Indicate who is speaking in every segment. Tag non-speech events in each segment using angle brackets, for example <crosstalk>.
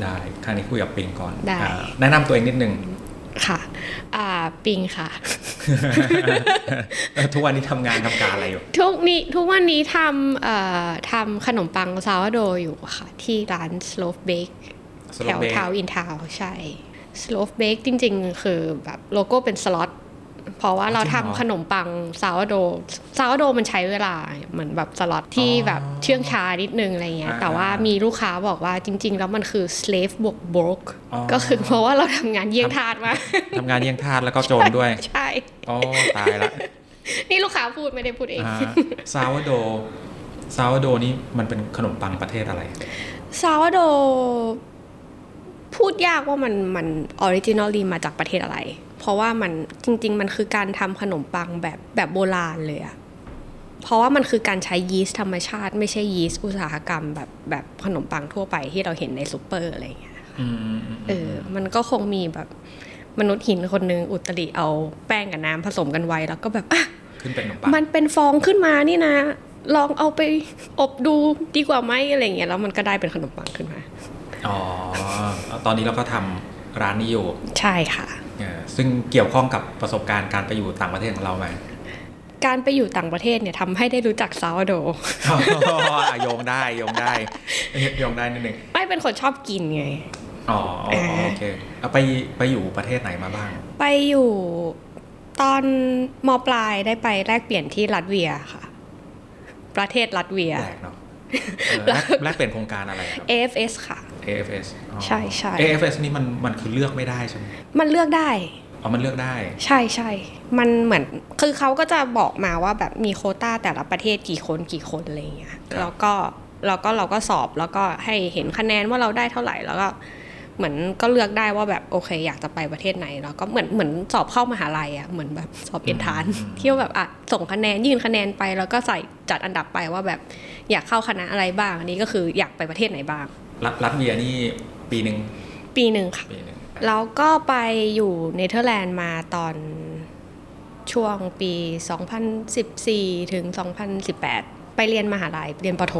Speaker 1: ได้คราวนี้คุยกับปิงก่อน
Speaker 2: ได้
Speaker 1: อ่าแนะนำตัวเองนิดนึง <laughs>
Speaker 2: ค่ะ อ่า ปิงค่ะ
Speaker 1: ทุกวันนี้ทำงานทำการอะไรอยู่
Speaker 2: ทุกนี้ทุกวันนี้ทำเอ่อทำขนมปังซาวโดอยู่ค่ะ ที่ร้าน Slow Bake แถ
Speaker 1: Slow
Speaker 2: ว
Speaker 1: Bake
Speaker 2: ทาวอินทาวใช่ Slow Bake จริงๆ คือแบบโลโก้เป็นสล็อต เพราะว่าเรา
Speaker 1: จริงเหรอ
Speaker 2: ทำขนมปังซาวโดซาวโดมันใช้เวลาเหมือนแบบสล็อตที่แบบเชื่องช้านิดนึงอะไรเงี้ย
Speaker 1: อ่า
Speaker 2: แต่ว่า
Speaker 1: อ่ามี
Speaker 2: มีลูกค้าบอกว่าจริง ๆ แล้วมันคือ slave บวก broke
Speaker 1: อ๋อ
Speaker 2: ก็คือเพราะว่าเราทำงานเยี่ยงทาสมาก <laughs>
Speaker 1: ทำงานเยี่ยงทาสแล้วก็โจรด้วย
Speaker 2: ใช่
Speaker 1: อ๋อตายละ
Speaker 2: นี่ลูกค้าพูดไม่ได้พูดเอง
Speaker 1: ซาวโดซาวโดนี่มันเป็นขนมปังประเทศอะไร
Speaker 2: ซาวโดพูดยากว่ามันมันออริจินอลีมาจากประเทศอะไร เพราะว่ามันจริง ๆ มันคือการทำขนมปังแบบแบบโบราณเลยอะเพราะว่ามันคือการใช้ยีสต์ธรรมชาติ ไม่ใช่ยีสต์อุตสาหกรรมแบบแบบขนมปังทั่วไปที่เราเห็นในซูเปอร์อะไรอย่างเงี้ย
Speaker 1: อืมอืม
Speaker 2: เออมันก็คงมีแบบมนุษย์หินคนหนึงอุตริเอาแป้งกับน้ำผสมกันไว้แล้วก็แบบอ่ะ
Speaker 1: ขึ้นเป็นขนมปัง
Speaker 2: มันเป็นฟองขึ้นมานี่นะ ลองเอาไปอบดูดีกว่าไหมอะไรอย่างเงี้ยแล้วมันก็ได้เป็นขนมปังขึ้นมา
Speaker 1: อ๋อ ตอนนี้เราก็ทำร้านนี้อยู่
Speaker 2: ใช่ค่ะ
Speaker 1: เออซึ่งเกี่ยวข้องกับประสบการณ์การไปอยู่ต่างประเทศของเราไหม <laughs>
Speaker 2: การไปอยู่ต่างประเทศเนี่ยทำให้ได้รู้จักซาวโด
Speaker 1: อ๋อโยงได้โยงได้โยงได้นิดนึง
Speaker 2: <laughs> ไม่เป็นคนชอบกินไง
Speaker 1: อ๋ออ๋อโอเคเอาไปไปอยู่ประเทศไหนมาบ้าง
Speaker 2: ไปอยู่ตอนมปลายได้ไปแลกเปลี่ยนที่ลัตเวียค่ะ ประเทศลัตเวีย
Speaker 1: แปลกเนาะเออแลกแลกเปลี่ยนโครงการอะไรครับ
Speaker 2: AFS ค่ะ
Speaker 1: AFS อ๋อ
Speaker 2: ใช่ใช่
Speaker 1: AFS นี่มันมันคือเลือกไม่ได้ใช่ไหม
Speaker 2: มันเลือกได้
Speaker 1: อ๋อมันเลือกได้
Speaker 2: ใช่ใช่ มันเหมือน คือเขาก็จะบอกมาว่าแบบมีโควต้าแต่ละประเทศกี่คนกี่คนอะไรอย่างเงี้ย แล้วก็แล้วก็เราก็สอบแล้วก็ให้เห็นคะแนนว่าเราได้เท่าไหร่แล้วก็เหมือนก็เลือกได้ว่าแบบโอเค อยากจะไปประเทศไหน แล้วก็เหมือนเหมือนสอบเข้ามหาลัยอ่ะเหมือนแบบสอบเอ็นทรานซ์ที่ว่าแบบอ่ะส่งคะแนนยื่นคะแนนไปแล้วก็ใส่จัดอันดับไปว่าแบบอยากเข้าคณะอะไรบ้างอันนี้ก็คืออยากไปประเทศไหนบ้าง
Speaker 1: รัฐรัฐเวียนี่ปีหนึ่ง
Speaker 2: ปีหนึ่งค่ะ
Speaker 1: ปีหนึ่ง
Speaker 2: แล้วก็ไปอยู่เนเธอร์แลนด์มาตอนช่วงปี 2014 ถึง 2018 ไปเรียนมหาลัยเรียนปโท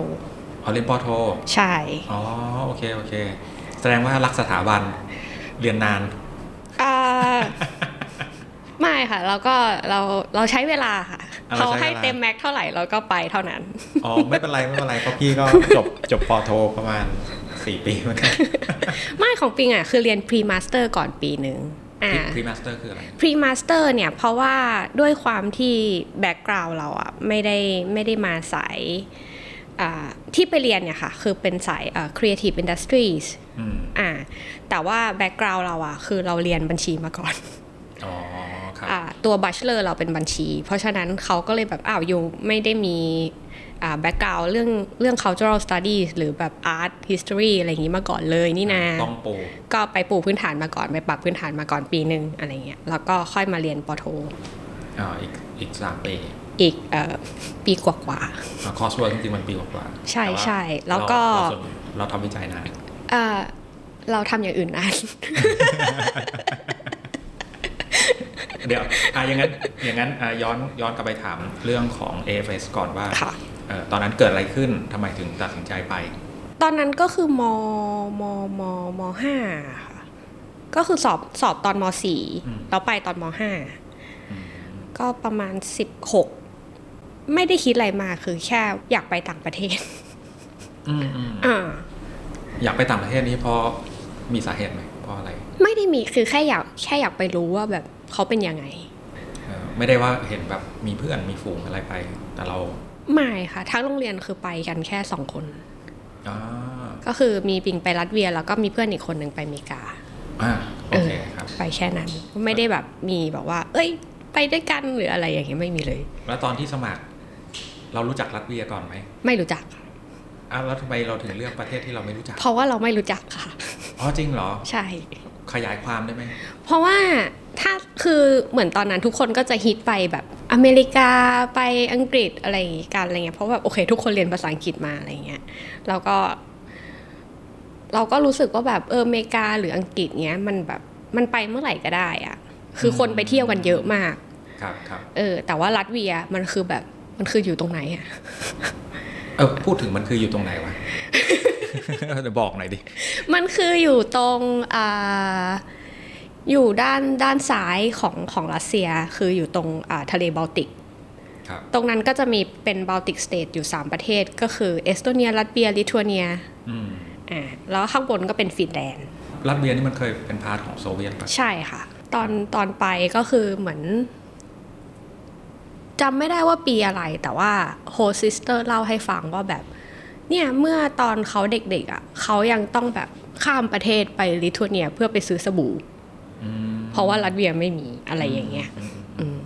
Speaker 1: อ๋อเรียนปอโท
Speaker 2: ใช่
Speaker 1: อ๋อโอเคโอเค แสดงว่ารักสถาบันเรียนนาน <laughs>
Speaker 2: อ่า ไม่ค่ะ แล้วก็เราเราใช้เวลาค่ะ
Speaker 1: อ่าเรา
Speaker 2: เขา
Speaker 1: ใช้เวลา
Speaker 2: ให้เต็มแม็กเท่าไหร่เราก็ไปเท่านั้น
Speaker 1: อ๋อไม่เป็นไรไม่เป็นไรเพราะพี่ก็จบจบปอโทประมาณ 4 ปีเหมือนกัน
Speaker 2: ไม่ของปิงอ่ะ คือเรียนพรีมาสเตอร์ก่อนปีหนึ่งอ่า
Speaker 1: พรีมาสเตอร์คืออะไร
Speaker 2: พรีมาสเตอร์เนี่ย เพราะว่าด้วยความที่แบ็กกราวเราอะไม่ได้ไม่ได้มาสายอ่าที่ไปเรียนเนี่ยค่ะ คือเป็นสายเอ่อ creative industries
Speaker 1: อืม
Speaker 2: อ่าแต่ว่าแบ็กกราวเราอะคือเราเรียนบัญชีมาก่อน
Speaker 1: อ๋อครับ
Speaker 2: อาตัวบัชเลอร์เราเป็นบัญชี เพราะฉะนั้นเขาก็เลยแบบอ้าวยูไม่ได้มีแบ็กกราวเรื่องเรื่อง cultural studies หรือแบบ art history อะไรอย่างนี้มาก่อนเลยนี่นา
Speaker 1: ต้องปู
Speaker 2: ก็ไปปูพื้นฐานมาก่อน ไปปรับพื้นฐานมาก่อนปีหนึ่งอะไรเงี้ยแล้วก็ค่อยมาเรียนปอโท
Speaker 1: อ่าอีกอีกสามปี
Speaker 2: อีกเอ่อปีกว่า
Speaker 1: คอร์สเวิร์กจริงๆมันปีกว่าๆ
Speaker 2: ใช่
Speaker 1: แต่ว่า
Speaker 2: ใช่แล้วก็
Speaker 1: เราเราส่วนเราทำวิจัยนาน
Speaker 2: ๆเอ่อเราทำอย่างอื่นนาน
Speaker 1: เดี๋ยวอ่ะอย่างนั้นอย่างนั้นอ่ะย้อนย้อนกลับไปถามเรื่องของ AFS ก่อนว่า
Speaker 2: ค่ะ
Speaker 1: เอ่อตอนนั้นเกิดอะไรขึ้นทำไมถึงตัดสินใจไป
Speaker 2: ตอนนั้นก็คือมมมมห้าค่ะ ก็คือสอบสอบตอนมสี่
Speaker 1: อืม
Speaker 2: แล้วไปตอนมห้า
Speaker 1: อืม
Speaker 2: ก็ประมาณสิบหกไม่ได้คิดอะไรมากคือแค่อยากไปต่างประเทศ
Speaker 1: อืมอืม
Speaker 2: อ่า
Speaker 1: อยากไปต่างประเทศนี่เพราะมีสาเหตุไหมเพราะอะไร
Speaker 2: ไม่ได้มีคือแค่อยากแค่อยากไปรู้ว่าแบบเขาเป็นยังไง
Speaker 1: เอ่อไม่ได้ว่าเห็นแบบมีเพื่อนมีฝูงอะไรไป แต่เรา
Speaker 2: ไม่ค่ะ ทั้งโรงเรียนคือไปกันแค่สองคน
Speaker 1: อ่า
Speaker 2: ก็คือมีปิงไปรัสเวียแล้วก็มีเพื่อนอีกคนหนึ่งไปอเมริกา
Speaker 1: อ่าโอเคครับ
Speaker 2: ไปแค่นั้นไม่ได้แบบมีแบบว่า เอ้ย ไปด้วยกันหรืออะไรอย่างเงี้ยไม่มีเลย
Speaker 1: แล้วตอนที่สมัคร เรารู้จักรัสเวียก่อนไหม
Speaker 2: ไม่รู้จักค่ะ
Speaker 1: อ้าวแล้วทำไมเราถึงเลือกประเทศที่เราไม่รู้จัก
Speaker 2: เพราะว่าเราไม่รู้จักค่ะ
Speaker 1: อ๋อจริงเหรอ
Speaker 2: ใช่
Speaker 1: ขยายความได้ไหม
Speaker 2: เพราะว่าถ้าคือเหมือนตอนนั้นทุกคนก็จะฮิตไปแบบอเมริกาไปอังกฤษอะไรอย่างงี้กันอะไรเงี้ยเพราะแบบโอเค ทุกคนเรียนภาษาอังกฤษมาอะไรเงี้ยแล้วก็ เราก็รู้สึกว่าแบบเอออเมริกาหรืออังกฤษเงี้ยมันแบบมันไปเมื่อไหร่ก็ได้อะคือคนไปเที่ยวกันเยอะมาก
Speaker 1: ครับครับ
Speaker 2: เออ แต่ว่ารัสเวียมันคือแบบมันคืออยู่ตรงไหนอะ
Speaker 1: เออพูดถึงมันคืออยู่ตรงไหนวะ <laughs> เดี๋ยวบอกหน่อยดิ
Speaker 2: มันคืออยู่ตรงอ่าอยู่ด้านด้านซ้ายของของรัสเซีย คืออยู่ตรงอ่าทะเลบอลติก
Speaker 1: ครับ
Speaker 2: ตรงนั้นก็จะมีเป็นบอลติกสเตทอยู่ 3 ประเทศ ก็คือเอสโตเนีย ลัตเวีย ลิทัวเนีย
Speaker 1: อืม
Speaker 2: อ่าแล้วข้างบนก็เป็นฟินแลนด์
Speaker 1: รัสเวียนี่มันเคยเป็นพาร์ทของโซเวียตปะ
Speaker 2: ใช่ค่ะ ตอนตอนไปก็คือเหมือนจำไม่ได้ว่าปีอะไร แต่ว่าโฮสิสเตอร์เล่าให้ฟังว่าแบบ เนี่ยเมื่อตอนเขาเด็กๆอ่ะเขายังต้องแบบข้ามประเทศไปลิทัวเนียเพื่อไปซื้อสบู่
Speaker 1: อืม
Speaker 2: เพราะว่ารัสเวียไม่มีอะไรอย่างเงี้ยอืม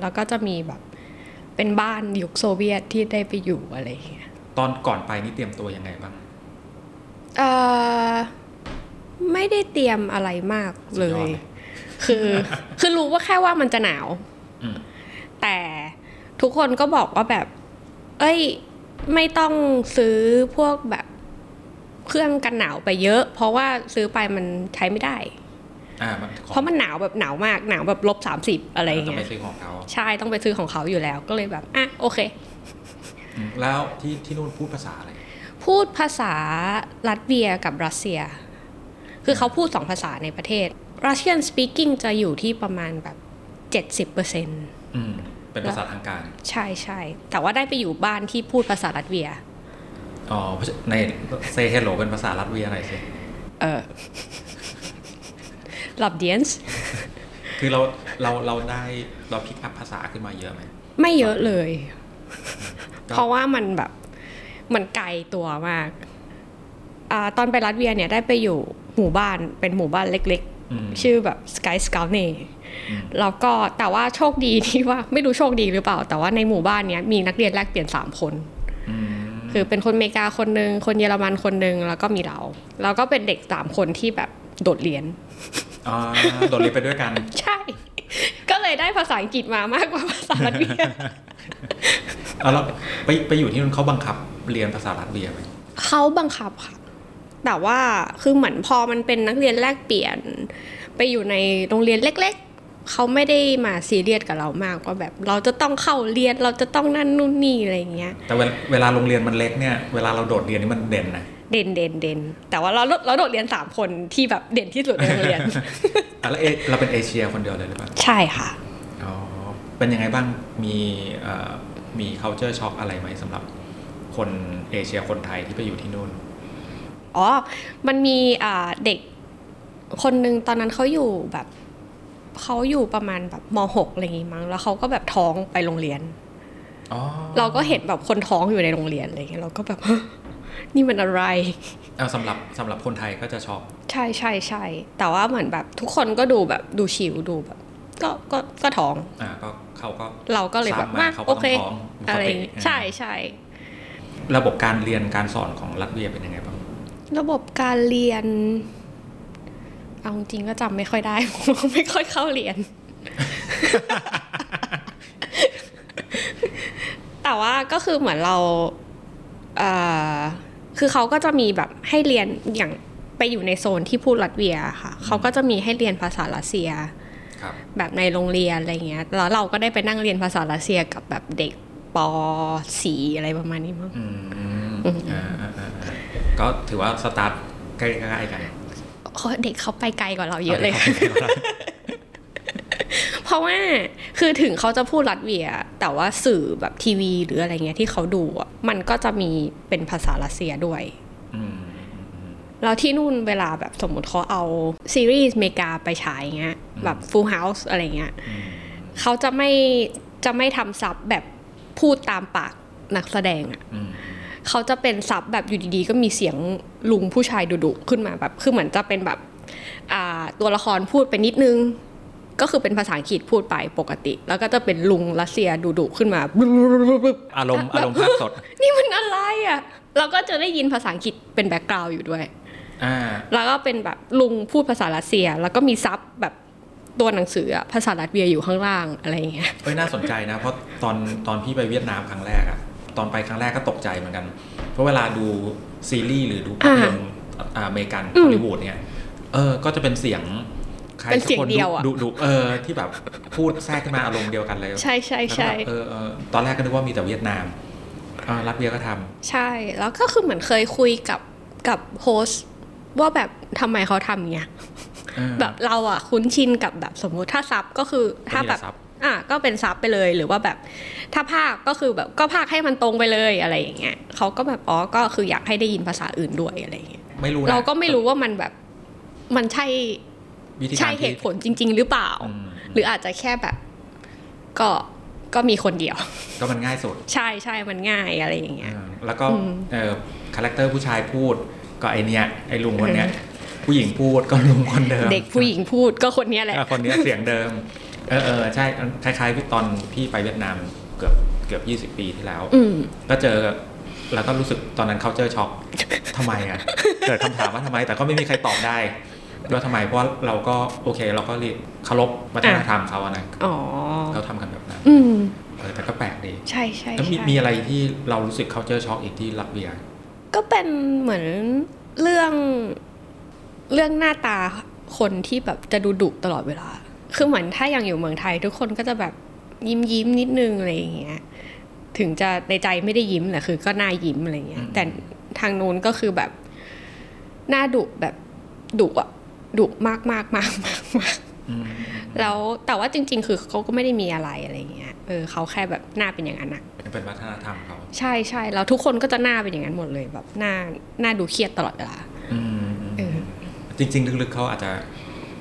Speaker 2: แล้วก็จะมีแบบเป็นบ้านยุคโซเวียตที่ได้ไปอยู่อะไรอย่างเงี้ย
Speaker 1: ตอนก่อนไปนี่เตรียมตัวยังไงบ้าง
Speaker 2: เอ่อไม่ได้เตรียมอะไรมากเล
Speaker 1: สุดยอดเลย ย
Speaker 2: คือ <laughs> คือรู้ว่าแค่ว่ามันจะหนาว
Speaker 1: อืม
Speaker 2: แต่ทุกคนก็บอกว่าแบบ เอ้ย ไม่ต้องซื้อพวกแบบเครื่องกันหนาวไปเยอะ เพราะว่าซื้อไปมันใช้ไม่ได้
Speaker 1: อ่ามันของ
Speaker 2: เพราะมันหนาวแบบหนาวมาก หนาวแบบลบสามสิบอะไรอย่าง
Speaker 1: ต้อ
Speaker 2: เงี้
Speaker 1: งไป
Speaker 2: ย
Speaker 1: ซื้อของเขา
Speaker 2: ใช่ ต้องไปซื้อของเขาอยู่แล้ว ก็เลยแบบ อ่ะ โอเค
Speaker 1: อืมแล้วที่ที่นู่นพูดภาษาอะไร
Speaker 2: พูดภาษาลัตเวียกับรัสเซีย คือเขาพูดสองภาษาในประเทศ Russian speaking จะอยู่ที่ประมาณแบบ 70%
Speaker 1: อืม เป็นภาษาทางการ
Speaker 2: ใช่ใช่แต่ว่าได้ไปอยู่บ้านที่พูดภาษาลัตเวีย
Speaker 1: อ๋อเพราะฉะในเซเฮโลเป็นภาษารัสเวียหน่อะไรสิ
Speaker 2: เออ <laughs> หลับเดียนส์
Speaker 1: คือเราเราเราได้เราพิกอัพภาษาขึ้นมาเยอะไหม
Speaker 2: ไม่เยอะเลย
Speaker 1: <laughs> ครับ
Speaker 2: เพราะว่ามันแบบ มันไกลตัวมากอาตอนไปรัสเวียเนี่ยได้ไปอยู่หมู่บ้านเป็นหมู่บ้านเล็ก ๆ
Speaker 1: ม
Speaker 2: ชื่อแบบสกายสกาวเน่
Speaker 1: อืม
Speaker 2: แล้วก็แต่ว่าโชคดีที่ว่าไม่รู้โชคดีหรือเปล่า แต่ว่าในหมู่บ้านเนี้ยมีนักเรียนแลกเปลี่ยน 3 คน
Speaker 1: ม
Speaker 2: คือเป็นคนอเมริกาคนหนึ่งคนเยอรมันคนหนึ่งแล้วก็มีเราแล้วก็เป็นเด็ก 3 คนที่แบบโดดเรียน
Speaker 1: อ่าโดดเรียนไปด้วยกัน
Speaker 2: ใช่ <laughs> ก็เลยได้ภาษาอังกฤษมามากกว่าภาษาลัตเวีย
Speaker 1: เอาแล้วไปไปอยู่ที่นู่นเขาบังคับเรียนภาษารัสเวียไหม
Speaker 2: เขาบังคับค่ะ แต่ว่าคือเหมือนพอมันเป็นนักเรียนแลกเปลี่ยน ไปอยู่ในโรงเรียนเล็ก ๆ เขาไม่ได้มาซีเรียสกับเรามากว่าแบบ เราจะต้องเข้าเรียนเราจะต้องนั่นนู่นนี่อะไรอย่างเงี้ย
Speaker 1: แต่เวลาเวลาโรงเรียนมันเล็กเนี่ย เวลาเราโดดเรียนนี่มันเด่นนะ
Speaker 2: เด่นเด่นเด่นแต่ว่าเราเราโดดเรียน 3 คนที่แบบเด่นที่สุดในโรงเรียน
Speaker 1: อ่ะแล้วเอเราเป็นเอเชียคนเดียวเลยหรือเปล่า
Speaker 2: <laughs> ใช่ค่ะ
Speaker 1: อ๋อ เป็นยังไงบ้าง มีเอ่อมี culture shock อะไรไหมสำหรับคนเอเชียคนไทยที่ไปอยู่ที่นู่น
Speaker 2: อ๋อ มันมีอ่าเด็กคนหนึ่งตอนนั้นเขาอยู่แบบเขาอยู่ประมาณแบบมหกอะไรอย่างงี้มั้งแล้วเขาก็แบบท้องไปโรงเรียน
Speaker 1: อ๋อ
Speaker 2: เราก็เห็นแบบคนท้องอยู่ในโรงเรียนอะไรอย่างเงี้ยเราก็แบบ <gasps> นี่มันอะไร
Speaker 1: เอาสำหรับสำหรับคนไทยก็จะช็อก
Speaker 2: ใช่ใช่ใช่แต่ว่าเหมือนแบบทุกคนก็ดูแบบดูชิวดูแบบ ก็ก็ก็ท้อง
Speaker 1: อ่าก็เขาก็
Speaker 2: เราก็เลยแบบ
Speaker 1: ทราบมา
Speaker 2: มา
Speaker 1: เขาก็
Speaker 2: โอเค
Speaker 1: ต้องท้องปกติ
Speaker 2: อะไรอย่างงี้
Speaker 1: อ่า
Speaker 2: ใช่ใช่
Speaker 1: ระบบการเรียนการสอนของรัสเวียเป็นยังไงบ้าง
Speaker 2: ระบบการเรียน เอาจริงๆก็จำไม่ค่อยได้ <laughs> ผมไม่ค่อยเข้าเรียน <laughs> แต่ว่าก็คือเหมือนเราเอ่อคือเขาก็จะมีแบบให้เรียนอย่างไปอยู่ในโซนที่พูดรัสเวียค่ะ เขาก็จะมีให้เรียนภาษารัสเซีย
Speaker 1: ครับ
Speaker 2: แบบในโรงเรียนอะไรเงี้ย แล้วเราก็ได้ไปนั่งเรียนภาษารัสเซียกับแบบเด็กปสีอะไรประมาณนี้มั้ง
Speaker 1: อืมอ่าอ่าอ่าอ่าก็ถือว่าสตาร์ทใกล้ๆกัน
Speaker 2: โอ้ยเด็กเขาไปไกลกว่าเราเยอะเลย
Speaker 1: าด็กข้าไป
Speaker 2: <laughs> เพราะว่าคือถึงเขาจะพูดรัสเวีย แต่ว่าสื่อแบบทีวีหรืออะไรเงี้ยที่เขาดูอะมันก็จะมีเป็นภาษารัสเซียด้วย
Speaker 1: อืม
Speaker 2: แล้วที่นู่นเวลาแบบสมมติเขาเอาซีรีส์อเมริกาไปฉายเงี้ยแบบ Full House อะไรเงี้ย
Speaker 1: อืม
Speaker 2: เขาจะไม่จะไม่ทำซับแบบพูดตามปากนักแสดงอะ
Speaker 1: อืม
Speaker 2: เขาจะเป็นซับแบบอยู่ดีๆ ก็มีเสียงลุงผู้ชายดุๆขึ้นมาแบบคือเหมือนจะเป็นแบบอ่าตัวละครพูดไปนิดนึง ก็คือเป็นภาษาอังกฤษพูดไปปกติ แล้วก็จะเป็นลุงรัสเซียดุๆขึ้นมา
Speaker 1: อารมณ์อารมณ์ภาพสด
Speaker 2: นี่มันอะไรอะ่ะ เราก็จะได้ยินภาษาอังกฤษเป็นแบ็กกราวด์อยู่ด้วย
Speaker 1: อ่า
Speaker 2: แล้วก็เป็นแบบลุงพูดภาษารัสเซีย แล้วก็มีซับแบบตัวหนังสืออะภาษารัสเวียอยู่ข้างล่างอะไรอย่างเงี้ย
Speaker 1: เฮ้ยน่าสนใจนะ เพราะตอนตอนพี่ไปเวียดนามครั้งแรกอะตอนไปครั้งแรกก็ตกใจเหมือนกัน เพราะเวลาดูซีรีส์หรือดูภาพยนตร์อ่าอเมริกันฮอลลีวูดเนี่ยเออก็จะเป็นเสียงใคร
Speaker 2: เป็น
Speaker 1: สัก
Speaker 2: เสียง
Speaker 1: คน
Speaker 2: เดียวอะ
Speaker 1: ดุดุเออที่แบบพูดแทรกขึ้นมาอารมณ์เดียวกันเลย
Speaker 2: ใช่ใช่
Speaker 1: แล้วก็
Speaker 2: ใช่
Speaker 1: เออเออตอนแรกก็นึกว่ามีแต่เวียดนามอ่ารัสเวียก็ทำ
Speaker 2: ใช่ แล้วก็คือเหมือนเคยคุยกับ กับโฮสต์ว่าแบบทำไมเขาทำอย่างเงี้ย
Speaker 1: อ่า
Speaker 2: แบบเราอะคุ้นชินกับแบบสมมุติถ้าซับก็คือถ้าแบบ
Speaker 1: ก็มีแต่ซับ
Speaker 2: อ่ะก็เป็นซับไปเลยหรือว่าแบบถ้าภาคก็คือแบบก็ภาคให้มันตรงไปเลยอะไรอย่างเงี้ยเขาก็แบบอ๋อก็คืออยากให้ได้ยินภาษาอื่นด้วยอะไรอย่างเงี้ย
Speaker 1: ไม่รู้นะ
Speaker 2: เราก็ไม่รู้ว่ามันแบบมันใช่
Speaker 1: วิธีการ
Speaker 2: ใช่เหตุผลจริง ๆ หรือเปล่า
Speaker 1: อืม
Speaker 2: หรืออาจจะแค่แบบก็ก็มีคนเดียว <laughs>
Speaker 1: ก็มันง่ายสุด
Speaker 2: ใช่ใช่มันง่ายอะไรอย่างเงี้ย
Speaker 1: อ่าแล้วก็
Speaker 2: อืม
Speaker 1: เออคาแรคเตอร์ผู้ชายพูด ก็ไอเนี้ยไอลุงคนเนี้ย ผู้หญิงพูดก็ลุงคนเดิม
Speaker 2: เด็กผู้หญิงพูดก็คนเนี้ยแหละ
Speaker 1: อ่ะคนเนี้ยเสียงเดิม เออเออใช่ คล้ายๆพี่ตอนพี่ไปเวียดนามเกือบเกือบ 20 ปีที่แล้ว
Speaker 2: อืม
Speaker 1: ก็เจอแล้วก็รู้สึกตอนนั้นเขาเจอช็อกทำไมอ่ะ เกิดคำถามว่าทำไม แต่ก็ไม่มีใครตอบได้ว่าทำไม เพราะเราก็โอเค เราก็รีบเคารพวัฒนธรรมเขาอะนะ
Speaker 2: อ๋อ
Speaker 1: เขาทำกันแบบนั้น
Speaker 2: อืม
Speaker 1: เออแต่ก็แปลกดี
Speaker 2: ใช่ใช่
Speaker 1: แล้วมี
Speaker 2: ใช่
Speaker 1: มีอะไรที่เรารู้สึกเขาเจอช็อกอีกที่ลัตเวีย
Speaker 2: ก็เป็นเหมือนเรื่องเรื่องหน้าตาคนที่แบบจะดูดุตลอดเวลา คือเหมือนถ้ายังอยู่เมืองไทย ทุกคนก็จะแบบยิ้มยิ้มนิดนึงอะไรอย่างเงี้ย ถึงจะในใจไม่ได้ยิ้มแหละคือก็หน้ายิ้มอะไรเงี้ย
Speaker 1: อืม
Speaker 2: แต่ทางนู้นก็คือแบบหน้าดุแบบดุอะดุมากมากมากมากมาก
Speaker 1: อืม
Speaker 2: แล้วแต่ว่าจริง ๆ คือเขาก็ไม่ได้มีอะไรอะไรเงี้ย เออเขาแค่แบบหน้าเป็นอย่างนั้นอะ
Speaker 1: เป็นวัฒนธรรมเขา
Speaker 2: ใช่ใช่แล้วทุกคนก็จะหน้าเป็นอย่างนั้นหมดเลยแบบหน้าหน้าดูเครียดตลอดเวลา
Speaker 1: อืมอืม
Speaker 2: เออ
Speaker 1: จริง ๆ ลึกๆเขาอาจจะ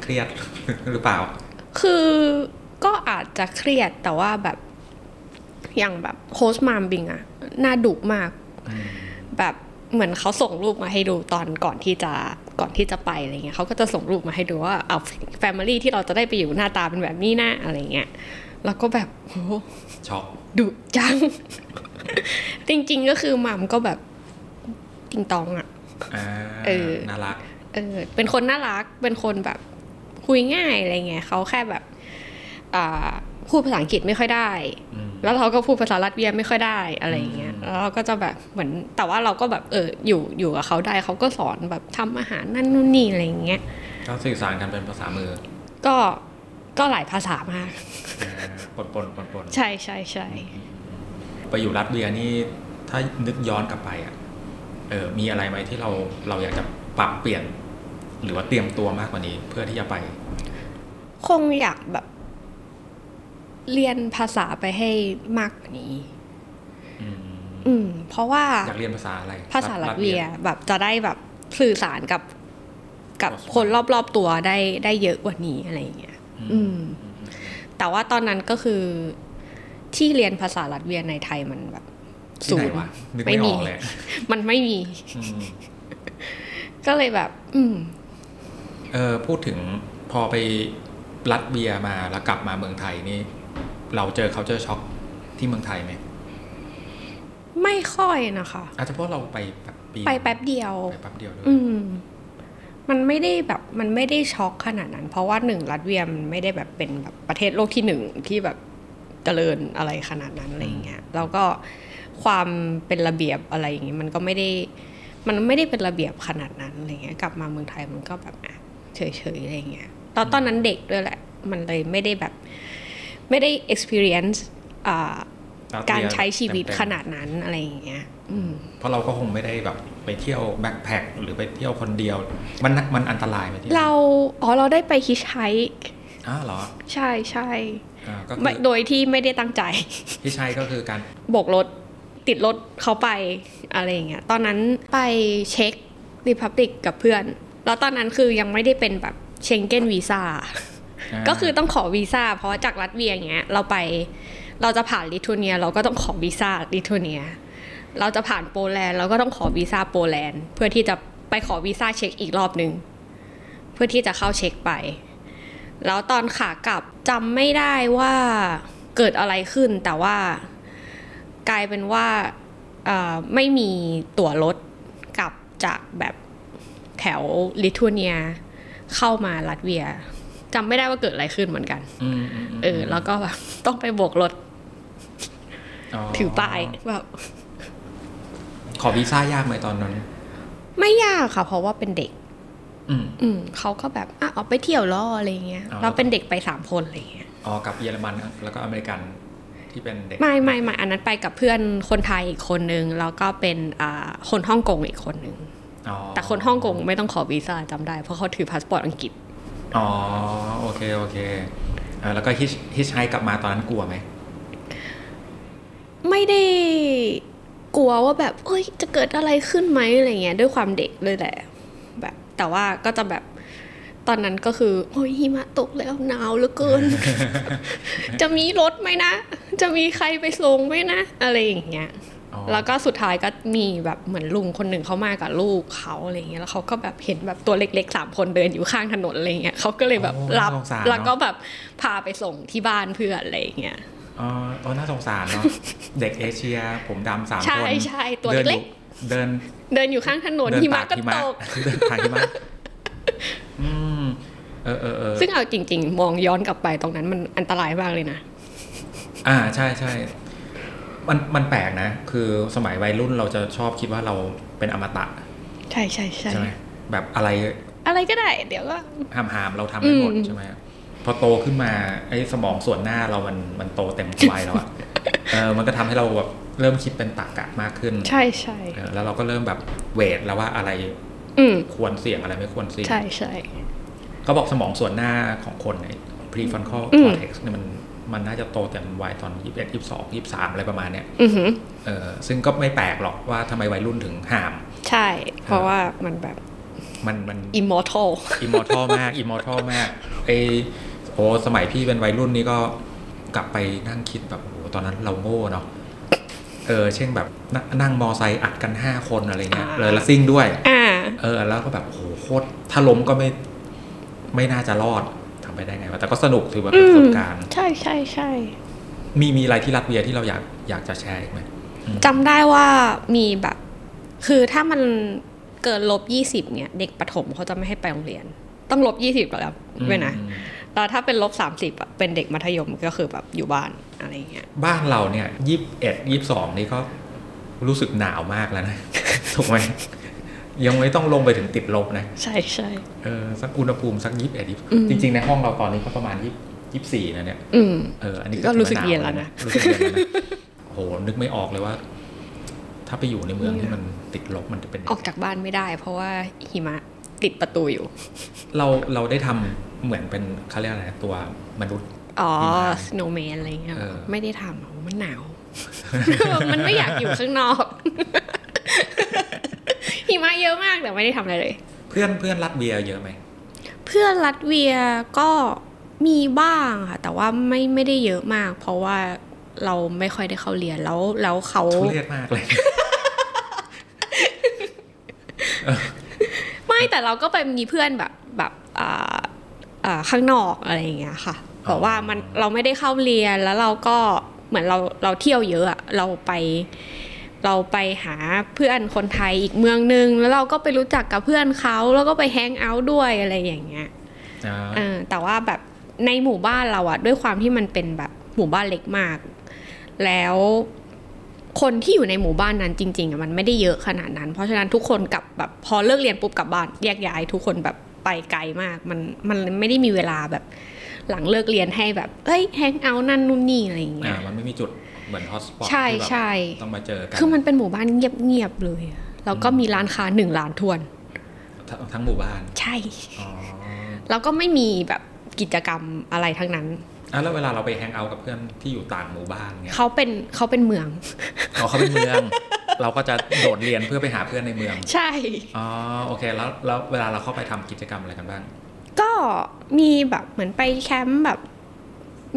Speaker 1: เครียด <laughs> หรือเปล่า
Speaker 2: คือก็อาจจะเครียดแต่ว่าแบบอย่างแบบโฮสต์มามบิงอะหน้าดุมาก
Speaker 1: อืม
Speaker 2: แบบเหมือนเขาส่งรูปมาให้ดูตอนก่อนที่จะก่อนที่จะไปอะไรเงี้ยเขาก็จะส่งรูปมาให้ดูว่าเอาแฟมิลี่ที่เราจะได้ไปอยู่หน้าตาเป็นแบบนี้นะอะไรเงี้ยแล้วก็แบบโห
Speaker 1: ช็อก
Speaker 2: ดุจัง <laughs> จริงๆก็คือหม่ำก็แบบติงตองอะ
Speaker 1: อ่า
Speaker 2: เออ
Speaker 1: น่ารัก
Speaker 2: เออเป็นคนน่ารักเป็นคนแบบคุยง่ายอะไรเงี้ยเขาแค่แบบอ่าพูดภาษาอังกฤษไม่ค่อยได้
Speaker 1: อืม
Speaker 2: แล้วเราก็พูดภาษาลัตเวียไม่ค่อยได้อะไรเงี้ย
Speaker 1: อืม
Speaker 2: แล้วเราก็จะแบบเหมือนแต่ว่าเราก็แบบเอออยู่อยู่กับเขาได้เขาก็สอนแบบทำอาหารนั่นนู่นนี่อะไรเงี้ย
Speaker 1: ก็สื่อสารกันเป็นภาษามือ <laughs>
Speaker 2: ก็ก็หลายภาษามาก
Speaker 1: ปนปนปนปน
Speaker 2: ใช่ใช่ใช่
Speaker 1: ไปอยู่รัสเวียนี่ถ้านึกย้อนกลับไปอ่ะเออมีอะไรไหมที่เราเราอยากจะปรับเปลี่ยน หรือว่าเตรียมตัวมากกว่านี้เพื่อที่จะไป
Speaker 2: คงอยากแบบ เรียนภาษาไปให้มากกว่านี้
Speaker 1: อืม
Speaker 2: อืมเพราะว่า
Speaker 1: อยากเรียนภาษาอะไร
Speaker 2: ภาษาลัตเวียแบบจะได้แบบสื่อสารกับกับคนรอบๆตัวได้ได้เยอะกว่านี้อะไรอย่างเงี้ย อืม แต่ว่าตอนนั้นก็คือที่เรียนภาษาลัตเวียในไทยมันแบบ
Speaker 1: ศู
Speaker 2: ศู
Speaker 1: น
Speaker 2: น
Speaker 1: ย์
Speaker 2: ย์
Speaker 1: วะนึก
Speaker 2: ไม่
Speaker 1: ไม่
Speaker 2: มี
Speaker 1: ออกเลย
Speaker 2: มันไม่มี
Speaker 1: อืม
Speaker 2: ก็เลยแบบ อืม
Speaker 1: เออพูดถึงพอไปรัสเวียมาแล้วกลับมาเมืองไทยนี่ เราเจอเขาเจอช็อกที่เมืองไทยไหม
Speaker 2: ไม่ค่อยนะคะ
Speaker 1: อาจจะเพราะเราไปแบบปี
Speaker 2: ไปแป๊บเดียว
Speaker 1: ไปแป๊บเดียวด้วย
Speaker 2: อืม มันไม่ได้แบบ มันไม่ได้ช็อกขนาดนั้น เพราะว่าหนึ่งรัสเวียมันไม่ได้แบบเป็นแบบประเทศโลกที่หนึ่งที่แบบเจริญอะไรขนาดนั้นอะไรอย่างเงี้ยแล้วก็ความเป็นระเบียบอะไรอย่างเงี้ยมันก็ไม่ได้ มันไม่ได้เป็นระเบียบขนาดนั้นอะไรเงี้ยกลับมาเมืองไทยมันก็แบบอ่ะเฉยๆอะไรเงี้ยตอนตอนนั้นเด็กด้วยแหละ มันเลยไม่ได้แบบไม่ได้ experience อ่าการใช้ชีวิตขนาดนั้นอะไรอย่างเงี้ยอืม
Speaker 1: เพราะเราก็คงไม่ได้แบบไปเที่ยวแบ็คแพคหรือไปเที่ยวคนเดียว มันมันอันตรายไหมที่
Speaker 2: เราอ๋อเราได้ไปฮิชไฮค์
Speaker 1: อ้าวเหรอ
Speaker 2: ใช่ใช่
Speaker 1: อ่าก็คื
Speaker 2: ไม่
Speaker 1: อ
Speaker 2: โดยที่ไม่ได้ตั้งใจ <laughs>
Speaker 1: ที่ใช่ก็คือการ
Speaker 2: โบกรถติดรถเขาไปอะไรอย่างเงี้ยตอนนั้นไปเช็ครีพับลิกกับเพื่อน แล้วตอนนั้นคือยังไม่ได้เป็นแบบเชงเก้นวีซ่า
Speaker 1: า
Speaker 2: ก็คือต้องขอวีซ่าเพราะว่าจากรัสเวียอย่างเงี้ยเราไปเราจะผ่านลิทัวเนีย เราก็ต้องขอวีซ่าลิทัวเนีย เราจะผ่านโปแลนด์เราก็ต้องขอวีซ่าโปแลนด์ เพื่อที่จะไปขอวีซ่าเช็คอีกรอบนึง เพื่อที่จะเข้าเช็คไป แล้วตอนขากลับจำไม่ได้ว่าเกิดอะไรขึ้นแต่ว่า กลายเป็นว่าเอ่อไม่มีตั๋วรถกลับจากแบบแถวลิทัวเนีย เข้ามาลัตเวียจำไม่ได้ว่าเกิดอะไรขึ้นเหมือนกัน
Speaker 1: อืมอืมม
Speaker 2: เออ แล้วก็แบบต้องไปโบกรถถือป้ายแบบ
Speaker 1: ขอวีซ่ายากไหมตอนนั้น
Speaker 2: ไม่ยากค่ะ เพราะว่าเป็นเด็ก
Speaker 1: อืม
Speaker 2: อืมเขาก็แบบอ่ะออกไปเที่ยวล้ออะไรอย่างเงี้ย
Speaker 1: อ๋อ
Speaker 2: เราเป็นเด็กไปสามคนอะไรอย่างเงี้ย
Speaker 1: อ๋อกับเยอรมันแล้วก็อเมริกันที่เป็นเด็ก
Speaker 2: ไม่ไม่ไม่อันนั้นไปกับเพื่อนคนไทยอีกคนนึงแล้วก็เป็นอ่าคนฮ่องกงอีกคนนึง
Speaker 1: อ๋อ
Speaker 2: แต่คนฮ่องกงไม่ต้องขอวีซ่าจำได้ เพราะเขาถือพาสปอร์ตอังกฤษ
Speaker 1: อ๋อโอเคโอเคเออแล้วก็ฮิชฮิชไฮกลับมาตอนนั้นกลัวไหม
Speaker 2: ไม่ได้กลัวว่าแบบเอ้ยจะเกิดอะไรขึ้นไหมอะไรเงี้ยด้วยความเด็กเลยแหละแบบ แต่ว่าก็จะแบบตอนนั้นก็คือโอ้ยหิมะตกแล้วหนาวเหลือเกิ
Speaker 1: <laughs>
Speaker 2: น จะมีรถไหมนะ จะมีใครไปส่งไหมนะ อะไรอย่างเงี้ย
Speaker 1: อ๋อ
Speaker 2: แล้วก็สุดท้ายก็มีแบบเหมือนลุงคนหนึ่งเขามากับลูกเขาอะไรเงี้ยแล้วเขาก็แบบเห็นแบบตัวเล็กๆสามคนเดินอยู่ข้างถนนอะไรเงี้ยเขาก็เลยแบบ
Speaker 1: โอ้
Speaker 2: รับ
Speaker 1: น่าสงสารเนอะ
Speaker 2: แล้วก็แบบพาไปส่งที่บ้านเพื่อนอะไรเงี้ย
Speaker 1: อ๋อเออน่าสงสารเนาะ
Speaker 2: <laughs>
Speaker 1: เด็กเอเชีย ผมดำสามคน
Speaker 2: ใช่ใช่ตัว
Speaker 1: ดินอ
Speaker 2: เล็ก
Speaker 1: ยู่เดิน
Speaker 2: ๆเดินอยู่ข้างถนน
Speaker 1: เดิ
Speaker 2: หิมะ
Speaker 1: ตาก
Speaker 2: ก็
Speaker 1: หิ
Speaker 2: ตก
Speaker 1: เดินตากหิ
Speaker 2: <laughs>
Speaker 1: มะอืมเออเออเออ
Speaker 2: ซึ่งเอาจริง ๆ มองย้อนกลับไปตรงนั้นมันอันตรายมากเลยนะ
Speaker 1: อ่าใช่ใช่มันมันแปลกนะ คือสมัยวัยรุ่นเราจะชอบคิดว่าเราเป็นอมตะ
Speaker 2: ใช่ใช่ใช่
Speaker 1: ใช่ไหมแบบอะไร
Speaker 2: อะไรก็ได้ เดี๋ยวก็
Speaker 1: ห้ามหามๆเราทำได้หมด
Speaker 2: อืม
Speaker 1: ใช่ไหมพอโตขึ้นมาไอ้สมองส่วนหน้าเรามันมันโตเต็มวัยแล้วอะเออมันก็ทำให้เราแบบเริ่มคิดเป็นตรรกะมากขึ้น
Speaker 2: ใช่ใช่
Speaker 1: เออแล้วเราก็เริ่มแบบเวทแล้วว่าอะไร
Speaker 2: อืม
Speaker 1: ควรเสี่ยงอะไรไม่ควรเสี่ยง
Speaker 2: ใช่ใช่
Speaker 1: เขาบอกสมองส่วนหน้าของคนเนี่ย prefrontal
Speaker 2: อืม
Speaker 1: cortex เนี่ยมันมันน่าจะโตเต็มวัยตอน 21 22 23 อะไรประมาณเนี้ย
Speaker 2: อือหือ
Speaker 1: เออซึ่งก็ไม่แปลกหรอกว่าทำไมวัยรุ่นถึงห่าม
Speaker 2: ใช่ เพราะว่ามันแบบ
Speaker 1: มันมัน
Speaker 2: อิมมอร์ทัล
Speaker 1: อิมมอร์ทัลมากอิมมอร์ทัลมากไอโอ้สมัยพี่เป็นวัยรุ่นนี่ก็กลับไปนั่งคิดแบบโอ้โหตอนนั้นเราโง่เนาะเออเช่นแบบนงนั่งมอไซค์อัดกัน 5 คนอะไรเงี้ยเลยละซิ่งด้วย
Speaker 2: อ่า
Speaker 1: เออแล้วก็แบบโอ้โหโคตรถ้าล้มก็ไม่ไม่น่าจะรอดทำไปได้ไงวะแต่ก็สนุกถือว่าเป็นประสบการณ์
Speaker 2: ใช่ใช่ใช่
Speaker 1: มีมีอะไรที่รัตเวียที่เราอยากอยากจะแชร์อีกไหม
Speaker 2: จำได้ว่ามีแบบ คือถ้ามันเกินลบยี่สิบเนี่ย เด็กประถมเขาจะไม่ให้ไปโรงเรียน ต้องลบยี่สิบแล้วครับด้วยนะ
Speaker 1: อืม
Speaker 2: แล้วถ้าเป็นลบสามสิบอะเป็นเด็กมัธยมก็คือแบบอยู่บ้านอะไรอย่างเงี้ย
Speaker 1: บ้านเราเนี่ยยี่สิบเอ็ดยี่สิบสองนี่ก็รู้สึกหนาวมากแล้วนะ <laughs> ถูกไหมยังไม่ต้องลงไปถึงติดลบนะ
Speaker 2: ใช่ใช่
Speaker 1: เออสักอุณหภูมิสักยี่สิบเอ็ดยี่
Speaker 2: อืม
Speaker 1: จริง ๆ ในห้องเราตอนนี้ก็ประมาณยี่สิบสี่นะเนี่ย
Speaker 2: อืม
Speaker 1: เอออันนี้
Speaker 2: ก็รู้สึก
Speaker 1: ถือว่าหา
Speaker 2: เย็นแล้วนะ
Speaker 1: รู้สึกเย็นแล้วนะโอ้โหนึกไม่ออกเลยว่า ถ้าไปอยู่ในเมือง
Speaker 2: เนี่ย
Speaker 1: ที่มันติดลบมันจะเป็นยัง
Speaker 2: อ
Speaker 1: ไง
Speaker 2: อกจากบ้านไม่ได้ เพราะว่าหิมะติดประตูอยู่
Speaker 1: เราเราได้ทำเหมือนเป็นเขาเรียกอะไรนะตัวมนุษย์
Speaker 2: อ๋อ
Speaker 1: หิมะ
Speaker 2: snowman อะไรเงี้ย
Speaker 1: เออ
Speaker 2: ไม่ได้ทำอ่ะมันหนาว <laughs> มันไม่อยากอยู่ข้างนอก <laughs> หิมะเยอะมากแต่ไม่ได้ทำอะไรเลย
Speaker 1: เพื่อนเพื่อนรัดเบียร์เยอะไหม
Speaker 2: เพื่อนรัสเวียก็มีบ้างค่ะ แต่ว่าไม่ไม่ได้เยอะมาก เพราะว่าเราไม่ค่อยได้เข้าเรียนแล้วแล้วเขา
Speaker 1: ทุเรศมากเลย <laughs>
Speaker 2: ไม่แต่เราก็ไปมีเพื่อนแบบแบบอ่าอ่าข้างนอกอะไรอย่างเงี้ยค่ะ
Speaker 1: อ๋อ
Speaker 2: บอกว่ามันเราไม่ได้เข้าเรียนแล้วเราก็เหมือนเราเราเที่ยวเยอะอะเราไป เราไปหาเพื่อนคนไทยอีกเมืองนึง แล้วเราก็ไปรู้จักกับเพื่อนเขาแล้วก็ไปแฮงเอาท์ด้วยอะไรอย่างเงี้ย
Speaker 1: อ่า
Speaker 2: เออแต่ว่าแบบในหมู่บ้านเราอะด้วยความที่มันเป็นแบบหมู่บ้านเล็กมาก แล้วคนที่อยู่ในหมู่บ้านนั้นจริงๆอะมันไม่ได้เยอะขนาดนั้น เพราะฉะนั้นทุกคนกลับแบบพอเลิกเรียนปุ๊บกลับบ้านแยกย้ายทุกคนแบบไปไกลมาก มันมันไม่ได้มีเวลาแบบหลังเลิกเรียนให้แบบเอ้ยแฮงเอาท์นั่นนู่นนี่อะไรอย่างเงี้
Speaker 1: อ่าย มันไม่มีจุดเหมือนฮอสปอต
Speaker 2: ใช่
Speaker 1: ที่แบบ
Speaker 2: ใช่
Speaker 1: ต้องมาเจอกัน
Speaker 2: คือมันเป็นหมู่บ้านเงียบๆเลยอะแล้วก็มีร้านค้าหนึ่งร้านทวน
Speaker 1: ทั้งทั้งหมู่บ้าน
Speaker 2: ใช่
Speaker 1: อ๋อ
Speaker 2: แล้วก็ไม่มีแบบกิจกรรมอะไรทั้งนั้น
Speaker 1: อ่ะแล้วเวลาเราไปแฮงเอาท์กับเพื่อนที่อยู่ต่างหมู่บ้านเนี่ย
Speaker 2: เขาเป็นเขาเป็นเมือง
Speaker 1: <laughs> อ๋อเขาเป็นเมือง เราก็จะโดดเรียนเพื่อไปหาเพื่อนในเมือง
Speaker 2: ใช่
Speaker 1: อ๋อโอเค แล้วแล้วเวลาเราเข้าไปทำกิจกรรมอะไรกันบ้าง
Speaker 2: ก็มีแบบเหมือนไปแคมป์แบบ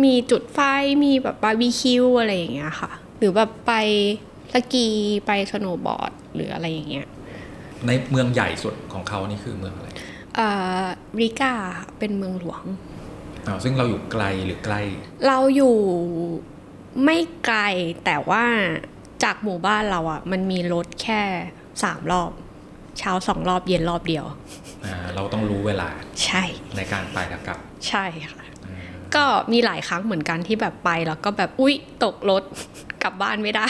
Speaker 2: มีจุดไฟมีแบบบาร์บีคิวอะไรอย่างเงี้ยค่ะ หรือแบบไปสกีไปสโนว์บอร์ดหรืออะไรอย่างเงี้ย
Speaker 1: ในเมืองใหญ่สุดของเขานี่คือเมืองอะไร
Speaker 2: เอ่อริกาเป็นเมืองหลวง
Speaker 1: อ๋อซึ่งเราอยู่ไกลหรือใกล้
Speaker 2: เราอยู่ไม่ไกลแต่ว่าจากหมู่บ้านเราอะ่ะ มันมีรถแค่สามรอบ เช้าสองรอบเย็นรอบเดียว
Speaker 1: อ่าเราต้องรู้เวลา
Speaker 2: ใช่
Speaker 1: ในการไปกับกลับ
Speaker 2: ใช่ค่ะ
Speaker 1: อ่า
Speaker 2: ก็มีหลายครั้งเหมือนกันที่แบบไปแล้วก็แบบอุ๊ยตกรถ <laughs> กลับบ้านไม่ได้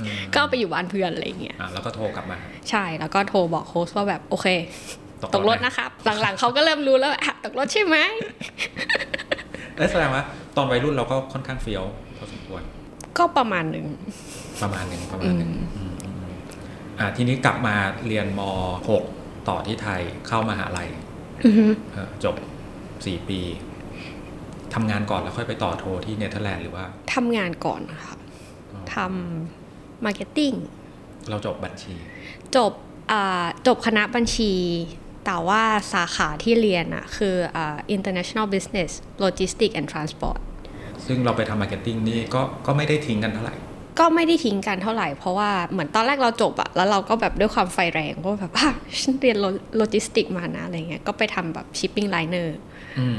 Speaker 1: อืม
Speaker 2: ก็ไปอยู่บ้านเพื่อนอะไรอย่างเงี้ย
Speaker 1: อ่าแล้วก็โทรกลับมา
Speaker 2: ใช่แล้วก็โทรบอกโฮสต์ว่าแบบโอเค ตกรถ
Speaker 1: ไหม
Speaker 2: นะครับ หลังๆเขาก็เริ่มรู้แล้วว่าอ่ะตกรถใช่ไหม
Speaker 1: เอ้ยแสดงว่าตอนวัยรุ่นเราก็ค่อนข้างเฟี้ยวพอสมควร
Speaker 2: ก็ประมาณหนึ่ง
Speaker 1: ประมาณหนึ่งประมาณหนึ่งอืมอืมอืมอ่าทีนี้กลับมาเรียนม .6 ต่อที่ไทยเข้ามหาลัย
Speaker 2: อือฮึ
Speaker 1: เอ่อจบสี่ปีทำงานก่อนแล้วค่อยไปต่อโทที่เนเธอร์แลนด์หรือว่า
Speaker 2: ทำงานก่อนค่ะ
Speaker 1: อ๋อ
Speaker 2: ทำมาร์เก็ตติ้ง
Speaker 1: เราจบบัญชี
Speaker 2: จบอ่าจบคณะบัญชี แต่ว่าสาขาที่เรียนอะคืออ่า international business logistics and transport
Speaker 1: ซึ่งเราไปทำมาร์เก็ตติ้งนี่ก็ก็ไม่ได้ทิ้งกันเท่าไหร่
Speaker 2: ก็ไม่ได้ทิ้งกันเท่าไหร่ เพราะว่าเหมือนตอนแรกเราจบอะแล้วเราก็แบบด้วยความไฟแรงว่าแบบ <laughs> ว่า ฉันเรียนโลจิสติกมานะอะไรเงี้ยก็ไปทำแบบ shipping liner
Speaker 1: อืม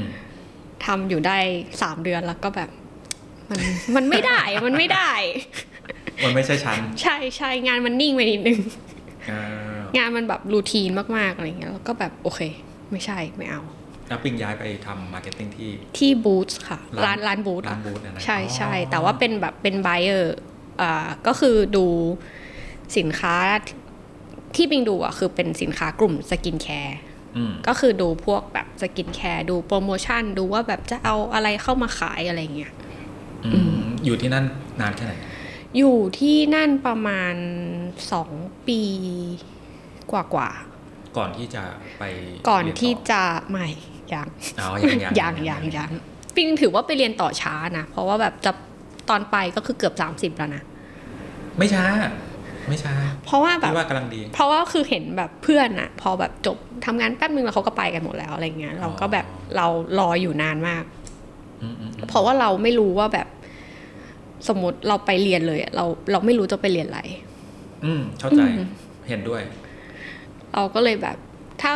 Speaker 2: ทำอยู่ได้ 3 เดือนแล้วก็แบบ มันมันไม่ได้ <laughs> มันไม่ได้
Speaker 1: มันไม่ใช่ชั้น
Speaker 2: ใช่ใช่งานมันนิ่งไปนิดนึง
Speaker 1: อ่าง
Speaker 2: านมันแบบรูทีนมาก ๆ อะไรเงี้ยแล้วก็แบบโอเค ไม่ใช่ไม่เอา
Speaker 1: นับปิงย้ายไปทำมาร์เก็ตติ้งที่
Speaker 2: ที่บูธค่ะ
Speaker 1: ร้า
Speaker 2: ร้าน นร้านบูธ
Speaker 1: ร้าน
Speaker 2: อะ
Speaker 1: Boots อะนะ
Speaker 2: ใช่ใช่
Speaker 1: อ๋อ
Speaker 2: แต่ว่าเป็นแบบเป็นไบเออร์อ่าก็คือดูสินค้าที่ที่ปิงดูอ่ะ คือเป็นสินค้ากลุ่มสกินแคร์
Speaker 1: อืม
Speaker 2: ก็คือดูพวกแบบสกินแคร์ดูโปรโมชั่น ดูว่าแบบจะเอาอะไรเข้ามาขายอะไรเงี้ย
Speaker 1: อืม อยู่ที่นั่นนานแค่ไหน
Speaker 2: อยู่ที่นั่นประมาณ 2 ปีกว่ากว่า
Speaker 1: ก่อนที่จะไป
Speaker 2: ๆก่อน
Speaker 1: เรีย
Speaker 2: ที่
Speaker 1: ต่
Speaker 2: จะไม่ยัง
Speaker 1: อ๋อยังยัง
Speaker 2: ยังยังยังปิงถือว่าไปเรียนต่อช้านะ เพราะว่าแบบจะตอนไปก็คือเกือบ 30 แล้วนะ
Speaker 1: ไม่ช้า ไม่ช้า
Speaker 2: เพราะว่าแบบ
Speaker 1: พี่ว่ากำลังดี
Speaker 2: เพราะว่าคือเห็นแบบเพื่อนอะพอแบบจบทำงานแป๊บนึงแล้วเขาก็ไปกันหมดแล้วอะไรเงี้ยเราก็แบบเรารออยู่นานมาก
Speaker 1: อืมอืมอืม
Speaker 2: เพราะว่าเราไม่รู้ว่าแบบสมมติเราไปเรียนเลยอะเราเราไม่รู้จะไปเรียนอะไร
Speaker 1: อืมเข้าใจ
Speaker 2: อืม
Speaker 1: เห็นด้วย
Speaker 2: เราก็เลยแบบถ้า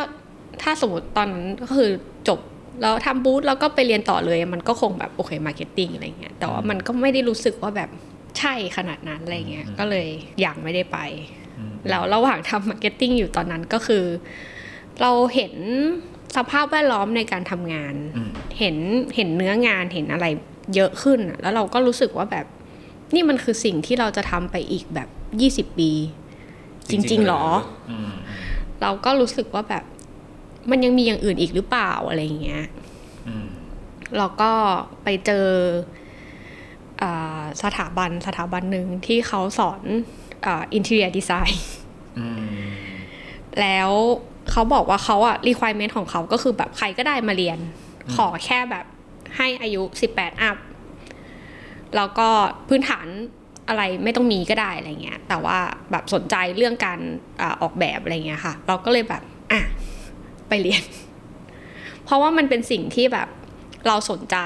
Speaker 2: ถ้าสมมติตอนนั้นก็คือจบเราทำบูธแล้วก็ไปเรียนต่อเลยมันก็คงแบบโอเคมาร์เก็ตติ้งอะไรเงี้ยแต่ว่ามันก็ไม่ได้รู้สึกว่าแบบใช่ขนาดนั้นอะไรเงี้ย
Speaker 1: อืม
Speaker 2: ก็เลยยังไม่ได้ไป
Speaker 1: อืม
Speaker 2: แล้วระหว่างทำมาร์เก็ตติ้งอยู่ตอนนั้นก็คือ เราเห็นสภาพแวดล้อมในการทำงาน
Speaker 1: อืม
Speaker 2: เห็นเห็นเนื้องานเห็นอะไรเยอะขึ้นอะแล้วเราก็รู้สึกว่าแบบ นี่มันคือสิ่งที่เราจะทำไปอีกแบบ 20 ปี จริง ๆ หรอ
Speaker 1: อืม
Speaker 2: เราก็รู้สึกว่าแบบมันยังมีอย่างอื่นอีกหรือเปล่าอะไรอย่างเงี้ย
Speaker 1: อืม
Speaker 2: แล้วก็ไปเจออ่าสถาบันสถาบันหนึ่งที่เขาสอนอินเท i รียดีไซน์
Speaker 1: อืม
Speaker 2: แล้วเขาบอกว่าเขาอะ requirement ของเขาก็คือแบบใครก็ได้มาเรียน ขอแค่แบบให้อายุ 18 อัพ แล้วก็พื้นฐานอะไรไม่ต้องมีก็ได้อะไรเงี้ย แต่ว่าแบบสนใจเรื่องการอาออกแบบอะไรเงี้ยค่ะ เราก็เลยแบบ อ่ะ ไปเรียน <laughs> เพราะว่ามันเป็นสิ่งที่แบบเราสนใจ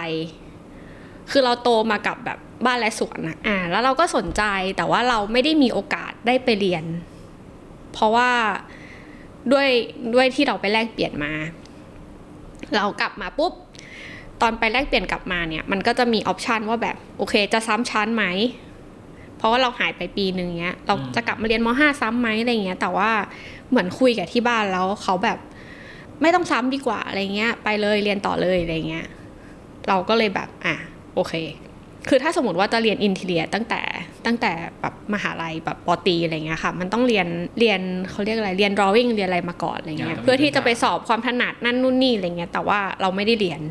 Speaker 2: คือเราโตมากับแบบบ้านและสวนนะอ่า แล้วเราก็สนใจแต่ว่าเราไม่ได้มีโอกาสได้ไปเรียน เพราะว่าด้วยด้วยที่เราไปแลกเปลี่ยนมา เรากลับมาปุ๊บ ตอนไปแลกเปลี่ยนกลับมาเนี่ย มันก็จะมีออปชันว่าแบบโอเคจะซ้ำชั้นไหม เพราะว่าเราหายไปปีหนึ่งเนี้ย เราจะกลับมาเรียนม .5 ซ้ำไหมอะไรเงี้ย แต่ว่าเหมือนคุยกับที่บ้านแล้วเขาแบบไม่ต้องซ้ำดีกว่าอะไรเงี้ย ไปเลยเรียนต่อเลยอะไรเงี้ย เราก็เลยแบบอ่ะโอเค คือถ้าสมมติว่าจะเรียนอินเทียตั้งแต่ตั้งแต่แบบมหาลัยแบบปอตรีอะไรเงี้ยค่ะ มันต้องเรียนเรียนเขาเรียกอะไรเรียน drawing เรียนอะไรมาก่อนอะไรเงี้ยเพื่อที่จะไปสอบความถนัดนั่นนู่นนี่อะไรเงี้ยแต่ว่าเราไม่ได้เรียน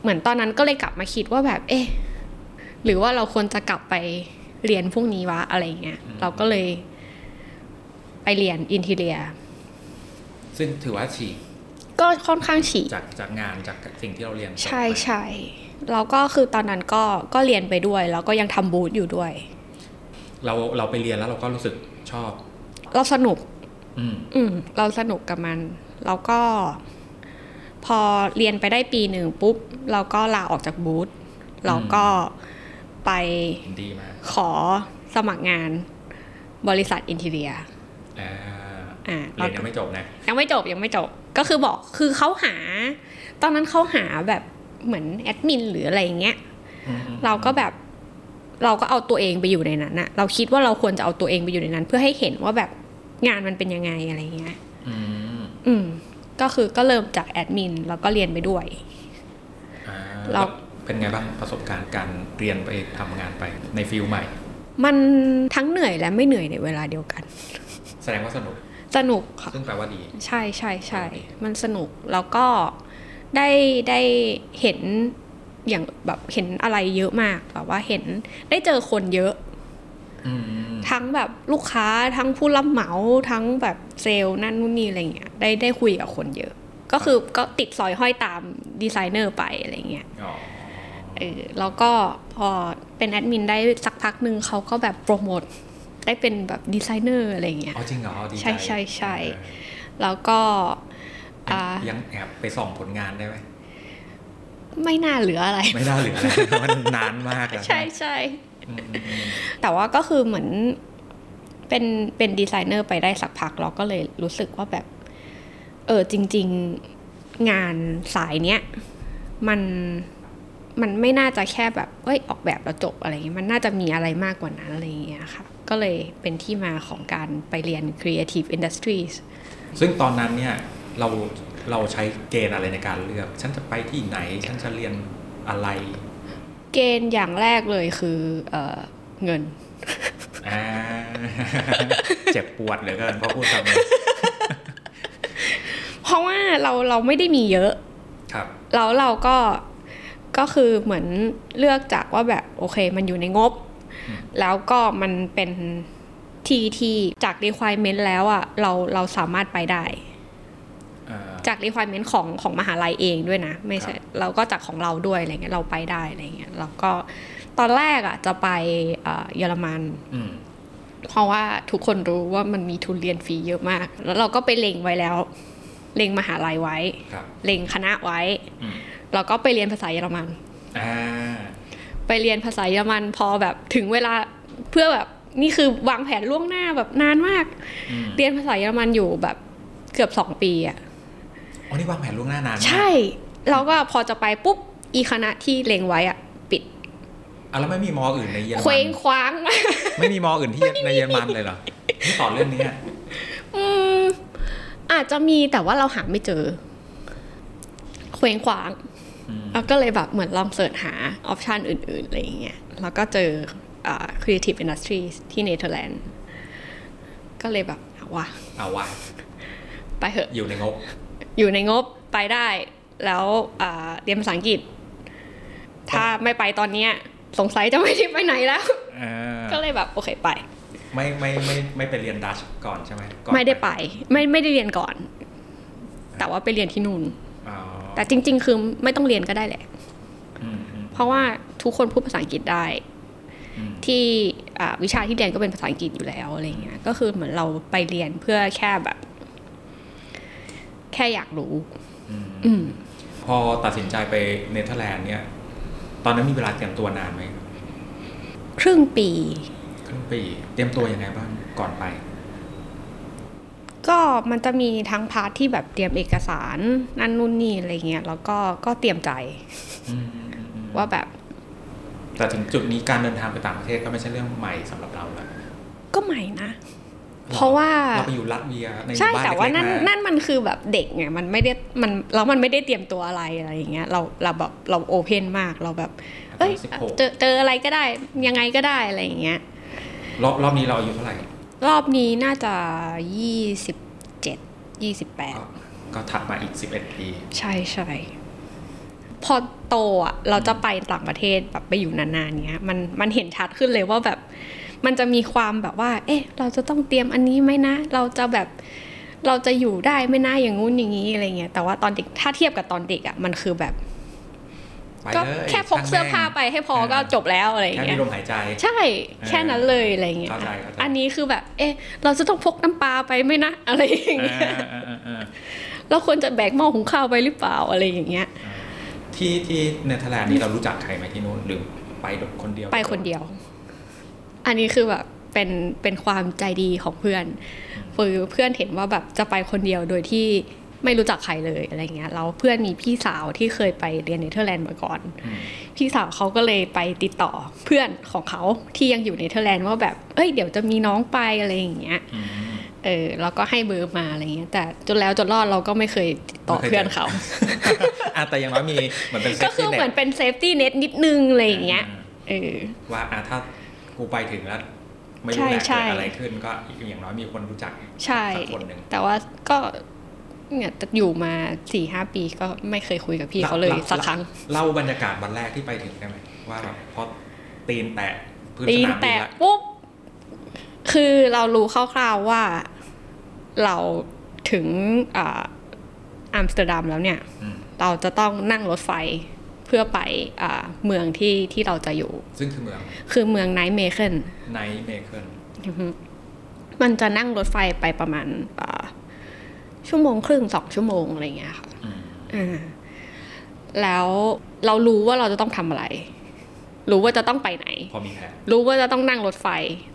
Speaker 2: เหมือนตอนนั้นก็เลยกลับมาคิดว่าแบบ เอ๊ะหรือว่าเราควรจะกลับไปเรียนพวกนี้วะอะไรเงี้ยเราก็เลย ไปเรียนอินเทีย
Speaker 1: ซึ่งถือว่าฉีก
Speaker 2: ก็ค่อนข้างฉีก
Speaker 1: จากจากงานจากสิ่งที่เราเรียนจบ
Speaker 2: ใช่
Speaker 1: มา
Speaker 2: ใช่แล้วก็คือตอนนั้นก็ก็เรียนไปด้วย แล้วก็ยังทำบูธอยู่ด้วย
Speaker 1: เราเราไปเรียนแล้วเราก็รู้สึกชอบ
Speaker 2: เราสนุก
Speaker 1: อืม
Speaker 2: อืมเราสนุกกับมัน แล้วก็พอเรียนไปได้ปีหนึ่งปุ๊บ เราก็ลาออกจากบูธเราก็ไป
Speaker 1: ดีมาก
Speaker 2: ขอสมัครงานบริษัทอินเทีย
Speaker 1: อ่า
Speaker 2: อ่า
Speaker 1: เรียนยังไม่จบนะ
Speaker 2: ยังไม่จบยังไม่จบ ก็คือบอกคือเขาหา ตอนนั้นเขาหาแบบเหมือนแอดมินหรืออะไรอย่างเงี้ย
Speaker 1: อืมอืม
Speaker 2: เราก็แบบเราก็เอาตัวเองไปอยู่ในนั้นอะเราคิดว่าเราควรจะเอาตัวเองไปอยู่ในนั้น เพื่อให้เห็นว่าแบบงานมันเป็นยังไงอะไรเงี้ย
Speaker 1: อืม
Speaker 2: อืม ก็คือก็เริ่มจากแอดมินแล้วก็เรียนไปด้วย
Speaker 1: อ่า
Speaker 2: เรา
Speaker 1: เป็นไงบ้างประสบการณ์การเรียนไปทำงานไปในฟิลใหม่
Speaker 2: มันทั้งเหนื่อยและไม่เหนื่อยในเวลาเดียวกัน
Speaker 1: แสดงว่าสนุก
Speaker 2: สนุกค่ะ
Speaker 1: ซึ่งแปลว่าดี
Speaker 2: ใช่ใช่ใช่มันสนุกแล้วก็ได้ได้เห็นอย่างแบบเห็นอะไรเยอะมากแบบว่าเห็นได้เจอคนเยอะ
Speaker 1: อืม
Speaker 2: ทั้งแบบลูกค้าทั้งผู้รับเหมาทั้งแบบเซลล์นั่นนู่นนี่อะไรเงี้ยได้ได้คุยกับคนเยอะ ก็คือก็ติดสอยห้อยตามดีไซเนอร์ไปอะไรเงี้ย
Speaker 1: อ๋อ
Speaker 2: เออแล้วก็พอเป็นแอดมินได้สักพักหนึ่งเขาก็แบบโปรโมทได้เป็นแบบดีไซเนอร์อะไรเงี้ย
Speaker 1: อ๋อจริงเหรอดีใจ
Speaker 2: ใช่ใช่ใช่ แล้วก็
Speaker 1: เอ
Speaker 2: อ่า
Speaker 1: อยังแอบไปส่องผลงานได้ไหม
Speaker 2: ไม่น่าเหลืออะไร
Speaker 1: ไม่ได้เหลืออะไรเพราะมันนานมากแล้วนะ
Speaker 2: ใช่ใช่
Speaker 1: อืมอืมอืม
Speaker 2: แต่ว่าก็คือเหมือนเป็นเป็นดีไซเนอร์ไปได้สักพักเราก็เลยรู้สึกว่าแบบ เออจริง ๆงานสายเนี้ยมันมันไม่น่าจะแค่แบบเอ้ยออกแบบแล้วจบอะไรเงี้ยมันน่าจะมีอะไรมากกว่านั้นอะไรอย่างเงี้ยค่ะ ก็เลยเป็นที่มาของการไปเรียน Creative Industries
Speaker 1: ซึ่งตอนนั้นเนี่ยเราเราใช้เกณฑ์อะไรในการเลือก ฉันจะไปที่ไหน ฉันจะเรียนอะไร
Speaker 2: เกณฑ์อย่างแรกเลยคือเออเงิน
Speaker 1: อ่า <laughs> เจ็บปวดเหลือเกินเพราะพูดคำนี้
Speaker 2: เพราะว่าเราเราไม่ได้มีเยอะ
Speaker 1: ครับ
Speaker 2: แล้วเราก็ก็คือเหมือนเลือกจากว่าแบบโอเคมันอยู่ในงบ
Speaker 1: อืม
Speaker 2: แล้วก็มันเป็นที่ที่จาก requirement แล้วอะเราเราสามารถไปได้
Speaker 1: เอ่อ
Speaker 2: จาก requirement ของของมหาลัยเองด้วยนะ ไม่ใช่
Speaker 1: ครับ
Speaker 2: เราก็จากของเราด้วยอะไรเงี้ยเราไปได้อะไรเงี้ยเราก็ตอนแรกอะจะไปเอ่อเยอรมัน
Speaker 1: อืม
Speaker 2: เพราะว่าทุกคนรู้ว่ามันมีทุนเรียนฟรีเยอะมาก แล้วเราก็ไปเล็งไว้แล้ว เล็งมหาลัยไว้
Speaker 1: ครับ
Speaker 2: เล็งคณะไว้
Speaker 1: อืม
Speaker 2: แล้วก็ไปเรียนภาษาเยอรมัน
Speaker 1: อ่า
Speaker 2: ไปเรียนภาษาเยอรมันพอแบบถึงเวลาเพื่อแบบนี่คือวางแผนล่วงหน้าแบบนานมาก
Speaker 1: อืม
Speaker 2: เรียนภาษาเยอรมันอยู่แบบเกือบสองปีอะ
Speaker 1: อ๋อนี่วางแผนล่วงหน้านานมาก
Speaker 2: ใช่แล้วก็พอจะไปปุ๊บอีคณะที่เลงไว้อะปิด
Speaker 1: อ่ะแล้วไม่มีมออื่นในเยอร
Speaker 2: เค
Speaker 1: มั
Speaker 2: ว้ง
Speaker 1: น
Speaker 2: คว้างมาก
Speaker 1: ไม่มีมออื่นที่ในเยอรมันเลยเหรอที่ต่อเรื่องนี้อะ
Speaker 2: อืมอาจจะมีแต่ว่าเราหาไม่เจอเคว้งคว้าง
Speaker 1: อืม
Speaker 2: แล้วก็เลยแบบเหมือนลองเสิร์ชหาออปชันอื่นๆ อะไรอย่างเงี้ย แล้วก็เจออ่า Creative Industries ที่เนเธอร์แลนด์ ก็เลยแบบเอาวะ
Speaker 1: เอาวะ
Speaker 2: ไปเถอะ
Speaker 1: อยู่ในงบ
Speaker 2: อยู่ในงบไปได้ แล้วอ่าเรียนภาษาอังกฤษ ถ้าไม่ไปตอนเนี้ยสงสัยจะไม่ได้ไปไหนแล้ว
Speaker 1: เออ
Speaker 2: ก็เลยแบบโอเคไป
Speaker 1: ไม่ไม่ไม่ไม่ไปเรียนดัชก่อนใช่ไหมก่อน
Speaker 2: ไม่ได้ไป ไม่ไม่ได้เรียนก่อน แต่ว่าไปเรียนที่นู่น
Speaker 1: อ๋อ
Speaker 2: แต่จริง ๆ คือไม่ต้องเรียนก็ได้แหละ
Speaker 1: อืมอืม
Speaker 2: เพราะว่าทุกคนพูดภาษาอังกฤษได้
Speaker 1: อืม
Speaker 2: ที่อ่าวิชาที่เรียนก็เป็นภาษาอังกฤษอยู่แล้วอะไรเงี้ย ก็คือเหมือนเราไปเรียนเพื่อแค่แบบ แค่อยากรู้
Speaker 1: อืม
Speaker 2: อืม
Speaker 1: พอตัดสินใจไปเนเธอร์แลนด์เนี่ย ตอนนั้นมีเวลาเตรียมตัวนานไหม
Speaker 2: ครึ่งปี
Speaker 1: ครึ่งปีเตรียมตัวยังไงบ้างก่อนไป
Speaker 2: ก็มันจะมีทั้งพาร์ทที่แบบเตรียมเอกสารนั่นนู่นนี่อะไรเงี้ย แล้วก็ก็เตรียมใจ
Speaker 1: อืมอืมอืม
Speaker 2: ว่าแบบ
Speaker 1: แต่ถึงจุดนี้การเดินทางไปต่างประเทศก็ไม่ใช่เรื่องใหม่สำหรับเราละ
Speaker 2: ก็ใหม่นะ เพราะว่า
Speaker 1: เราไปอยู่รัสเวียในห
Speaker 2: ใช่
Speaker 1: มู่บ้าน
Speaker 2: แต่ว่านั่น
Speaker 1: เล็กๆะ
Speaker 2: นั่นมันคือแบบเด็กไงมันไม่ได้มันแล้วมันไม่ได้เตรียมตัวอะไรอะไรอย่างเงี้ยเราเราแบบเราโอเพนมากเราแบบ เอ้ย
Speaker 1: สิบหก
Speaker 2: เจอเจออะไรก็ได้ยังไงก็ได้อะไรอย่างเงี้ย
Speaker 1: รอบรอบนี้เราอายุเท่าไหร่
Speaker 2: รอบนี้น่าจะยี่สิบเจ็ดยี่สิบแปด
Speaker 1: ก็ก็ถัดมาอีก 11 ปี
Speaker 2: ใช่ใช่พอโตอ่ะเราจะไปต่างประเทศแบบไปอยู่นานๆเงี้ยมันมันเห็นชัดขึ้นเลยว่าแบบ มันจะมีความแบบว่า เอ๊ะ เราจะต้องเตรียมอันนี้ไหมนะ เราจะแบบเราจะอยู่ได้ไหมนะอย่างงู้นอย่างนี้อะไรเงี้ยแต่ว่าตอนเด็กถ้าเทียบกับตอนเด็กอ่ะมันคือแบบ
Speaker 1: ไป
Speaker 2: ก็
Speaker 1: เลย
Speaker 2: แค่พก
Speaker 1: ช่างม่ง
Speaker 2: เสื้อผ้าไปให้พอก็จบแล้วอะไร
Speaker 1: แค่มี
Speaker 2: เงี้ย
Speaker 1: ลมหายใจ
Speaker 2: ใช่แค่นั้นเลยอะไรเงี้ย
Speaker 1: เข้าใจเข้าใจ
Speaker 2: อันนี้คือแบบ เอ๊ะ เราจะต้องพกน้ำปลาไปไหมนะ อะไรอย่างเงี้ย
Speaker 1: อ่าอ่าอ่าอ่า
Speaker 2: เราควรจะแบกหม้อหุงข้าวไปหรือเปล่าอะไรอย่างเงี้ย
Speaker 1: ที่ที่เนเธอร์แลนด์นี่เรารู้จักใครไหมที่นู้นหรือไปคนเดียว
Speaker 2: ไปคนเดียว อันนี้คือแบบเป็นเป็นความใจดีของเพื่อนคือเพื่อนเห็นว่าแบบจะไปคนเดียวโดยที่ไม่รู้จักใครเลยอะไรเงี้ยแล้วเพื่อนมีพี่สาวที่เคยไปเรียนเนเธอร์แลนด์มาก่อน
Speaker 1: อืม
Speaker 2: พี่สาวเขาก็เลยไปติดต่อเพื่อนของเขาที่ยังอยู่เนเธอร์แลนด์ว่าแบบเอ้ยเดี๋ยวจะมีน้องไปอะไรอย่างเงี้ย
Speaker 1: อืม <laughs>
Speaker 2: เออแล้วก็ให้เบอร์มาอะไรเงี้ย แต่จนแล้วจนรอดเราก็ไม่เคยติดต่อ
Speaker 1: ไม่เคย
Speaker 2: เพื่อนเขา
Speaker 1: อ่ะแต่อย่างน้อยมีเหมือนเป็น
Speaker 2: ก็คือ
Speaker 1: safety
Speaker 2: เหมือน
Speaker 1: net
Speaker 2: เป็นเซฟตี้เน็ตนิดนึงอะไรอย่างเงี้ย
Speaker 1: อืม
Speaker 2: เออ
Speaker 1: ว่าอ่ะถ้ากูไปถึงแล้ว ไม่
Speaker 2: ใช่
Speaker 1: รู้แหละ
Speaker 2: ใช่
Speaker 1: เกิดอะไรขึ้นก็อย่างน้อยมีคนรู้จัก
Speaker 2: ใช่
Speaker 1: สักคนหนึ่ง
Speaker 2: แต่ว่าก็เนี่ยอยู่มาสี่ห้าปีก็ไม่เคยคุยกับพี่เขาเลย
Speaker 1: แล้ว
Speaker 2: สักครั้ง
Speaker 1: เล่าบรรยากาศวันแรกที่ไปถึงได้ไหมว่าแบบพอตีนแตะพื้นส
Speaker 2: ตีน
Speaker 1: นามบิน
Speaker 2: แตะ
Speaker 1: ละ
Speaker 2: ปุ๊บ คือเรารู้คร่าวๆว่าเราถึงเอ่ออัมสเตอร์ดัมแล้วเนี่ย
Speaker 1: อืม
Speaker 2: เราจะต้องนั่งรถไฟเพื่อไปเอ่อเมืองที่ที่เราจะอยู่
Speaker 1: ซึ่งคือเมือง
Speaker 2: คือเมืองไนท์เมเคิล
Speaker 1: ไนท์เมเคิล
Speaker 2: มันจะนั่งรถไฟไปประมาณเอ่อชั่วโมงครึ่งสองชั่วโมงอะไรอย่างเงี้ยค่ะ
Speaker 1: อืม
Speaker 2: อ่าแล้วเรารู้ว่าเราจะต้องทำอะไร รู้ว่าจะต้องไปไหน
Speaker 1: พอมีแผน
Speaker 2: รู้ว่าจะต้องนั่งรถไฟ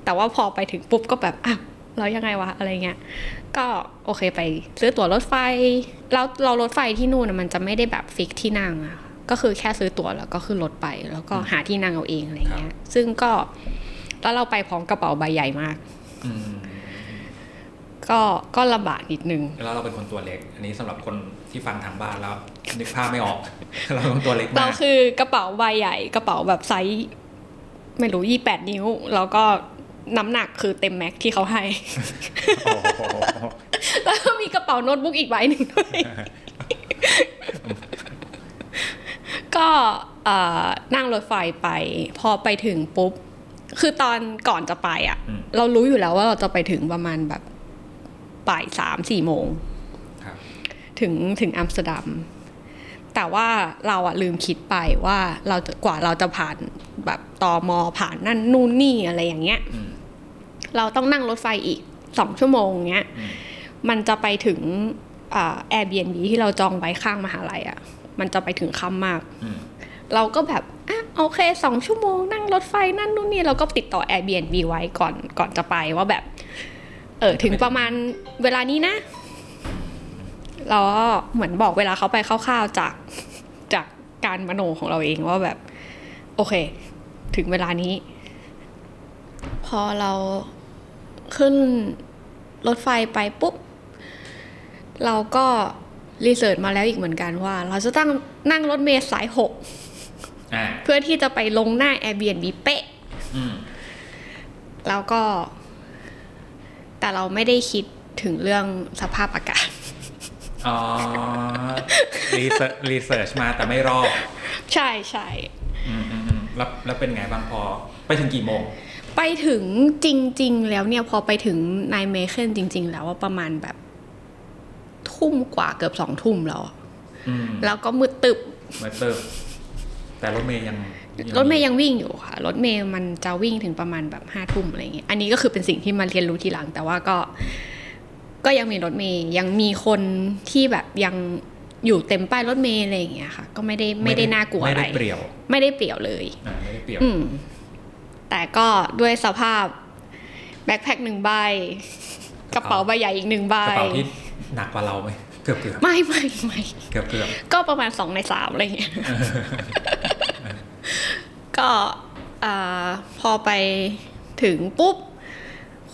Speaker 2: แต่ว่าพอไปถึงปุ๊บก็แบบอ่ะแล้วยังไงวะอะไรเงี้ย ก็โอเคไปซื้อตั๋วรถไฟ แล้วเรารถไฟที่นู่นนะมันจะไม่ได้แบบฟิกที่นั่งอะค่ะก็คือแค่ซื้อตั๋วแล้วก็ขึ้นรถไป แล้วก็หาที่นั่งเอาเองอะไรเงี้ย ซึ่งก็แล้วเราไปพร้อมกระเป๋าใบใหญ่มาก
Speaker 1: อืม
Speaker 2: ก็ก็ลำบากนิดนึง
Speaker 1: แล้วเราเป็นคนตัวเล็ก อันนี้สำหรับคนที่ฟังทางบ้านแล้วนึกภาพไม่ออก <laughs> เราเป็นคนตัวเล็ก
Speaker 2: เรา
Speaker 1: มาก
Speaker 2: คือกระเป๋าใบใหญ่กระเป๋าแบบไซส์ไม่รู้ยี่แปดนิ้ว แล้วก็น้ำหนักคือเต็มแม็กที่เขาให้ <laughs>
Speaker 1: โอ้โห
Speaker 2: แล้วก็มีกระเป๋าโน้ตบุ๊กอีกใบหนึ่งด้วย <laughs> ก็เอ่อนั่งรถไฟไป พอไปถึงปุ๊บ คือตอนก่อนจะไปอะ่ะ เรารู้อยู่แล้วว่าเราจะไปถึงประมาณแบบบ่ายสามสี่โมง
Speaker 1: ครับ
Speaker 2: ถึงถึงอัมสเตอร์ดัม แต่ว่าเราอะลืมคิดไปว่าเราจะกว่าเราจะผ่านแบบตอมอผ่านนั่นนู่นนี่อะไรอย่างเงี้ย
Speaker 1: อืม
Speaker 2: เราต้องนั่งรถไฟอีกสองชั่วโมงเงี้ย
Speaker 1: อืม
Speaker 2: มันจะไปถึงแอร์บีแอนบีที่เราจองไว้ข้างมหาลัยอะ่ะ มันจะไปถึงค่ำมาก
Speaker 1: อืม
Speaker 2: เราก็แบบอ่ะโอเคสองชั่วโมงนั่งรถไฟนั่นนู่นนี่เราก็ติดต่อ Airbnb ไว้ก่อนก่อนจะไปว่าแบบ เออถึงประมาณเวลานี้นะแล้วก็เหมือนบอกเวลาเขาไปคร่าวๆจากจากการมโนของเราเองว่าแบบ โอเค ถึงเวลานี้ พอเราขึ้นรถไฟไปปุ๊บ เราก็รีเสิร์ชมาแล้วอีกเหมือนกันว่า เราจะตั้งนั่งรถเมล์สายหก
Speaker 1: อ่า
Speaker 2: เพื่อที่จะไปลงหน้า Airbnb เป๊ะ
Speaker 1: อืม
Speaker 2: แล้วก็ แต่เราไม่ได้คิดถึงเรื่องสภาพอากาศ <laughs>
Speaker 1: อ๋อรีเสิร์ชรีเสิร์ชมาแต่ไม่รอบ
Speaker 2: ใช่ใช่
Speaker 1: อืมอืมอืมแล้วแล้วเป็นไงบ้างพอ ไปถึงกี่โมง
Speaker 2: ไปถึงจริง ๆ แล้วเนี่ยพอไปถึงนายเมเคิลจริง ๆ แล้วว่าประมาณแบบ ทุ่มกว่าเกือบสองทุ่มแล้วอะ
Speaker 1: อืม
Speaker 2: แล้วก็มืดตึบ
Speaker 1: เหมือนเติมแต่รถเมย์ยัง
Speaker 2: รถเมย์ยังวิ่งอยู่ค่ะ รถเมย์มันจะวิ่งถึงประมาณแบบห้าทุ่มอะไรเงี้ย อันนี้ก็คือเป็นสิ่งที่มาเรียนรู้ทีหลัง แต่ว่าก็ ก็ยังมีรถเมย์ยังมีคนที่แบบยังอยู่เต็มป้ายรถเมย์อะไรอย่างเงี้ยค่ะ ก็ไม่ได้ไม่ได้น่ากลัว
Speaker 1: ไม่
Speaker 2: อะไร
Speaker 1: ได้เปรี่ยว
Speaker 2: ไม่ได้เปรียวเลย
Speaker 1: อ่าไม่ได้เปรี่ยว
Speaker 2: อืม แต่ก็ด้วยสภาพแบ็คแพคหนึ่งใบ กระเป๋าใบใหญ่อีกหนึ่งใบ
Speaker 1: กระเป๋าที่หนักกว่าเราไหมเกือบเกือบ
Speaker 2: ไม่ไม่ไม่
Speaker 1: เกือบเกือบ
Speaker 2: ก็ประมาณสองในสามอะไร <laughs> เงี้ย ก็อ่าพอไปถึงปุ๊บ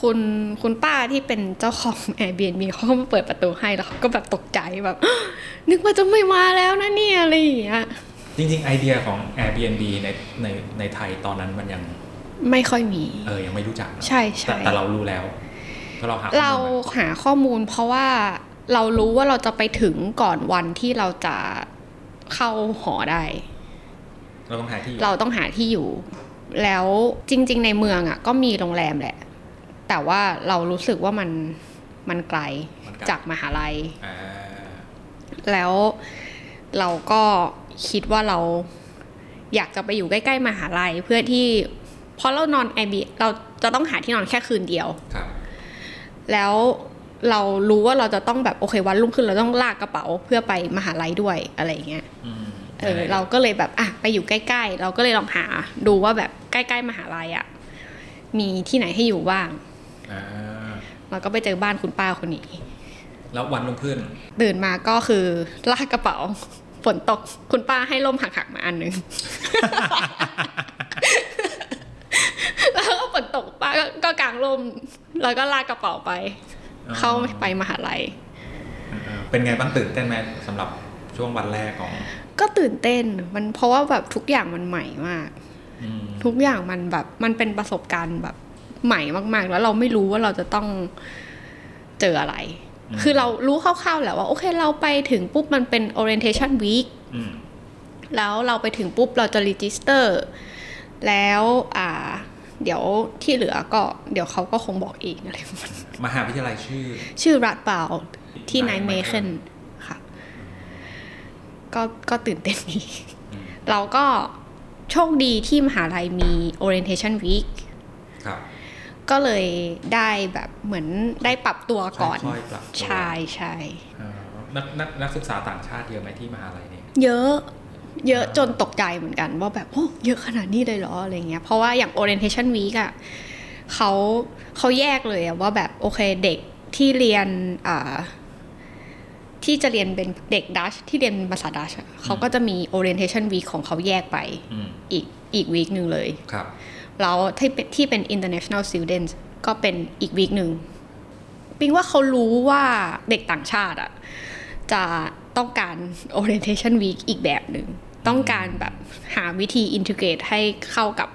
Speaker 2: คุณคุณป้าที่เป็นเจ้าของ <laughs> Airbnb เขาก็มาเปิดประตูให้แล้วเขาก็แบบตกใจแบบ <gasps> นึกว่าจะไม่มาแล้วนะเนี่ยอะไรอย่างเงี้ย
Speaker 1: จริง ๆ ไอเดียของ Airbnb ในในในไทยตอนนั้นมันยัง
Speaker 2: ไม่ค่อยมี
Speaker 1: เออยังไม่รู้จักเนอะ
Speaker 2: ใช่
Speaker 1: แต่
Speaker 2: ใช่
Speaker 1: แต่เรารู้แล้วเพราะเราหาข้อมูล
Speaker 2: เรา
Speaker 1: ม
Speaker 2: หาข้อมูลเพราะว่าเรารู้ว่าเราจะไปถึงก่อนวันที่เราจะเข้าหอได้
Speaker 1: เราต้องหาที่อยู่
Speaker 2: เราต้องหาที่อยู่ แล้วจริง ๆ ในเมืองอ่ะ ก็มีโรงแรมแหละ แต่ว่าเรารู้สึกว่ามันมันไกล
Speaker 1: เหมือนน
Speaker 2: จากมหาลัย
Speaker 1: อ่า
Speaker 2: แล้วเราก็คิดว่าเราอยากจะไปอยู่ใกล้ๆมหาลัยเพื่อที่เพราะเรานอนไอบีเราจะต้องหาที่นอนแค่คืนเดียว
Speaker 1: ครับ
Speaker 2: แล้วเรารู้ว่าเราจะต้องแบบโอเควันรุ่งขึ้นเราต้องลากกระเป๋าเพื่อไปมหาลัยด้วยอะไรอย่างเงี้ย
Speaker 1: อืม
Speaker 2: เออเราก็เลยแบบอ่ะไปอยู่ใกล้ ๆ เราก็เลยลองหาดูว่าแบบใกล้ๆมหาลัยอะ่ะมีที่ไหนให้อยู่บ้าง
Speaker 1: อ่า
Speaker 2: เราก็ไปเจอบ้านคุณป้าคนนี้
Speaker 1: แล้ววันรุ่งขึ้น
Speaker 2: ตื่นมาก็คือลากกระเป๋า <laughs> ฝนตกคุณป้าให้ล่มหักๆมาอันหนึง <laughs> แล้วก็ฝนตกป้าก็ก็กางล่มแล้วก็ลากกระเป๋าไป เข้าไปมหาลัย
Speaker 1: เออเป็นไงบ้างตื่นเต้นไหมสำหรับช่วงวันแรกของ
Speaker 2: ก็ตื่นเต้นมันเพราะว่าแบบทุกอย่างมันใหม่มาก
Speaker 1: อืม
Speaker 2: ทุกอย่างมันแบบมันเป็นประสบการณ์แบบใหม่มาก ๆ แล้วเราไม่รู้ว่าเราจะต้องเจออะไร
Speaker 1: อืม
Speaker 2: คือเรารู้คร่าวๆแหละว่าโอเคเราไปถึงปุ๊บมันเป็น orientation week
Speaker 1: อืม
Speaker 2: แล้วเราไปถึงปุ๊บเราจะ register แล้วอ่า เดี๋ยวที่เหลือก็เดี๋ยวเขาก็คงบอกเองอะไรประมาณนั้น
Speaker 1: มหาวิทยาลัยชื่อ
Speaker 2: ชื่อรัดเปล่าที่ไน
Speaker 1: Nijmegen
Speaker 2: เมเ e นค่ะ ก็ก็ตื่นเต้นดี เราก็โชคดีที่มหาลัยมี orientation week
Speaker 1: ครับ
Speaker 2: ก็เลยได้แบบเหมือนได้ปรับตัวก่อน
Speaker 1: ค่อยๆปรับตัว
Speaker 2: ใช่ใช่
Speaker 1: เอ่อนักนักนักศึกษาต่างชาติเยอะไหมที่มหาลัยเนี่ย
Speaker 2: เยอะ เยอะจนตกใจเหมือนกัน ว่าแบบโอ้เยอะขนาดนี้เลยเหรออะไรเงี้ยเพราะว่าอย่าง orientation week อะ่ะเขาเขาแยกเลยอะว่าแบบโอเคเด็กที่เรียนอ่าที่จะเรียนเป็นเด็กดัชที่เรียนภาษาดัชอะเขาก็จะมี orientation week ของเขาแยกไป
Speaker 1: อืม
Speaker 2: อีกอีกวีคหนึ่งเลย
Speaker 1: ครับ
Speaker 2: แล้วที่เป็นที่เป็น international students ก็เป็นอีกวีคหนึ่งปิงว่าเขารู้ว่าเด็กต่างชาติอะจะต้องการ orientation week อีกแบบหนึ่ง ต้องการแบบหาวิธี integrate ให้เข้ากับ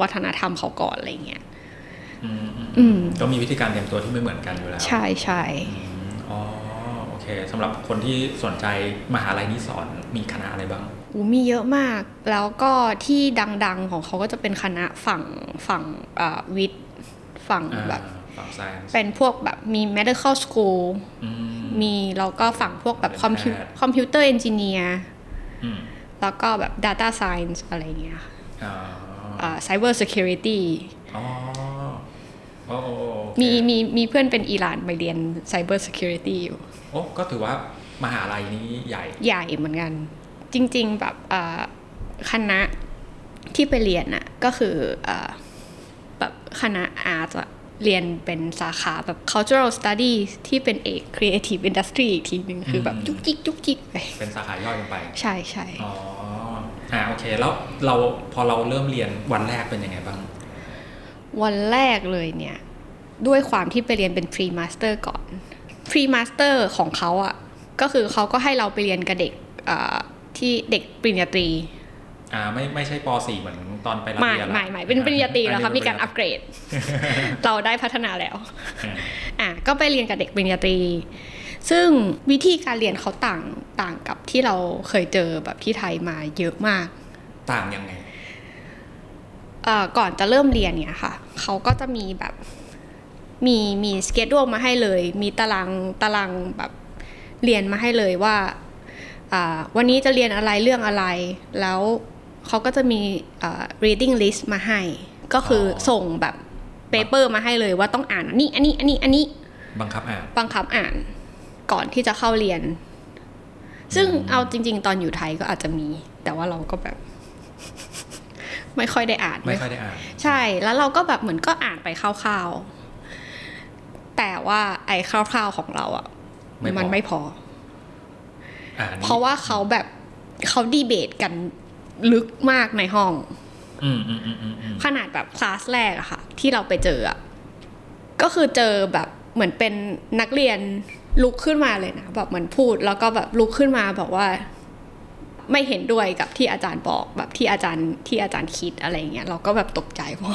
Speaker 2: วัฒนธรรมเขาก่อนอะไรเงี้ย
Speaker 1: อืมอืม
Speaker 2: อืม
Speaker 1: ก็มีวิธีการเตรียมตัวที่ไม่เหมือนกันอยู่แล้ว
Speaker 2: ใช่ใช่
Speaker 1: อืมอ๋อโอเคสำหรับคนที่สนใจมหาลัยนี้สอนมีคณะอะไรบ้าง
Speaker 2: อูมีเยอะมาก แล้วก็ที่ดังๆของเขาก็จะเป็นคณะฝั่งฝั่งอ่าวิทย์ฝั่ง
Speaker 1: อ่า
Speaker 2: แบบ
Speaker 1: ฝั่งไซน์
Speaker 2: เป็นพวกแบบมี medical school
Speaker 1: อืม
Speaker 2: มีแล้วก็ฝั่งพวกแบบ
Speaker 1: เป็น
Speaker 2: คอมพิว
Speaker 1: แพทย์
Speaker 2: คอมพิวเตอร์เอนจิเนียร์
Speaker 1: อืม
Speaker 2: แล้วก็แบบ Data Science อะไรเงี้ย
Speaker 1: อ๋
Speaker 2: ค่ะ
Speaker 1: อ
Speaker 2: อ่า Cyber Security
Speaker 1: อ๋อโอ้โอ้โอ้โอเค
Speaker 2: มีมีมีเพื่อนเป็นอิหร่านไปเรียน Cyber Security อยู่
Speaker 1: โอ้ก็ถือว่ามหาลัยนี้ใหญ่
Speaker 2: ใหญ่เหมือนกัน จริงๆแบบอ่าคณะที่ไปเรียนน่ะก็คืออ่าแบบคณะอาร์ตอะเรียนเป็นสาขาแบบ cultural studies ที่เป็นเอก creative industry อีกทีหนึ่งคือแบบ
Speaker 1: อืม
Speaker 2: จุกจิกจุกจิกไป
Speaker 1: เป็นสาขาย่อยลงไป
Speaker 2: ใช่ใช่
Speaker 1: อ๋อ อ่า โอเค แล้วเราพอเราเริ่มเรียนวันแรกเป็นยังไงบ้าง
Speaker 2: วันแรกเลยเนี่ย ด้วยความที่ไปเรียนเป็น pre master ก่อน pre master ของเขาอะ่ะ ก็คือเขาก็ให้เราไปเรียนกับเด็กเอ่อที่เด็กปริญญาตรี
Speaker 1: อ่า ไม่ ไม่ใช่ป .4 เหมือนตอนไปรับ
Speaker 2: ใหม่
Speaker 1: เรียนละ
Speaker 2: ใหม่ใหม่เป็นปริญญาตรีแล้วค่ะมีการอัปเกร
Speaker 1: <laughs>
Speaker 2: ด เราได้พัฒนาแล้ว
Speaker 1: อ่า
Speaker 2: อ่ะก็ไปเรียนกับเด็กปริญญาตรี ซึ่งวิธีการเรียนเขาต่างต่างกับที่เราเคยเจอแบบที่ไทยมาเยอะมาก
Speaker 1: ต่างยังไง
Speaker 2: เอ่อก่อนจะเริ่มเรียนเนี่ยค่ะเขาก็จะมีแบบมีมีสเกจดวงมาให้เลย มีตารางตารางแบบเรียนมาให้เลยว่าอ่าวันนี้จะเรียนอะไรเรื่องอะไร แล้วเขาก็จะมีอ่า reading list มาให้ ก็คืออ
Speaker 1: อ
Speaker 2: ส่งแบบเปเปอร์มาให้เลยว่าต้องอ่านอันนี้อันนี้อันนี้อันนี้
Speaker 1: บังคับอ่าน
Speaker 2: บังคับอ่านก่อนที่จะเข้าเรียน ซึ่งเอาจริง ๆ ตอนอยู่ไทยก็อาจจะมี แต่ว่าเราก็แบบ <laughs> ไม่ค่อยได้อ่าน
Speaker 1: ไม่ค่อยได้อ่าน
Speaker 2: ใช่ แล้วเราก็แบบเหมือนก็อ่านไปคร่าวๆ แต่ว่าไอ้คร่าวๆของเราอะ
Speaker 1: ไม่พอ
Speaker 2: มันไม่พอ
Speaker 1: อ่าน
Speaker 2: เพราะว่าเขาแบบเขาดีเบตกันลึกมากในห้อง
Speaker 1: อืมอืมอืมอืมอืม
Speaker 2: ขนาดแบบคลาสแรกอะค่ะ ที่เราไปเจออะก็คือเจอแบบเหมือนเป็นนักเรียนลุกขึ้นมาเลยนะแบบเหมือนพูดแล้วก็แบบลุกขึ้นมาบอกว่า ไม่เห็นด้วยกับที่อาจารย์บอกแบบที่อาจารย์ที่อาจารย์คิดอะไรอย่างเงี้ยเราก็แบบตกใจ <laughs> ว่า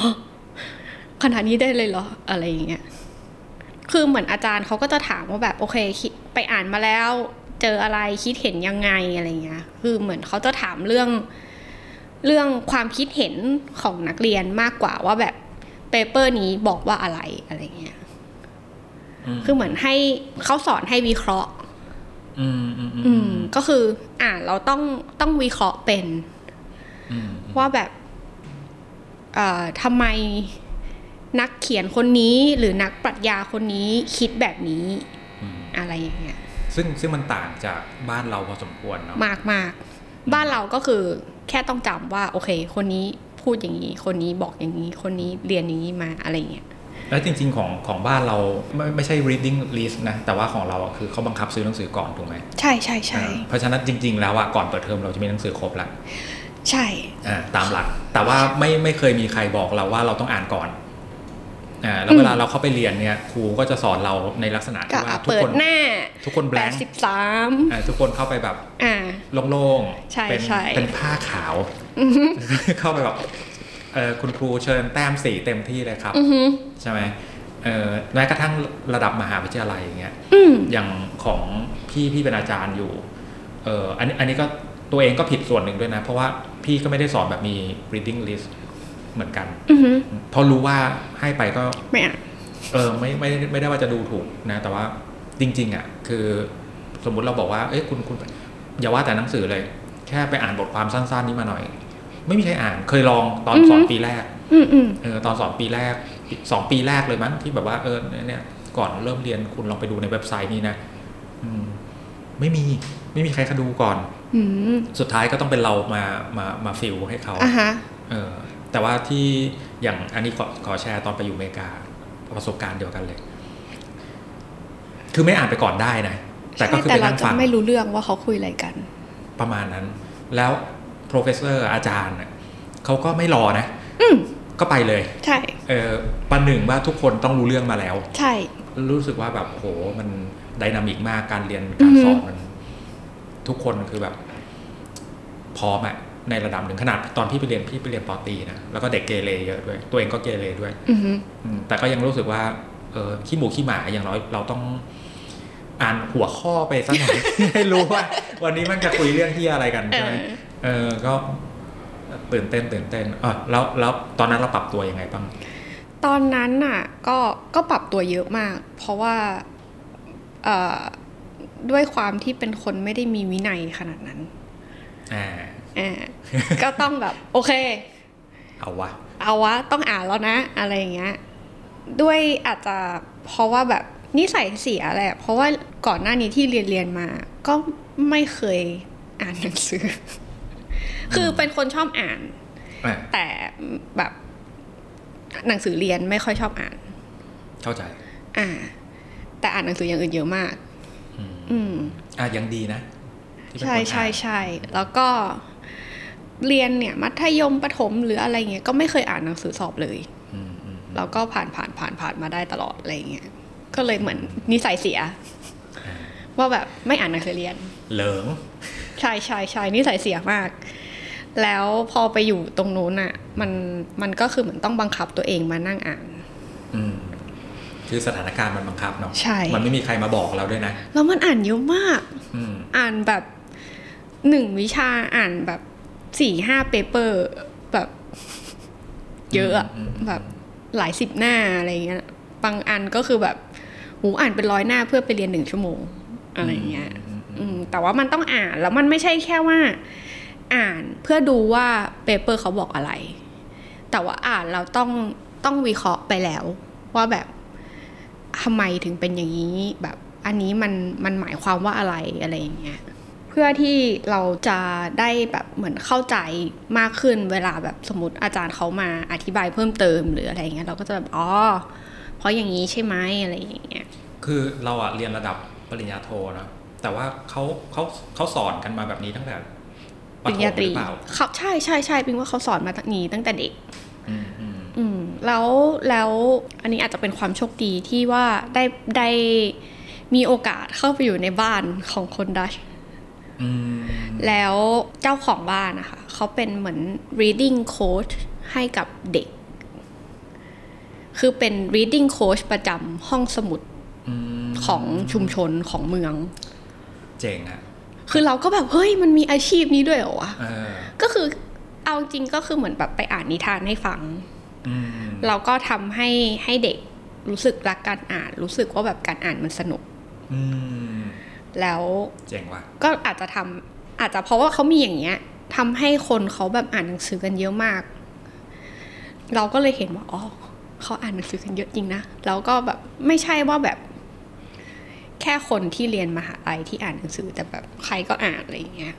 Speaker 2: ขนาดนี้ได้เลยเหรออะไรอย่างเงี้ยคือเหมือนอาจารย์เขาก็จะถามว่าแบบโอเคคิดไปอ่านมาแล้ว เจออะไรคิดเห็นยังไงอะไรเงี้ย คือเหมือนเขาจะถามเรื่อง เรื่องความคิดเห็นของนักเรียนมากกว่าว่าแบบเปเปอร์นี้บอกว่าอะไรอะไรเงี้ย
Speaker 1: ม
Speaker 2: คือเหมือนให้เขาสอนให้วิเคราะห์
Speaker 1: อืมอืมอืม
Speaker 2: อื
Speaker 1: อื
Speaker 2: ม
Speaker 1: ม
Speaker 2: ก็คืออ่านเราต้องต้องวิเคราะห์เป็น
Speaker 1: อืม
Speaker 2: ว่าแบบเอ่อทำไมนักเขียนคนนี้หรือนักปรัชญาคนนี้คิดแบบนี้
Speaker 1: อืม
Speaker 2: อะไรอย่างเงี้ย
Speaker 1: ซึ่งซึ่งมันต่างจากบ้านเราพอสมควรเนาะ
Speaker 2: มากมากบ้านเราก็คือแค่ต้องจำว่า โอเค คนนี้พูดอย่างนี้ คนนี้บอกอย่างนี้ คนนี้เรียนอย่างนี้มาอะไรเงี้ย
Speaker 1: แล้วจริง ๆ ของของบ้านเราไม่ไม่ใช่ reading list นะ แต่ว่าของเราอะคือเขาบังคับซื้อหนังสือก่อนถูกไหม
Speaker 2: ใช่ใช่ใช่
Speaker 1: อ่าเพราะฉะนั้นจริง ๆ แล้วอะก่อนเปิดเทอมเราจะมีหนังสือครบละ
Speaker 2: ใช่
Speaker 1: อ่าตามหลัก แต่ว่าไม่ไม่เคยมีใครบอกเราว่าเราต้องอ่านก่อนอ่าแล้วเวลาเราเข้าไปเรียนเนี่ยครูก็จะสอนเราในลักษณะ
Speaker 2: ก็
Speaker 1: ที่ว่า
Speaker 2: อ่ะ
Speaker 1: ทุก
Speaker 2: เปิ
Speaker 1: ค
Speaker 2: ด
Speaker 1: น
Speaker 2: หน้า
Speaker 1: ทุกคนแบ
Speaker 2: แป
Speaker 1: ง
Speaker 2: ด
Speaker 1: ค์
Speaker 2: สิบสาม
Speaker 1: ทุกคนเข้าไปแบบ
Speaker 2: อ่า
Speaker 1: โล่ง
Speaker 2: ใช่
Speaker 1: ๆเป็น
Speaker 2: ใช่
Speaker 1: เป็นผ้าขาว <laughs> เข้าไปแบบเอ่อคุณครูเชิญแต้มสีเต็มที่เลยครับ
Speaker 2: อือหือ
Speaker 1: ใช่ไหมเอ่อแม้กระทั่งระดับมหาวิทยาลัยอย่างเงี้ย
Speaker 2: อืม
Speaker 1: อย่างของพี่พี่เป็นอาจารย์อยู่ เอออันนี้อันนี้ก็ตัวเองก็ผิดส่วนหนึ่งด้วยนะ เพราะว่าพี่ก็ไม่ได้สอนแบบมี reading list เหมือนกัน
Speaker 2: อือหือ
Speaker 1: เพราะรู้ว่าให้ไปก็
Speaker 2: ไม่อ่ะ
Speaker 1: เออไม่ไม่ไม่ได้ว่าจะดูถูกนะ แต่ว่าจริง ๆ อ่ะ คือสมมุติเราบอกว่า เอ้ยคุณคุณอย่าว่าแต่หนังสือเลย แค่ไปอ่านบทความสั้น ๆ นี้มาหน่อย ไม่มีใครอ่านเคยลองตอน
Speaker 2: อือฮึ
Speaker 1: สอนปีแรก
Speaker 2: อืมอืม
Speaker 1: เออตอนสอนปีแรกสองปีแรกเลยมั้งที่แบบว่าเออเนี่ยก่อนเริ่มเรียนคุณลองไปดูในเว็บไซต์นี้นะอืมไม่มีไม่มีใครเขาดูก่อน
Speaker 2: อืม
Speaker 1: สุดท้ายก็ต้องเป็นเรามามามาฟิลให้เขา
Speaker 2: อ่ะฮะ
Speaker 1: เออแต่ว่าที่อย่างอันนี้ขอขอแชร์ตอนไปอยู่อเมริกาประสบการณ์เดียวกันเลย คือไม่อ่านไปก่อนได้นะ แต่ก็คือ
Speaker 3: ใช่
Speaker 1: ไป
Speaker 3: แต่เรา
Speaker 1: นั่ง
Speaker 3: จะ
Speaker 1: ฟัง
Speaker 3: ไม่รู้เรื่องว่าเขาคุยอะไรกัน
Speaker 1: ประมาณนั้น แล้ว professor อาจารย์น่ะเขาก็ไม่รอนะ
Speaker 2: อืม
Speaker 1: ก็ไปเลย
Speaker 2: ใช่
Speaker 1: เออประหนึ่งว่าทุกคนต้องรู้เรื่องมาแล้ว
Speaker 3: ใช่
Speaker 1: รู้สึกว่าแบบโหมันดินามิกมากการเรียนการสอนมัน ทุกคนคือแบบ พร้อมอะในระดับหนึ่งขนาดตอนพี่ไปเรียนพี่ไปเรียนปอตรีนะแล้วก็เด็กเกเรเยอะด้วย ตัวเองก็เกเรด้วย
Speaker 3: อือหือ
Speaker 1: อืมแต่ก็ยังรู้สึกว่าเออขี้หมูขี้หมาอย่างน้อยเราต้องอ่านหัวข้อไปสักหน่อย <laughs> ให้รู้ว่า วันนี้มันจะคุยเรื่องที่อะไรกันใช่ไหมเออก็ตื่นเต้นตื่นเต้นอ่ะแล้วแล้วตอนนั้นเราปรับตัวยังไงบ้าง
Speaker 2: ตอนนั้นน่ะ ก็ก็ปรับตัวเยอะมาก เพราะว่าเอ่อด้วยความที่เป็นคนไม่ได้มีวินัยขนาดนั้น
Speaker 1: อ่า
Speaker 2: อ่า ก็ต้องแบบ โอเค
Speaker 1: เอาวะ
Speaker 2: เอาวะต้องอ่านแล้วนะ อะไรอย่างเงี้ยด้วยอาจจะเพราะว่าแบบนิสัยเสียแหละเพราะว่าก่อนหน้านี้ที่เรียนเรียนๆมา ก็ไม่เคยอ่านหนังสือ <laughs> คือเป็นคนชอบอ่าน
Speaker 1: อ่ะ
Speaker 2: แต่แบบหนังสือเรียนไม่ค่อยชอบอ่าน
Speaker 1: เข้าใจ
Speaker 2: อ่า แต่อ่านหนังสืออย่างอื่นเยอะมาก
Speaker 1: อืม
Speaker 2: อืม
Speaker 1: อ่ะยังดีนะที่เป็น
Speaker 2: ใช่
Speaker 1: คนอ่าน
Speaker 2: ใช่ใช่แล้วก็เรียนเนี่ย มัธยมประถมหรืออะไรเงี้ยก็ไม่เคยอ่านหนังสือสอบเลย
Speaker 1: อืมอืมอืม
Speaker 2: แล้วก็ผ่านผ่านผ่านผ่านมาได้ตลอดอะไรเงี้ย ก็เลยเหมือนนิสัยเสีย ว่าแบบไม่อ่านหนังสือเรียน
Speaker 1: เหลิง
Speaker 2: ใช่ใช่ใช่นิสัยเสียมาก แล้วพอไปอยู่ตรงนู้นอ่ะ มันมันก็คือเหมือนต้องบังคับตัวเองมานั่งอ่าน
Speaker 1: อืมคือสถานการณ์มันบังคับเนาะ
Speaker 2: ใช่
Speaker 1: มันไม่มีใครมาบอกเราด้วยนะ
Speaker 2: แล้วมันอ่านเยอะมาก
Speaker 1: อืม
Speaker 2: อ่านแบบหนึ่งวิชาอ่านแบบสี่ห้าเปเปอร์แบบ <laughs> เยอะอะ
Speaker 1: อืมอืมอืม
Speaker 2: แบบหลายสิบหน้าอะไรเงี้ยบางอันก็คือแบบหูอ่านเป็นร้อยหน้าเพื่อไปเรียนหนึ่งชั่วโมงอะไรเงี้ย
Speaker 1: อืมอืม
Speaker 2: อืมแต่ว่ามันต้องอ่านแล้วมันไม่ใช่แค่ว่า อ่านเพื่อดูว่าเปเปอร์เขาบอกอะไร แต่ว่าอ่านเราต้องต้องวิเคราะห์ไปแล้ว ว่าแบบทำไมถึงเป็นอย่างนี้ แบบอันนี้มันมันหมายความว่าอะไรอะไรอย่างเงี้ยเพื่อที่เราจะได้แบบเหมือนเข้าใจมากขึ้นเวลาแบบสมมติอาจารย์เขามาอธิบายเพิ่มเติมหรืออะไรอย่างเงี้ยเราก็จะแบบอ๋อเพราะอย่างนี้ใช่ไหมอะไรอย่างเงี้ย
Speaker 1: คือเราอะเรียนระดับปริญญาโทนะ แต่ว่าเขาเขาเขาสอนกันมาแบบนี้ตั้งแต่
Speaker 2: ปริญญาตรี
Speaker 1: ะถมหอเปล่า
Speaker 2: เขาใช่ใช่ใช่ปิงว่าเขาสอนมาตั้งนี้ตั้งแต่เด็ก
Speaker 1: อืมอืม
Speaker 2: อืมแล้วแล้วอันนี้อาจจะเป็นความโชคดีที่ว่าได้ได้มีโอกาสเข้าไปอยู่ในบ้านของคนดัช
Speaker 1: อืม
Speaker 2: แล้วเจ้าของบ้านนะคะเขาเป็นเหมือน reading coach ให้กับเด็ก คือเป็น reading coach ประจำห้องสมุด
Speaker 1: อืม
Speaker 2: ของชุมชนของเมือง
Speaker 1: เจ๋งอะ
Speaker 2: คือเราก็แบบ เฮ้ยมันมีอาชีพนี้ด้วยเหรอวะ
Speaker 1: เออ
Speaker 2: ก็คือเอาจริงก็คือเหมือนแบบไปอ่านนิทานให้ฟัง
Speaker 1: อืม
Speaker 2: เราก็ทำให้ให้เด็กรู้สึกรักการอ่าน รู้สึกว่าแบบการอ่านมันสนุก
Speaker 1: อืม
Speaker 2: แล้ว
Speaker 1: เจ๋งว่ะ
Speaker 2: ก็อาจจะทำอาจจะเพราะว่าเขามีอย่างเงี้ยทำให้คนเขาแบบอ่านหนังสือกันเยอะมาก เราก็เลยเห็นว่าอ๋อเขาอ่านหนังสือกันเยอะจริงนะแล้วก็แบบไม่ใช่ว่าแบบ แค่คนที่เรียนมหาลัยที่อ่านหนังสือแต่แบบใครก็อ่านอะไรอย่างเงี้ย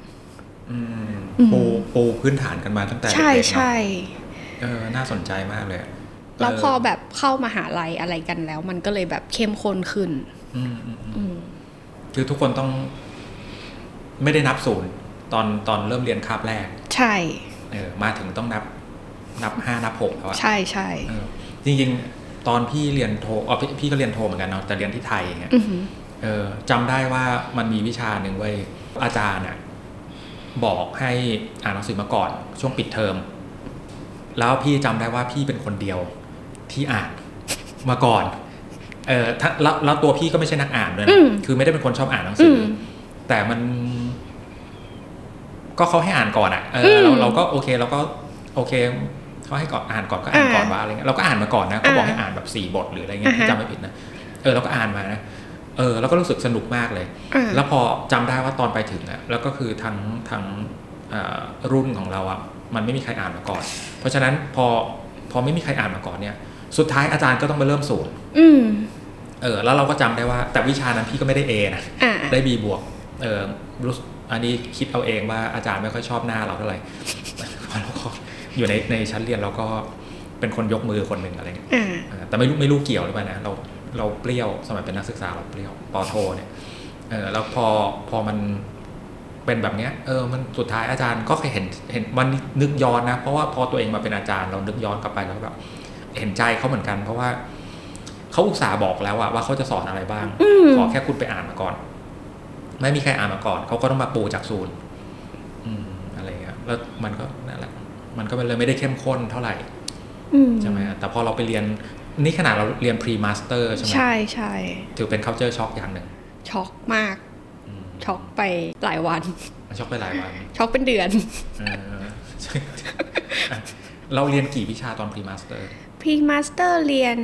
Speaker 1: อืม
Speaker 2: อืม
Speaker 1: ปูปูพื้นฐานกันมาตั้งแต่เด็กๆ
Speaker 2: ใช่
Speaker 1: เนอะ
Speaker 2: ใช่
Speaker 1: เออน่าสนใจมากเลยอะ
Speaker 2: แล้ว
Speaker 1: เ
Speaker 2: พอแบบเข้ามหาลัยอะไรกันแล้ว มันก็เลยแบบเข้มข้นขึ้น
Speaker 1: อืมอืมอืม
Speaker 2: อืม
Speaker 1: คือทุกคนต้อง ไม่ได้นับศูนย์ตอนตอนเริ่มเรียนคาบแรก
Speaker 2: ใช่
Speaker 1: เออ มาถึงต้องนับ นับห้านับหกแล้วอะ
Speaker 2: ใช่ใช่
Speaker 1: เออจริงๆ ตอนพี่เรียนโทอ๋อพี่พี่ก็เรียนโทเหมือนกันเนาะแต่เรียนที่ไทยอย่างเงี้ย
Speaker 2: อือหือ
Speaker 1: เออจำได้ว่ามันมีวิชาหนึ่งเว้ยอาจารย์อะบอกให้อ่านหนังสือมาก่อน ช่วงปิดเทอม แล้วพี่จำได้ว่าพี่เป็นคนเดียวที่อ่านมาก่อนเออถ้าแล้วแล้วตัวพี่ก็ไม่ใช่นักอ่านด้วย
Speaker 2: อื
Speaker 1: นะ
Speaker 2: ม
Speaker 1: คือไม่ได้เป็นคนชอบอ่านหนังสืออ
Speaker 2: ม
Speaker 1: แต่มัน ก็เขาให้อ่านก่อนอะเออเรา
Speaker 2: อืม
Speaker 1: เราก็โอเคเราก็โอเค เขาให้ก่อนอ่านก่อนก็อ่านก่อน
Speaker 2: อ่า
Speaker 1: ว่าอะไรเงี้ยเราก็อ่านมาก่อนนะเขาบอก
Speaker 2: อ่า
Speaker 1: ให้อ่านแบบสี่บทหรืออะไรเงี้ย
Speaker 2: อ่าฮะ
Speaker 1: จำไม่ผิดนะเออเราก็อ่านมานะเออแล้วก็รู้สึกสนุกมากเลย
Speaker 2: อ่า
Speaker 1: แล้วพอจำได้ว่าตอนไปถึงอะแล้วก็คือทั้งทั้งเอ่อรุ่นของเราอะมันไม่มีใครอ่านมาก่อน เพราะฉะนั้นพอพอไม่มีใครอ่านมาก่อนเนี่ย สุดท้ายอาจารย์ก็ต้องมาเริ่มศูนย์
Speaker 2: อืม
Speaker 1: เออแล้วเราก็จำได้ว่าแต่วิชานั้นพี่ก็ไม่ได้ A นะ
Speaker 2: อ่า
Speaker 1: ได้ B บวก เออรู้สึกอันนี้คิดเอาเองว่าอาจารย์ไม่ค่อยชอบหน้าเราเท่า <laughs> ไหร่ เพราะเราก็อยู่ในในชั้นเรียนเราก็เป็นคนยกมือคนหนึ่งอะไรเงี้ย
Speaker 2: อ่า
Speaker 1: เออแต่ไม่รู้ไม่รู้เกี่ยวหรือเปล่านะเราเราเปรี้ยวสมัยเป็นนักศึกษาเราเปรี้ยวปอโทเนี่ยเออแล้วพอพอมันเป็นแบบเนี้ยเออมันสุดท้ายอาจารย์ก็เคยเห็นเห็นมันนึกย้อนนะ เพราะว่าพอตัวเองมาเป็นอาจารย์เรานึกย้อนกลับไปแล้วแบบเห็นใจเขาเหมือนกัน เพราะว่าเขาอุตส่าห์บอกแล้วอะว่าเขาจะสอนอะไรบ้าง
Speaker 2: อืม
Speaker 1: ขอแค่คุณไปอ่านมาก่อน ไม่มีใครอ่านมาก่อน เขาก็ต้องมาปูจากศูนย์อืมอะไรเงี้ยแล้วมันก็นั่นแหละ มันก็เลยไม่ได้เข้มข้นเท่าไหร่
Speaker 2: อืม
Speaker 1: ใช่ไหมแต่พอเราไปเรียน นี่ขนาดเราเรียน pre master ใช่ไหม
Speaker 3: ใช่ใช่
Speaker 1: ถือเป็น culture shock อย่างหนึ่ง
Speaker 2: ช็อกมาก
Speaker 1: อืม
Speaker 2: ช็อกไปหลายวัน
Speaker 1: มันช็อกไปหลายวัน
Speaker 2: ช็อกเป็นเดือน <laughs>
Speaker 1: เออใช่อ่ะเราเรียนกี่วิชาตอน pre master
Speaker 2: พีมาสเตอร์เรียน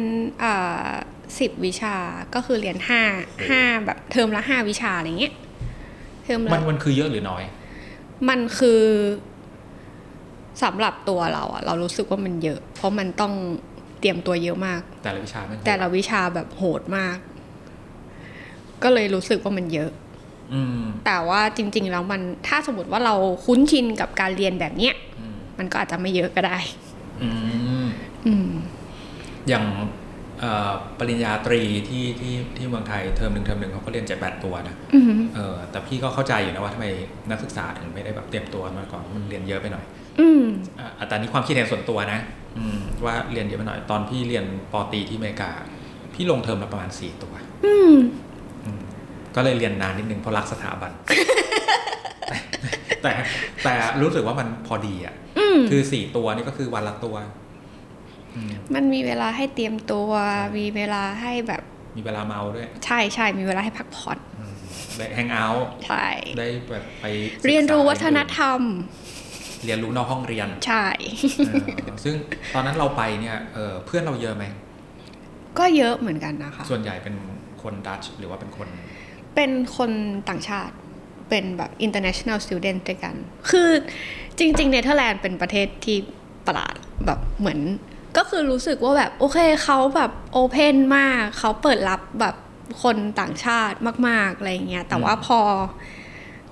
Speaker 2: สิบวิชาก็คือเรียนห้าห้าแบบเทอมละห้าวิชาอะไรเงี้ยเทอม
Speaker 1: มั
Speaker 2: ละ
Speaker 1: นมันคือเยอะหรือน้อย
Speaker 2: มันคือสำหรับตัวเราอะเรารู้สึกว่ามันเยอะ เพราะมันต้องเตรียมตัวเยอะมาก
Speaker 1: แต่ละวิชาไม่เท่า
Speaker 2: แต่ละวิชาแบบโหดมาก ก็เลยรู้สึกว่ามันเยอะ
Speaker 1: อืม
Speaker 2: แต่ว่าจริง ๆ แล้วมันถ้าสมมติว่าเราคุ้นชินกับการเรียนแบบเนี้ย
Speaker 1: อืม
Speaker 2: มันก็อาจจะไม่เยอะก็ได้
Speaker 1: อืม
Speaker 2: อืม
Speaker 1: อย่างเอ่อปริญญาตรีที่ที่ที่เมืองไทยเทอมหนึ่งเทอมหนึ่งเขาก็เรียนเจ็ดแปดตัวนะ
Speaker 2: อืม
Speaker 1: เออแต่พี่ก็เข้าใจอยู่นะว่าทำไมนักศึกษาถึงไม่ได้แบบเตรียมตัวมาก่อนมันเรียนเยอะไปหน่อย
Speaker 2: อืม
Speaker 1: อ่ะอ่ะแต่นี่ความคิดเห็นส่วนตัวนะอืมว่าเรียนเยอะไปหน่อยตอนพี่เรียนปอตรีที่อเมริกา พี่ลงเทอมละประมาณสี่ตัว
Speaker 2: อืม
Speaker 1: อืมก็เลยเรียนนานนิดนึงเพราะรักสถาบัน <laughs> แต่แต่รู้สึกว่ามันพอดีอ่ะ
Speaker 2: อืม
Speaker 1: คือสี่ตัวนี่ก็คือวันละตัวอืม
Speaker 2: มันมีเวลาให้เตรียมตัว มีเวลาให้แบบ
Speaker 1: มีเวลาเมาด้วย
Speaker 2: ใช่ใช่มีเวลาให้พักผ่อน
Speaker 1: อืมได้แฮงเอา
Speaker 2: ใช่
Speaker 1: ได้แบบไปศึกษา
Speaker 2: เรียนรู้วัฒนธ
Speaker 1: อ
Speaker 2: รรม
Speaker 1: ื่นเรียนรู้นอกห้องเรียน
Speaker 2: ใช่ <laughs>
Speaker 1: เออซึ่งตอนนั้นเราไปเนี่ยเออเพื่อนเราเยอะไหม
Speaker 2: ก็เยอะเหมือนกันนะคะ
Speaker 1: ส่วนใหญ่เป็นคนดัตช์หรือว่าเป็นคน
Speaker 2: เป็นคนต่างชาติเป็นแบบ international student ด้วยกัน คือจริงๆเนเธอร์แลนด์เป็นประเทศที่ประหลาดแบบเหมือน ก็คือรู้สึกว่าแบบโอเคเขาแบบโอเพนมาก เขาเปิดรับแบบคนต่างชาติมาก ๆ อะไรเงี้ย แต่ว่าพอ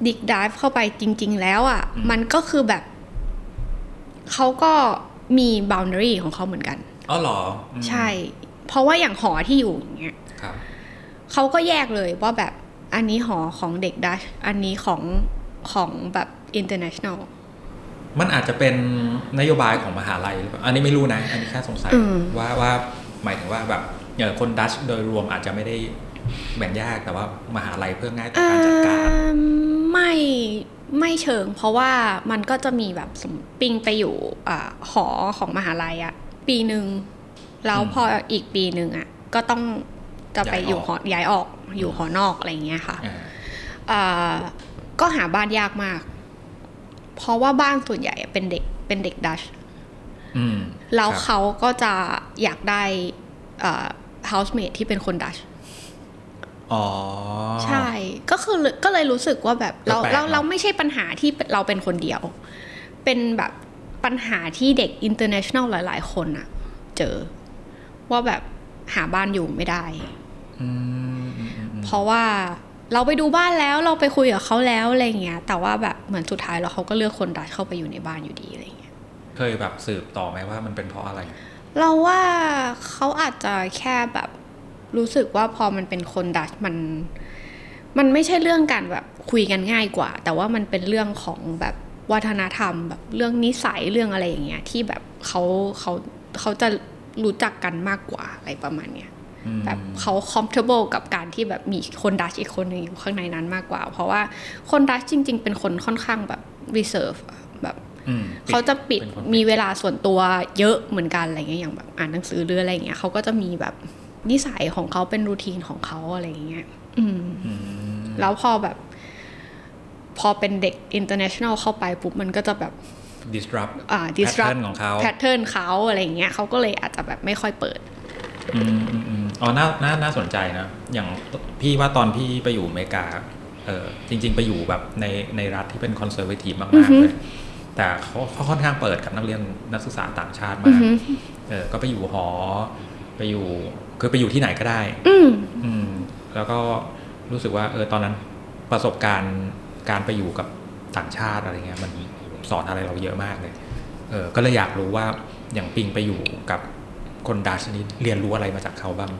Speaker 2: ดิกดิฟเข้าไปจริง ๆ แล้วอะ่ะ
Speaker 1: อืม
Speaker 2: มันก็คือแบบ เขาก็มี boundary ของเขาเหมือนกัน
Speaker 1: อ๋อเหรออืม
Speaker 2: ใช่ เพราะว่าอย่างหอที่อยู่อย่างเงี้ย
Speaker 1: ครับ
Speaker 2: เขาก็แยกเลยว่าแบบอันนี้หอของเด็กดัช อันนี้ของของแบบ international
Speaker 1: มันอาจจะเป็นนโยบายของมหาลัยหรือเปล่าอันนี้ไม่รู้นะ อันนี้แค่สงสัย
Speaker 2: อืม
Speaker 1: ว่าว่าหมายถึงว่าแบบเอ่อคนดัตช์โดยรวมอาจจะไม่ได้แบ่งแยกแต่ว่ามหาลัยเพื่อง่ายต่อการจัดการ
Speaker 2: เอิ่มไม่ไม่เชิง เพราะว่ามันก็จะมีแบบสมมุติปิงไปอยู่อ่าหอของมหาลัยอะปีหนึ่งแล้ว
Speaker 1: อืม
Speaker 2: พออีกปีหนึ่งอะก็ต้องจะไปอยู่หอย้ายออกอยู่หอนอกอะไรอย่างเงี้ยค่ะ
Speaker 1: า
Speaker 2: อ่าก็หาบ้านยากมาก เพราะว่าบ้านส่วนใหญ่อะเป็นเด็กเป็นเด็กดัช
Speaker 1: อืม
Speaker 2: แล้ว
Speaker 1: ครับ
Speaker 2: เขาก็จะอยากได้เอ่อ housemate ที่เป็นคนดัช
Speaker 1: อ๋อ
Speaker 2: ใช่ ก็คือก็เลยรู้สึกว่าแบบเรา
Speaker 1: แปลกๆ
Speaker 2: เรา
Speaker 1: เนอะ
Speaker 2: เราไม่ใช่ปัญหาที่เราเป็นคนเดียว เป็นแบบปัญหาที่เด็ก international หลาย ๆ คนอะเจอ ว่าแบบหาบ้านอยู่ไม่ได้
Speaker 1: อืมอืมอืมอืม
Speaker 2: เพราะว่าเราไปดูบ้านแล้วเราไปคุยกับเขาแล้วอะไรเงี้ย แต่ว่าแบบเหมือนสุดท้ายแล้วเขาก็เลือกคนดัชเข้าไปอยู่ในบ้านอยู่ดีอะไรเงี้ย
Speaker 1: เคยแบบสืบต่อไหมว่ามันเป็นเพราะอะไร
Speaker 2: เราว่าเขาอาจจะแค่แบบรู้สึกว่าพอมันเป็นคนดัชมัน มันไม่ใช่เรื่องการแบบคุยกันง่ายกว่า แต่ว่ามันเป็นเรื่องของแบบวัฒนธรรม แบบเรื่องนิสัยเรื่องอะไรอย่างเงี้ยที่แบบเขาเขาเขาจะรู้จักกันมากกว่าอะไรประมาณเนี้ย
Speaker 1: อืม
Speaker 2: แบบเขา comfortable กับการที่แบบมีคนดัชอีกคนหนึ่งอยู่ข้างในนั้นมากกว่า เพราะว่าคนดัชจริง ๆ เป็นคนค่อนข้างแบบ reserve อะแบบ
Speaker 1: อืม
Speaker 2: เขาจะปิด
Speaker 1: เป็นคน
Speaker 2: มีเวลาส่วนตัวเยอะเหมือนกันอะไรเงี้ยอย่างแบบอ่านหนังสือหรืออะไรเงี้ยเขาก็จะมีแบบนิสัยของเขาเป็นรูทีนของเขาอะไรเงี้ยอืม
Speaker 1: อืม
Speaker 2: แล้วพอแบบ พอเป็นเด็ก international เข้าไปปุ๊บมันก็จะแบบ
Speaker 1: disrupt
Speaker 4: อ่า disrupt
Speaker 1: pattern ของเขา
Speaker 4: แพทเทิร์นเขาอะไรอย่างเงี้ยเขาก็เลยอาจจะแบบไม่ค่อยเปิด
Speaker 1: อืมอืมอืมอ๋อน่าน่าน่าสนใจนะ อย่างพี่ว่าตอนพี่ไปอยู่อเมริกา เออจริง ๆ ไปอยู่แบบในในรัฐที่เป็นคอนเซอร์เวทีฟมาก
Speaker 4: อือ
Speaker 1: ๆ
Speaker 4: ฮึ
Speaker 1: เลย แต่เขาเขาค่อนข้างเปิดกับนักเรียนนักศึกษาต่างชาติ
Speaker 4: อื
Speaker 1: มา
Speaker 4: อก ฮึ
Speaker 1: เออ ก็ไปอยู่หอ ไปอยู่คือไปอยู่ที่ไหนก็ได้
Speaker 4: อืม
Speaker 1: อืม แล้วก็รู้สึกว่าเออตอนนั้นประสบการณ์การไปอยู่กับต่างชาติอะไรเงี้ยมันสอนอะไรเราเยอะมากเลย เออก็เลยอยากรู้ว่าอย่างปิงไปอยู่กับคนดัชนี่เรียนรู้อะไรมาจากเขาบ้าง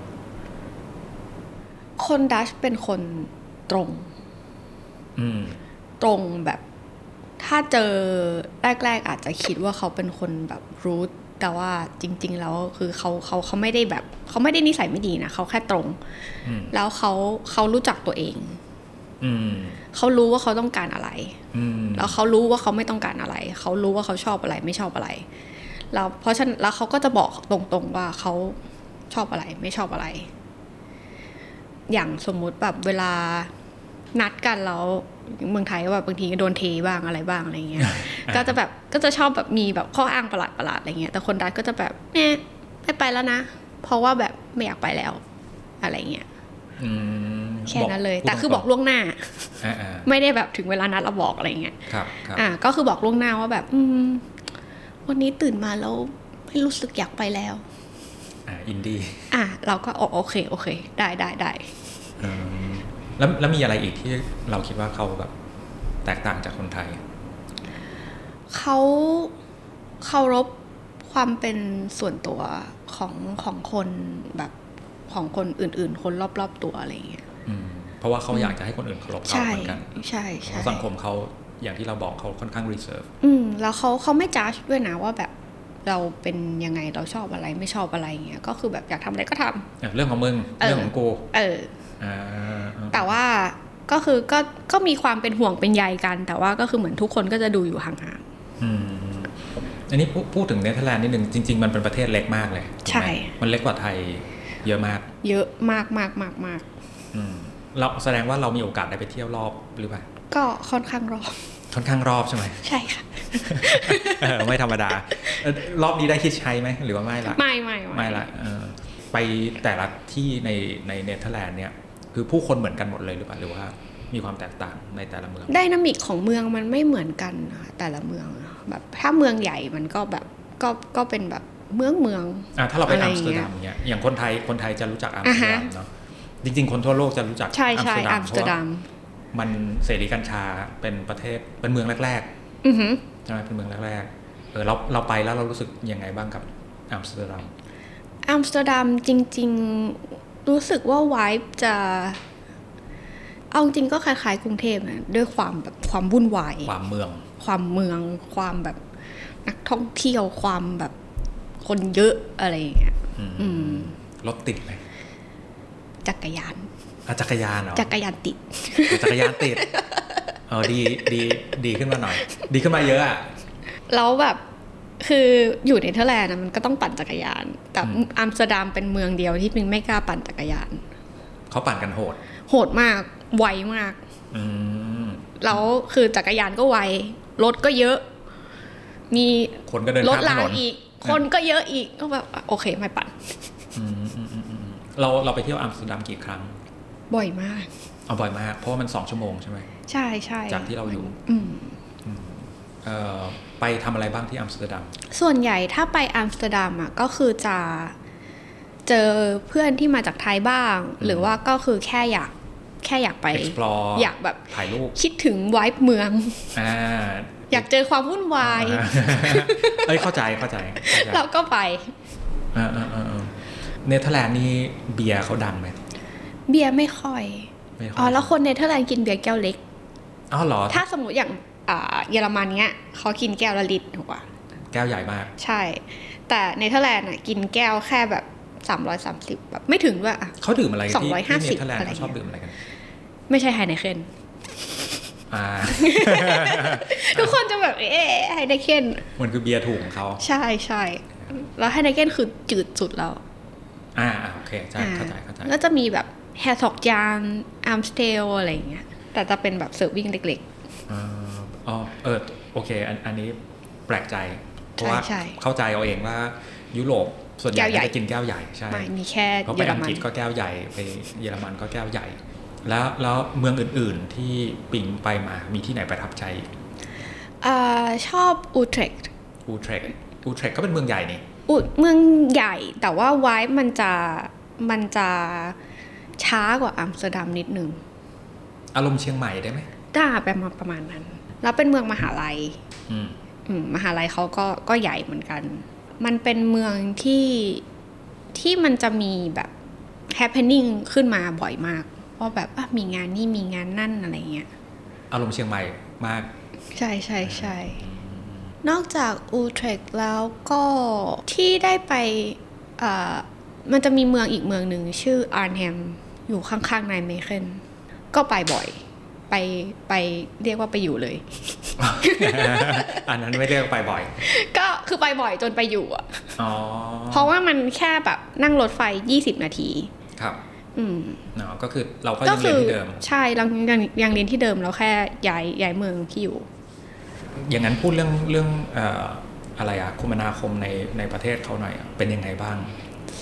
Speaker 2: คนดัชเป็นคนตรง
Speaker 1: อืม
Speaker 2: ตรงแบบ ถ้าเจอแรก ๆ อาจจะคิดว่าเขาเป็นคนแบบรูทแต่ว่าจริง ๆ แล้วคือเขาเขาเขาไม่ได้แบบเขาไม่ได้นิสัยไม่ดีนะเขาแค่ตรง
Speaker 1: อืม
Speaker 2: แล้วเขาเขารู้จักตัวเอง
Speaker 1: อืม
Speaker 2: เขารู้ว่าเขาต้องการอะไร
Speaker 1: อืม
Speaker 2: แล้วเขารู้ว่าเขาไม่ต้องการอะไร เขารู้ว่าเขาชอบอะไรไม่ชอบอะไร แล้วเพราะฉะนั้นแล้วเขาก็จะบอกตรงๆว่าเขาชอบอะไรไม่ชอบอะไร อย่างสมมุติแบบเวลานัดกันแล้วเมืองไทยก็แบบบางทีก็โดนเทบ้างอะไรบ้างอะไร <laughs> เงี้ย ก็จะแบบก็จะชอบแบบมีแบบข้ออ้างประหลาดๆอะไรเงี้ย แต่คนดัดก็จะแบบเนี่ยไม่ไปแล้วนะ เพราะว่าแบบไม่อยากไปแล้ว อะไรเงี้ย
Speaker 1: อืม
Speaker 2: แค่นั้นเลย
Speaker 1: พูด
Speaker 2: แต่คือบอก
Speaker 1: ตรง
Speaker 2: ล่วงหน้า
Speaker 1: ๆอ่า
Speaker 2: ไม่ได้แบบถึงเวลานัดเราบอกอะไรเงี้ย
Speaker 1: ๆครับครับ
Speaker 2: อ่ะก็คือบอกล่วงหน้าว่าแบบ อืม วันนี้ตื่นมาแล้ว ไม่รู้สึกอยากไปแล้ว
Speaker 1: อ่า อินดี้
Speaker 2: อ่ะ เราก็อ๋อโอเค โอเค ได้ได้ได้
Speaker 1: อืมแล้วแล้วมีอะไรอีกที่เราคิดว่าเขาแบบแตกต่างจากคนไทย
Speaker 2: เขาเคารพความเป็นส่วนตัวของของคนแบบของคนอื่น ๆ คนรอบ ๆ ตัวอะไรอย่างเงี้ย
Speaker 1: อืม เพราะว่าเขาอยากจะให้คนอื่นเคารพเขา
Speaker 2: ใช่
Speaker 1: เหมือนกัน
Speaker 2: ใช่
Speaker 1: เพ
Speaker 2: ใช่
Speaker 1: ราะสังคมเขาอย่างที่เราบอกเขาค่อนข้างรีเซิร์ฟ
Speaker 2: อืม แล้วเขาเขาไม่จ้าชด้วยนะว่าแบบเราเป็นยังไงเราชอบอะไรไม่ชอบอะไรอย่างเงี้ยก็คือแบบอยากทำอะไรก็ทำ
Speaker 1: เรื่องของมึง
Speaker 2: เออ
Speaker 1: เรื่องของกู
Speaker 2: เออ
Speaker 1: อ่า
Speaker 4: แต่ว่าก็คือก็ก็มีความเป็นห่วงเป็นใยกัน แต่ว่าก็คือเหมือนทุกคนก็จะดูอยู่ห่าง
Speaker 1: อืมอันนี้พูดพูดถึงเนเธอร์แลนด์นิดนึงจริง ๆ มันเป็นประเทศเล็กมากเลยถูกไหม
Speaker 2: ใช่
Speaker 1: มันเล็กกว่าไทยเยอะมาก
Speaker 2: ๆ เยอะมากมากมากมาก
Speaker 1: อืมเราแสดงว่าเรามีโอกาสได้ไปเที่ยวรอบหรือเปล่า
Speaker 2: ก็ค่อนข้างรอบ <laughs>
Speaker 1: ค่อนข้างรอบใช่ไหม <laughs>
Speaker 2: ใช่ค่ะ
Speaker 1: เออไม่ธรรมดาเอ่อรอบนี้ได้คิดใช้ไหมหรือว่าไม่ละ
Speaker 4: ๆ ไม่ไม่
Speaker 1: ไม่ละเออไปแต่ละที่ในในเนเธอร์แลนด์เนี่ย คือผู้คนเหมือนกันหมดเลยหรือเปล่าหรือว่ามีความแตกต่างในแต่ละเมือง
Speaker 2: ไดนามิกของเมืองมันไม่เหมือนกันนะคะแต่ละเมืองอะแบบถ้าเมืองใหญ่มันก็แบบก็ก็เป็นแบบเมืองเมือง
Speaker 1: อ่ะถ้าเราไป
Speaker 2: อะไร
Speaker 1: อัม
Speaker 2: อ
Speaker 1: สเต
Speaker 2: ย่าง
Speaker 1: อร์ดัม
Speaker 2: เงี้ย
Speaker 1: เนี่ยอย่างคนไทยคนไทยจะรู้จักอัมสเตอร์ดัม
Speaker 2: อ่าฮะ
Speaker 1: เนาะจริง ๆ คนทั่วโลกจะรู้จัก
Speaker 2: ใช่ใช่อั
Speaker 1: อั
Speaker 2: ม
Speaker 1: ม
Speaker 2: ส
Speaker 1: สเต
Speaker 2: เตอ
Speaker 1: อร์
Speaker 2: ร์
Speaker 1: ดั
Speaker 2: ดั
Speaker 1: ม
Speaker 2: ม
Speaker 1: เพราะว่ามันเสรีกัญชาเป็นประเทศเป็นเมืองแรก
Speaker 4: อือหือ
Speaker 1: ๆใช่ไหมเป็นเมืองแรกๆเออเราเราไปแล้วเรารู้สึกยังไงบ้างกับอัมสเตอร์ดัม
Speaker 2: อัมสเตอร์ดัมจริง ๆ รู้สึกว่าไวบ์จะ เอาจริงก็คล้ายๆกรุงเทพนะด้วยความแบบความวุ่นวาย
Speaker 1: ความเมือง
Speaker 2: ความเมืองความแบบนักท่องเที่ยวความแบบคนเยอะอะไรอย่างเงี้ย
Speaker 1: อืม
Speaker 2: อืม
Speaker 1: รถติดไหม
Speaker 2: จักรยาน
Speaker 1: อ่ะจักรยานเหรอ
Speaker 2: จักรย <laughs> านติด
Speaker 1: จักรยานติด เออดีดีดีขึ้นมาหน่อย ดีขึ้นมาเยอะอ่ะ
Speaker 2: แล้วแบบคืออยู่ในเนเธอร์แลนด์อะมันก็ต้องปั่นจักรยาน แต่
Speaker 1: อืม
Speaker 2: อัมสเตอร์ดัมเป็นเมืองเดียวที่ปิงไม่กล้าปั่นจักรยาน
Speaker 1: เขาปั่นกันโหด
Speaker 2: โหดมากไวมาก
Speaker 1: อืม
Speaker 2: แล้วคือจักรยานก็ไวรถก็เยอะ มี
Speaker 1: คนก็เดิน
Speaker 2: รถ
Speaker 1: ข้ามถ
Speaker 2: ราน ง
Speaker 1: น
Speaker 2: อีก คนก็เยอะอีกก็แบบโอเคไม่ปั่น
Speaker 1: อืมอืมอืมอืมเราเราไปเที่ยวอัมสเตอร์ดัมกี่ครั้ง
Speaker 2: บ่อยมาก
Speaker 1: เอาบ่อยมาก เพราะว่ามันสองชั่วโมงใช่ไหม
Speaker 2: ใช่ใช่
Speaker 1: จากที่เราอยู่
Speaker 2: อืม
Speaker 1: เอ่อไปทำอะไรบ้างที่อัมสเตอร์ดัม
Speaker 2: ส่วนใหญ่ถ้าไปอัมสเตอร์ดัมอ่ะก็คือจะเจอเพื่อนที่มาจากไทยบ้าง หรือว่าก็คือแค่อยากแค่อยากไป
Speaker 1: explore
Speaker 2: อยากแบบ
Speaker 1: ถ่ายรูป
Speaker 2: คิดถึงไวบ์เมือง
Speaker 1: <laughs> อ่า
Speaker 2: อยากเจอความวุ่นวาย
Speaker 1: อ่า <laughs> เอ้ยเข้าใจเข้าใจเข้าใจ
Speaker 2: <laughs> เราก็ไป
Speaker 1: อ่าอ่าอ่าอ่าเนเธอร์แลนด์นี่เบียร์เขาดังไหม
Speaker 2: เบียร์ไม่ค่อย
Speaker 1: ไม่ค่ย
Speaker 2: อ๋อ แล้วคนเนเธอร์แลนด์กินเบียร์แก้วเล็ก
Speaker 1: อ๋อเหรอ
Speaker 2: ถ้าสมมติอย่างอ่าเยอรมันเนี้ยเขากินแก้วละลิตรถูกป่ะ
Speaker 1: แก้วใหญ่มาก
Speaker 2: ใช่ แต่เนเธอร์แลนด์อ่ะกินแก้วแค่แบบ 330 แบบไม่ถึงด้วยอ่ะ
Speaker 1: เขาดื่มอะไรกันที่
Speaker 2: 250
Speaker 1: ที่เนเธอร์แลนด์
Speaker 2: อะไร
Speaker 1: เขาชอบดื่มอะไรกัน
Speaker 2: ไม่ใช่ไฮเนเคน
Speaker 1: อ่า <laughs>
Speaker 2: ทุกคนจะแบบ เอ๊ะไฮเนเคน
Speaker 1: มันคือเบียร์ถูกของเขา
Speaker 2: ใช่ใช่แล้วไฮเนเคนคือจืดสุดแล้ว
Speaker 1: อ่าอ่าโอเคใช่
Speaker 2: อ่า
Speaker 1: เข้าใจเข้าใจ
Speaker 2: ก็จะมีแบบแฮร์ซอกยานอัมสเตลอะไรอย่างเงี้ยแต่จะเป็นแบบเสิร์ฟวิ่งเล็ก ๆ
Speaker 1: เอ่ออ๋อ เออ โอเค อัน อันนี้ แปลกใจ เพราะว่า
Speaker 2: ใช่ใช่
Speaker 1: เข้าใจเอาเองว่า ยุโรปส่วนใหญ่
Speaker 2: แก้วใหญ่
Speaker 1: ก็จะกินแก้วใหญ่ใช่
Speaker 2: ไม่มีแค่
Speaker 1: เพราะ
Speaker 2: เย
Speaker 1: ไป
Speaker 2: อร
Speaker 1: อัง
Speaker 2: มัน
Speaker 1: กฤษก็แก้วใหญ่ไปเยอรมันก็แก้วใหญ่ แล้วแล้วเมืองอื่นๆที่ปิงไปมามีที่ไหนประทับใจ
Speaker 2: เอ่อชอบอูเทรค
Speaker 1: อูเทรกอูเทรกก็เป็นเมืองใหญ่นี่
Speaker 2: อูเมืองใหญ่แต่ว่าไวท์มันจะมันจะช้ากว่าอัมสเตอร์ดัมนิดนึง
Speaker 1: อารมณ์เชียงใหม่ได้ไหม
Speaker 2: ด่าประมาณประมาณนั้น แล้วเป็นเมืองมหาลัย
Speaker 1: อืม
Speaker 2: อืมมหาลัยเขาก็ก็ใหญ่เหมือนกัน มันเป็นเมืองที่ที่มันจะมีแบบ happening ขึ้นมาบ่อยมาก ว่าแบบอ่ะมีงานนี่มีงานนั่นอะไรเงี้ย
Speaker 1: อารมณ์เชียงใหม่มาก <laughs>
Speaker 2: ใช่ใช่ใช่ นอกจากอูเทรคแล้วก็ที่ได้ไปเอ่อมันจะมีเมืองอีกเมืองหนึ่งชื่ออาร์นแฮมอยู่ข้างๆนายเมเคนก็ไปบ่อย ไปไปเรียกว่าไปอยู่เลย <laughs>
Speaker 1: อันนั้นไม่ได้ไปบ่อย
Speaker 2: ก็คือไปบ่อยจนไปอยู่อะ
Speaker 1: อ๋อ
Speaker 2: เพราะว่ามันแค่แบบนั่งรถไฟ 20 นาที
Speaker 1: ครับ
Speaker 2: อืม
Speaker 1: เนาะก็คือเราก็ยังเรียนที่เดิม
Speaker 2: ใช่เรายังยังเรียนที่เดิมแล้วแค่ย้ายย้ายเมืองที่อยู่
Speaker 1: อย่างนั้นพูดเรื่องเรื่องเอ่ออะไรอะคมนาคมในในประเทศเขาหน่อยอะเป็นยังไงบ้าง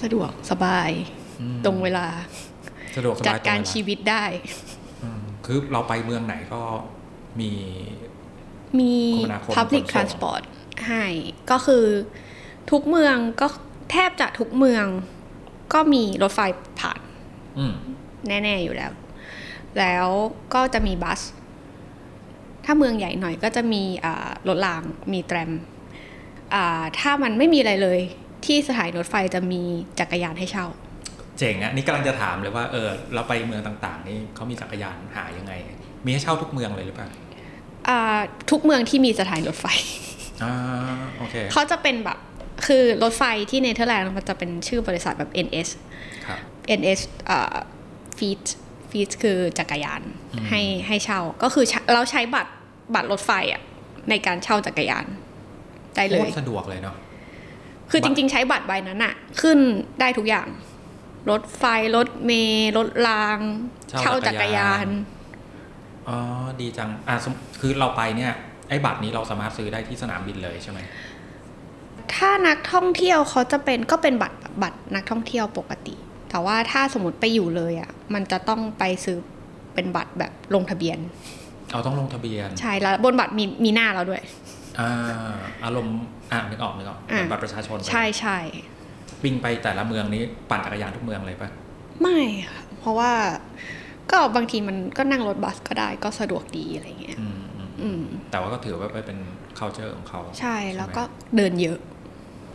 Speaker 2: สะดวกสบาย
Speaker 1: อืม
Speaker 2: ตรงเวลา
Speaker 1: สะดวกสบาย
Speaker 2: จัดการ
Speaker 1: ตงเวล
Speaker 2: ชีวิตได้
Speaker 1: อืมคือเราไปเมืองไหนก็มี
Speaker 2: มี
Speaker 1: คมนาคม
Speaker 2: public
Speaker 1: ขนส่ง
Speaker 2: transport ให้ก็คือทุกเมืองก็แทบจะทุกเมืองก็มีรถไฟผ่าน
Speaker 1: อืม
Speaker 2: แน่ๆอยู่แล้ว แล้วก็จะมีบัส ถ้าเมืองใหญ่หน่อยก็จะมีอ่ารถรางมีแตรมอ่าถ้ามันไม่มีอะไรเลย ที่สถานีรถไฟจะมีจักรยานให้เช่า
Speaker 1: เจ๋งอะนี่กำลังจะถามเลยว่าเออเราไปเมืองต่างๆ นี่เขามีจักรยานหายังไง มีให้เช่าทุกเมืองเลยหรือเปล่า
Speaker 2: อ่าทุกเมืองที่มีสถานีรถ
Speaker 1: <laughs>
Speaker 2: ไฟ
Speaker 1: อ่าโอเค
Speaker 2: เขาจะเป็นแบบคือรถไฟที่เนเธอร์แลนด์มันจะเป็นชื่อบริษัทแบบ NS
Speaker 1: ครับ
Speaker 2: NS อ่าฟีดฟีดคือจักรยาน
Speaker 1: อืม
Speaker 2: ให้ให้เช่าก็คือใช้เราใช้บัตรบัตรรถไฟอะในการเช่าจักรยานได้เล
Speaker 1: โคต
Speaker 2: ย
Speaker 1: รสะดวกเลยเนาะ
Speaker 2: คือ
Speaker 1: บั
Speaker 2: จ
Speaker 1: ตร
Speaker 2: ริง ๆ ใช้บัตรใบนั้นอะขึ้นได้ทุกอย่าง รถไฟ รถเมล์รถรางจักรยาน
Speaker 1: อ๋อดีจังอ่ะสมคือเราไปเนี่ยไอ้บัตรนี้เราสามารถซื้อได้ที่สนามบินเลยใช่ไหม
Speaker 2: ถ้านักท่องเที่ยวเขาจะเป็นก็เป็นบัตรบัตรนักท่องเที่ยวปกติ แต่ว่าถ้าสมมติไปอยู่เลยอะมันจะต้องไปซื้อเป็นบัตรแบบลงทะเบียน
Speaker 1: เราต้องลงทะเบียน
Speaker 2: ใช่แล้วบนบัตรมีมีหน้าเราด้วย
Speaker 1: อ่าอารมณ์อ่ะนึกออกนึกออกเหมือน
Speaker 2: อ่ะ
Speaker 1: บัตรประชาชนเลย
Speaker 2: ใช่ใช่
Speaker 1: วิ่งไปแต่ละเมืองนี้ปั่นจักรยานทุกเมืองเลยปะ
Speaker 2: ไม่ค่ะ เพราะว่าก็บางทีมันก็นั่งรถบัสก็ได้ก็สะดวกดีอะไรเงี้ย
Speaker 1: อืมอืม
Speaker 2: อืม
Speaker 1: แต่ว่าก็ถือว่าเป็น culture ของเขา
Speaker 2: ใช่แล้วก็เดินเยอะ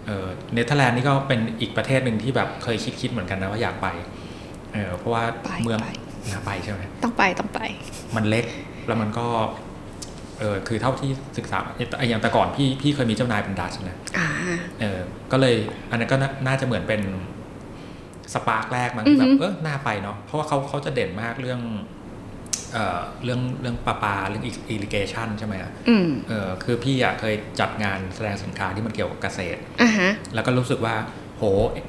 Speaker 1: เออเนเธอร์แลนด์นี่ก็เป็นอีกประเทศหนึ่งที่แบบเคยคิดคิดๆเหมือนกันนะว่าอยากไป เออเพราะว่า
Speaker 2: ไป
Speaker 1: เมือง
Speaker 2: ไป
Speaker 1: อยากไปใช่ไหม
Speaker 2: ต้องไปต้องไป
Speaker 1: มันเล็กแล้วมันก็ เออคือเท่าที่ศึกษาเอ่ออย่างแต่ก่อนพี่พี่เคยมีเจ้านายเป็นดัชนะ
Speaker 2: อ่า
Speaker 1: เออก็เลยอันนั้นก็น่าน่าจะเหมือนเป็นสปาร์กแรกมั้ง
Speaker 2: อือฮึ
Speaker 1: แบบเออน่าไปเนาะเพราะว่าเขาเขาจะเด่นมากเรื่อง เออเรื่องเรื่องปลาปาเรื่องอิริเกชันใช่ไหมอะ
Speaker 2: อืม
Speaker 1: เออคือพี่อะเคยจัดงานแสดงสินค้าที่มันเกี่ยวกับเกษตร
Speaker 2: อ่าฮะ
Speaker 1: แล้วก็รู้สึกว่าโห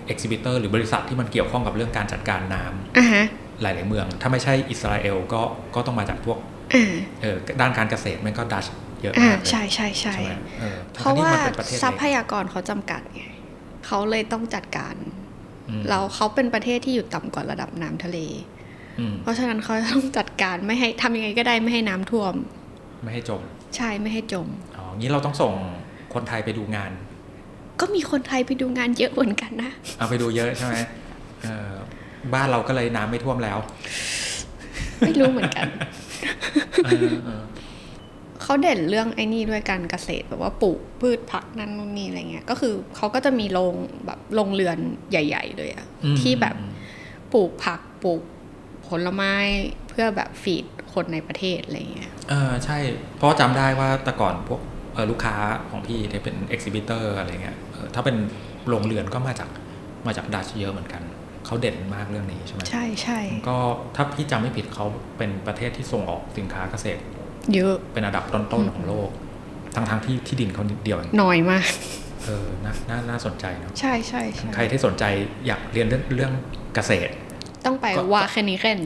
Speaker 1: เอ็กซิบิเตอร์หรือบริษัทที่มันเกี่ยวข้องกับเรื่องการจัดการน้ำ
Speaker 2: อ่าฮะ
Speaker 1: หลาย ๆ เมือง ถ้าไม่ใช่อิสราเอลก็ก็ต้องมาจากพวก
Speaker 2: อ่า
Speaker 1: เออด้านการเกษตรมันก็ดัชเย
Speaker 2: อ่าม
Speaker 1: อะากเลย
Speaker 2: ใช่ใช่ใช่
Speaker 1: ใช่ไหมเออ
Speaker 2: เพราะ
Speaker 1: ทั้งๆที่
Speaker 2: ว่าน
Speaker 1: ป็นปะเทศ
Speaker 2: ทรัพ
Speaker 1: เล็ก
Speaker 2: ยากรเขาจำกัดไงเขาเลยต้องจัดการ
Speaker 1: อืม
Speaker 2: แล้วเขาเป็นประเทศที่อยู่ต่ำกว่าระดับน้ำทะเล
Speaker 1: อืม
Speaker 2: เพราะฉะนั้นเขาต้องจัดการไม่ให้ทำยังไงก็ได้ไม่ให้น้ำท่วม
Speaker 1: ไม่ให้จม
Speaker 2: ใช่ไม่ให้จม
Speaker 1: อ๋องี้เราต้องส่งคนไทยไปดูงาน
Speaker 2: ก็มีคนไทยไปดูงานเยอะเหมือนกันนะ <laughs>
Speaker 1: เอาไปดูเยอะใช่ไหมเออบ้านเราก็เลยน้ำไม่ท่วมแล้ว
Speaker 2: ไม่รู้เหมือนกัน
Speaker 1: เออเออ
Speaker 2: เขาเด่นเรื่องไอ้นี่ด้วยการเกษตรแบบว่าปลูกพืชผักนั่นนู่นนี่อะไรเงี้ย ก็คือเขาก็จะมีโรงแบบโรงเรือนใหญ่ ๆ เลยอะ
Speaker 1: อืม
Speaker 2: ที่แบบ
Speaker 1: อืม
Speaker 2: ปลูกผักปลูกผลไม้เพื่อแบบฟีดคนในประเทศอะไรเงี้ย
Speaker 1: เออใช่ เพราะจำได้ว่าแต่ก่อนพวกเออลูกค้าของพี่ที่เป็นเอ็กซิบิเตอร์อะไรเงี้ยเออถ้าเป็นโรงเรือนก็มาจากมาจากดัชเยอะเหมือนกัน เขาเด่นมากเรื่องนี้ใช่ไหม
Speaker 2: ใช่ใช่
Speaker 1: มันก็ถ้าพี่จำไม่ผิดเขาเป็นประเทศที่ส่งออกสินค้าเกษตร
Speaker 2: เยอะ
Speaker 1: เป็นอันดับต้นๆของโลกทั้งๆที่ที่ดินเขานิดเดียวเอง
Speaker 2: น้อยมาก
Speaker 1: เออนาน่าน่าสนใจเนาะ
Speaker 2: ใช่ใช่ใช่
Speaker 1: ใครที่สนใจอยากเรียนเรื่องเรื่องเกษตร
Speaker 2: ต้องไป
Speaker 1: ก็
Speaker 2: วาเคนิเคน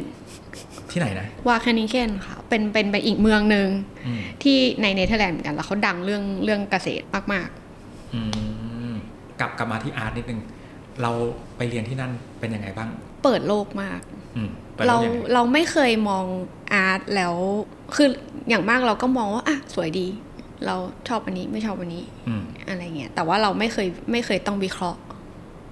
Speaker 1: ที่ไหนนะ
Speaker 2: วาคานิเคนค่ะ เป็นเป็นไปอีกเมืองหนึ่ง
Speaker 1: อืม
Speaker 2: ที่ในเนเธอร์แลนด์เหมือนกันแล้วเขาดังเรื่องเรื่องเกษตรมาก
Speaker 1: อืมกลับกลับมาที่อาร์ตนิดนึง เราไปเรียนที่นั่นเป็นยังไงบ้าง
Speaker 2: ๆ เปิดโลกมาก
Speaker 1: อืมไป
Speaker 2: เรา
Speaker 1: แล้วยังไง
Speaker 2: เราไม่เคยมองอาร์ตแล้วคืออย่างมากเราก็มองว่าอ่ะสวยดี เราชอบอันนี้ไม่ชอบอันนี้
Speaker 1: อืม
Speaker 2: อะไรเงี้ยแต่ว่าเราไม่เคยไม่เคยต้องวิเคราะห์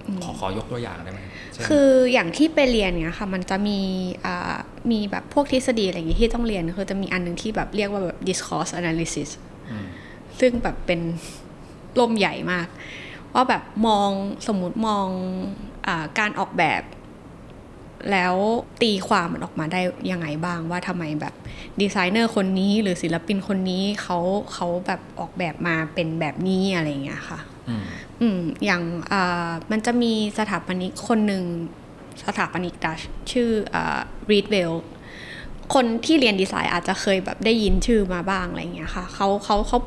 Speaker 2: อืม
Speaker 1: ขอขอยกตัวอย่างได้ไหมเช่น
Speaker 2: คืออย่างที่ไปเรียนเนี้ยค่ะ มันจะมีอ่ามีแบบพวกทฤษฎีอะไรอย่างเงี้ยที่ต้องเรียนคือจะมีอันหนึงที่แบบเรียกว่าแบบ discourse analysis
Speaker 1: ม
Speaker 2: ซึ่งแบบเป็นล่มใหญ่มาก ว่าแบบมองสมมติมองอาการออกแบบ แล้วตีความมันออกมาได้ยังไงบ้างว่าทำไมแบบดีไซเนอร์คนนี้หรือศิลปินคนนี้เขาเขาแบบออกแบบมาเป็นแบบนี้อะไรอย่างเงี้ยค่ะ
Speaker 1: อืม
Speaker 2: อืมอย่างอ่ามันจะมีสถาปนิกคนหนึ่งสถาปนิกดัชชื่อรีดเวลคนที่เรียนดีไซน์อาจจะเคยแบบได้ยินชื่อมาบ้างอะไรอย่างเงี้ยค่ะเขาเขาเขา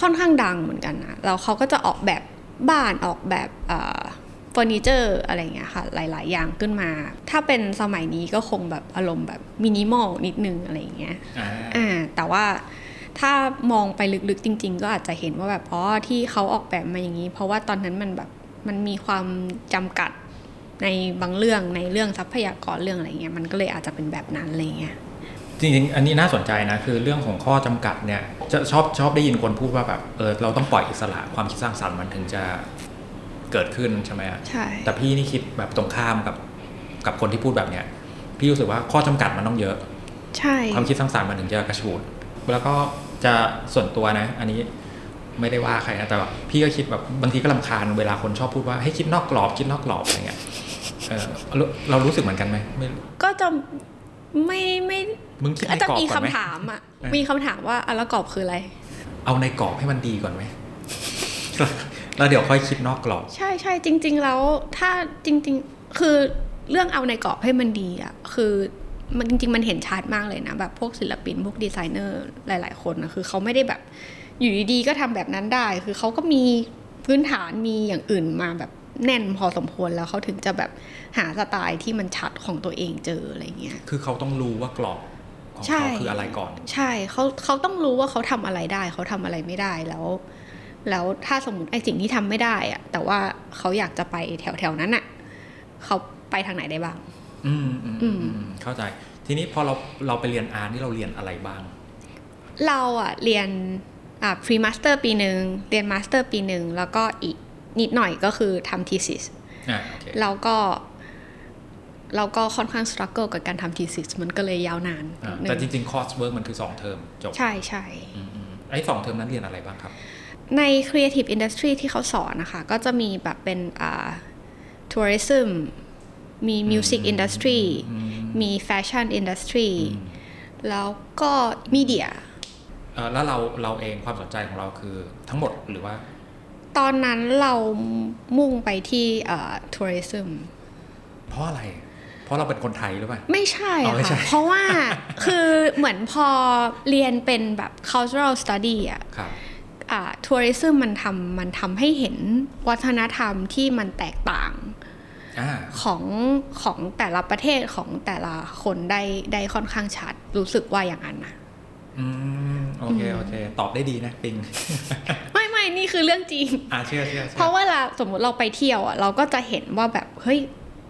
Speaker 2: ค่อนข้างดังเหมือนกันนะแล้วเขาก็จะออกแบบบ้านออกแบบเฟอร์นิเจอร์อะไรอย่างเงี้ยค่ะหลาย ๆ อย่างขึ้นมา ถ้าเป็นสมัยนี้ก็คงแบบอารมณ์แบบมินิมอลนิดนึงอะไรอย่างเงี้ย
Speaker 1: อ่า
Speaker 2: อ่าแต่ว่าถ้ามองไปลึกๆจริง ๆ ก็อาจจะเห็นว่าแบบอ๋อที่เขาออกแบบมาอย่างนี้ เพราะว่าตอนนั้นมันแบบมันมีความจำกัดในบางเรื่องในเรื่องทรัพยากรเรื่องอะไรเงี้ยมันก็เลยอาจจะเป็นแบบนั้นอะไรเงี้ย
Speaker 1: จริงๆ อันนี้น่าสนใจนะ คือเรื่องของข้อจำกัดเนี่ย จะชอบชอบได้ยินคนพูดว่าแบบเออเราต้องปล่อยอิสระความคิดสร้างสรรค์มันถึงจะเกิดขึ้นใช่ไหมอะ
Speaker 2: ใช่
Speaker 1: แต่พี่นี่คิดแบบตรงข้ามกับกับคนที่พูดแบบเนี้ย พี่รู้สึกว่าข้อจำกัดมันต้องเยอะ
Speaker 2: ใช่
Speaker 1: ความคิดสร้างสรรค์มันถึงจะกระชูด แล้วก็จะส่วนตัวนะ อันนี้ไม่ได้ว่าใครนะแต่แบบพี่ก็คิดแบบบางทีก็ลำคาญเวลาคนชอบพูดว่าให้คิดนอกกรอบคิดนอกกรอบอะไรเงี้ยเออเราเรารู้สึกเหมือนกันไหมไม่
Speaker 2: ก็จะไม่ไม่
Speaker 1: มึงคิด
Speaker 2: อาจ
Speaker 1: ใน
Speaker 2: จะ
Speaker 1: กรอบ
Speaker 2: มี
Speaker 1: ก่
Speaker 2: คำ
Speaker 1: อนไหม
Speaker 2: ถามอ่ะ
Speaker 1: เออ
Speaker 2: มีคำถามว่าอ่ะแล้วกรอบคืออะไร
Speaker 1: เอาในกรอบให้มันดีก่อนไหม แล้วเดี๋ยวค่อยคิดนอกกรอบ
Speaker 2: ใช่ใช่จริง ๆ แล้วถ้าจริง ๆ คือเรื่องเอาในกรอบให้มันดีอะคือมันจริง ๆ มันเห็นชัดมากเลยนะแบบพวกศิลปินพวกดีไซเนอร์หลาย ๆ คนนะคือเขาไม่ได้แบบอยู่ดีๆก็ทำแบบนั้นได้ คือเขาก็มีพื้นฐานมีอย่างอื่นมาแบบแน่นพอสมควรแล้วเขาถึงจะแบบหาสไตล์ที่มันชัดของตัวเองเจออะไรเงี้ย
Speaker 1: คือเขาต้องรู้ว่ากรอบของ
Speaker 2: ใช่
Speaker 1: เขาคืออะไรก่อน
Speaker 2: ใช่เขาเขาต้องรู้ว่าเขาทำอะไรได้ เขาทำอะไรไม่ได้แล้ว แล้วถ้าสมมติไอ้สิ่งที่ทำไม่ได้อะแต่ว่าเขาอยากจะไปแถวแถวๆนั้นอะเขาไปทางไหนได้บ้าง
Speaker 1: อืมอืมอืม
Speaker 2: อืม
Speaker 1: อืมเข้าใจ ทีนี้พอเราเราไปเรียนอาร์ตนี่เราเรียนอะไรบ้าง
Speaker 2: เราอะเรียนอ่า pre master ปีหนึ่งเรียน master ปีหนึ่งแล้วก็อีกนิดหน่อยก็คือทำ thesis
Speaker 1: อ่าโอเค
Speaker 2: แล้วก็ เราก็ค่อนข้าง struggle กับการทำ thesis มันก็เลยยาวนาน
Speaker 1: อ่า
Speaker 2: นิดนึง
Speaker 1: แต่จริงๆคอร์สเวิร์กมันคือ 2 เทอมจบ
Speaker 2: ใช่ใช่
Speaker 1: อืมอืมไอ้สองเทอมนั้นเรียนอะไรบ้างครับ
Speaker 2: ใน Creative Industry ที่เขาสอนนะคะ ก็จะมีแบบเป็นอ่า Tourism มี Music
Speaker 1: อืม
Speaker 2: Industry
Speaker 1: อืม
Speaker 2: มี Fashion Industry
Speaker 1: อืม
Speaker 2: แล้วก็ Media
Speaker 1: เอ่อแล้วเราเราเองความสนใจของเราคือทั้งหมดหรือว่า
Speaker 2: ตอนนั้นเรามุ่งไปที่อ่า Tourism
Speaker 1: เพราะอะไร เพราะเราเป็นคนไทยหรือเปล่า
Speaker 2: ไม่ใช่
Speaker 1: เอาไม่ใช่
Speaker 2: ค่ะ เพราะว่า คือเหมือนพอเรียนเป็นแบบ cultural study อะ
Speaker 1: ครับ
Speaker 2: ทัวริซึมมันทำมันทำให้เห็นวัฒนธรรมที่มันแตกต่าง
Speaker 1: อ่า
Speaker 2: ของของแต่ละประเทศของแต่ละคนได้ได้ค่อนข้างชัด รู้สึกว่าอย่างนั้นนะ
Speaker 1: อืม โอเค โอเค ตอบได้ดีนะปิง
Speaker 2: ไม่ไม่นี่คือเรื่องจริง
Speaker 1: อ่าเชื่อเชื่อชื่อ
Speaker 2: เพราะว่าเราสมมติเราไปเที่ยวอ่ะเราก็จะเห็นว่าแบบเฮ้ย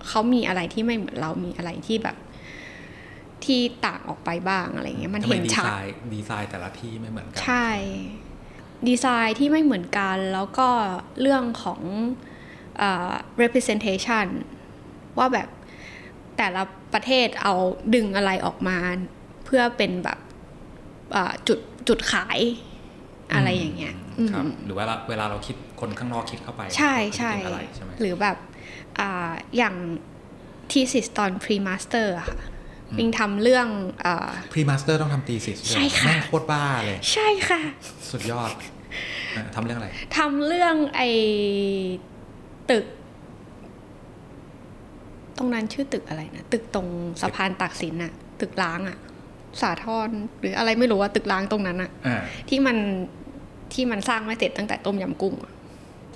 Speaker 2: เขามีอะไรที่ไม่เหมือนเรามีอะไรที่แบบที่ต่างออกไปบ้างอะไรเงี้ยมัน
Speaker 1: ทำไ
Speaker 2: เห็นชัด
Speaker 1: ดีไซน์ดีไซน์แต่ละที่ไม่เหมือนกัน
Speaker 2: ใช่ ดีไซน์ที่ไม่เหมือนกันแล้วก็เรื่องของเออ representation ว่าแบบแต่ละประเทศเอาดึงอะไรออกมา เพื่อเป็นแบบเอ่อจุดจุดขายอะไรอย่างเงี้ย
Speaker 1: อืมครับ
Speaker 2: อืม
Speaker 1: หรือว่าเราเวลาเราคิดคนข้างนอกคิดเข้าไป
Speaker 2: ใช่
Speaker 1: เราคิด
Speaker 2: ใช่
Speaker 1: ถึงอะไรใช่ไหม
Speaker 2: หรือแบบอาอย่าง thesis ตอน pre master อะค่ะ
Speaker 1: อืม
Speaker 2: มิงทำเรื่องอา
Speaker 1: พรีมาสเตอร์ต้องทำตีสิทธิ์
Speaker 2: ใช่ค่ะ
Speaker 1: แม่งโคตรบ้าเลย
Speaker 2: ใช่ค่ะ
Speaker 1: สุดยอดเออทำเรื่องอะไร
Speaker 2: ทำเรื่องไอ้ตึก ตรงนั้นชื่อตึกอะไรนะตึกตรงสะพานตากสินอะตึกล้างอะสาทรหรืออะไรไม่รู้ว่าตึกล้างตรงนั้นอะ
Speaker 1: อ่า
Speaker 2: ที่มันที่มันสร้างไม่เสร็จตั้งแต่ต้มยำกุ้งอะ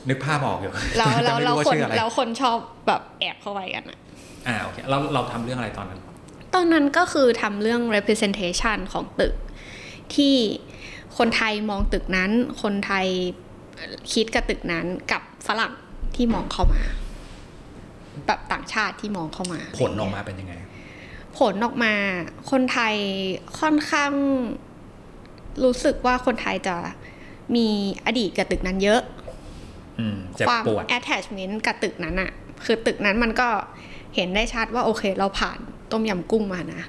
Speaker 1: นึกภาพออกอยู่
Speaker 2: เรา
Speaker 1: แต่
Speaker 2: เรา
Speaker 1: ไม่
Speaker 2: เรา
Speaker 1: ว่
Speaker 2: คน
Speaker 1: ชื่ออะไร
Speaker 2: เราคนชอบแบบแอบเข้าไปกันอะ
Speaker 1: อ่าโอเคเราเราทำเรื่องอะไรตอนนั้น
Speaker 2: ตอนนั้นก็คือทำเรื่อง representation ของตึก ที่คนไทยมองตึกนั้น คนไทยคิดกับตึกนั้นกับฝรั่งที่มองเข้ามา แบบต่างชาติที่มองเข้ามา
Speaker 1: ผลออกมาเป็นยังไง
Speaker 2: ผลออกมาคนไทยค่อนข้างรู้สึกว่าคนไทยจะมีอดีตกับตึกนั้นเยอะ
Speaker 1: อืมเจ็บ
Speaker 2: ความ
Speaker 1: ปวด
Speaker 2: attachment กับตึกนั้นอะคือตึกนั้นมันก็เห็นได้ชัดว่าโอเคเราผ่านต้มยำกุ้งมานะ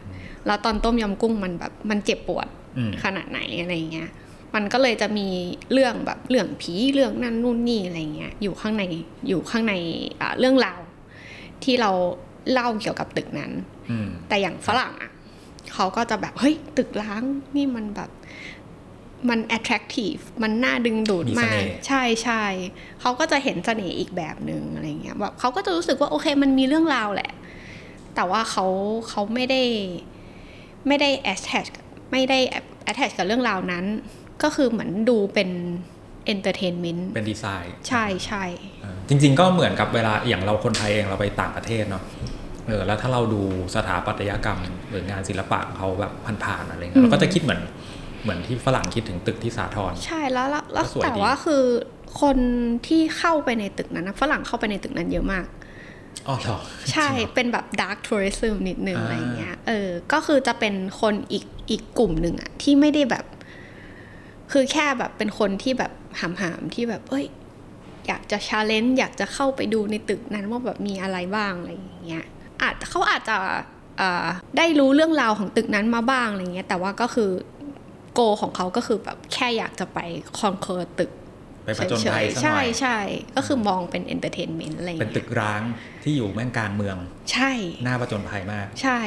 Speaker 2: แล้วตอนต้มยำกุ้งมันแบบมันเจ็บปวด
Speaker 1: อืม
Speaker 2: ขนาดไหนอะไรเงี้ย มันก็เลยจะมีเรื่องแบบเรื่องผีเรื่องนั่นนู่นนี่อะไรเงี้ยอยู่ข้างในอยู่ข้างในอ่าเรื่องราวที่เราเล่าเกี่ยวกับตึกนั้น
Speaker 1: อืม
Speaker 2: แต่อย่างฝรั่งอ่ะเขาก็จะแบบ เฮ้ย ตึกล้างนี่มันแบบ มัน attractive มันน่าดึงดูด
Speaker 1: มีเส
Speaker 2: มา
Speaker 1: น่
Speaker 2: ก
Speaker 1: ห์
Speaker 2: ใช่ใช่เขาก็จะเห็นเสน่ห์อีกแบบหนึ่งอะไรเงี้ยแบบเขาก็จะรู้สึกว่า โอเคมันมีเรื่องราวแหละ แต่ว่าเขาเขาไม่ได้ไม่ได้ attach ไม่ได้ attach กับเรื่องราวนั้น ก็คือเหมือนดูเป็น entertainment
Speaker 1: เป็นดีไซน์
Speaker 2: ใช่ใช่
Speaker 1: เออจริง ๆ ก็เหมือนกับเวลาอย่างเราคนไทยเองเราไปต่างประเทศเนาะเออแล้วถ้าเราดูสถาปัตยกรรมหรืองานศิลปะของเขาแบบผ่านๆอะไรเงี้ยเราก็จะคิดเหมือนเหมือนที่ฝรั่งคิดถึงตึกที่สาทร
Speaker 2: ใช่แล้วแล้วแล้ว
Speaker 1: ก็สวยดี
Speaker 2: แต่ว่าคือคนที่เข้าไปในตึกนั้นนะฝรั่งเข้าไปในตึกนั้นเยอะมาก
Speaker 1: อ๋อเหรอ
Speaker 2: ใช่ เป็นแบบดาร์กทัวริซึมนิดนึง
Speaker 1: อ่า
Speaker 2: อะไรเงี้ย เออ ก็คือจะเป็นคนอีกอีกกลุ่มหนึ่งอะที่ไม่ได้แบบ คือแค่แบบเป็นคนที่แบบหามหามๆที่แบบ เอ้ย อยากจะชาเลนจ์อยากจะเข้าไปดูในตึกนั้นว่าแบบมีอะไรบ้างอะไรอย่างเงี้ย อาจเขาอาจจะเอ่อได้รู้เรื่องราวของตึกนั้นมาบ้างอะไรเงี้ย แต่ว่าก็คือโกของเขาก็คือแบบแค่อยากจะไปคอนเคอร์ตึก
Speaker 1: ไปผจญภัยซะห
Speaker 2: ใช่
Speaker 1: น่อย
Speaker 2: ใช่ก็คือมองเป็นเอนเตอร์เทนเมนต์อะไร
Speaker 1: เป็น
Speaker 2: เงี้ย
Speaker 1: ตึกร้างที่อยู่แม่งกลางเมือง
Speaker 2: ใช่
Speaker 1: หน้าผจญภัยมาก
Speaker 2: ใช่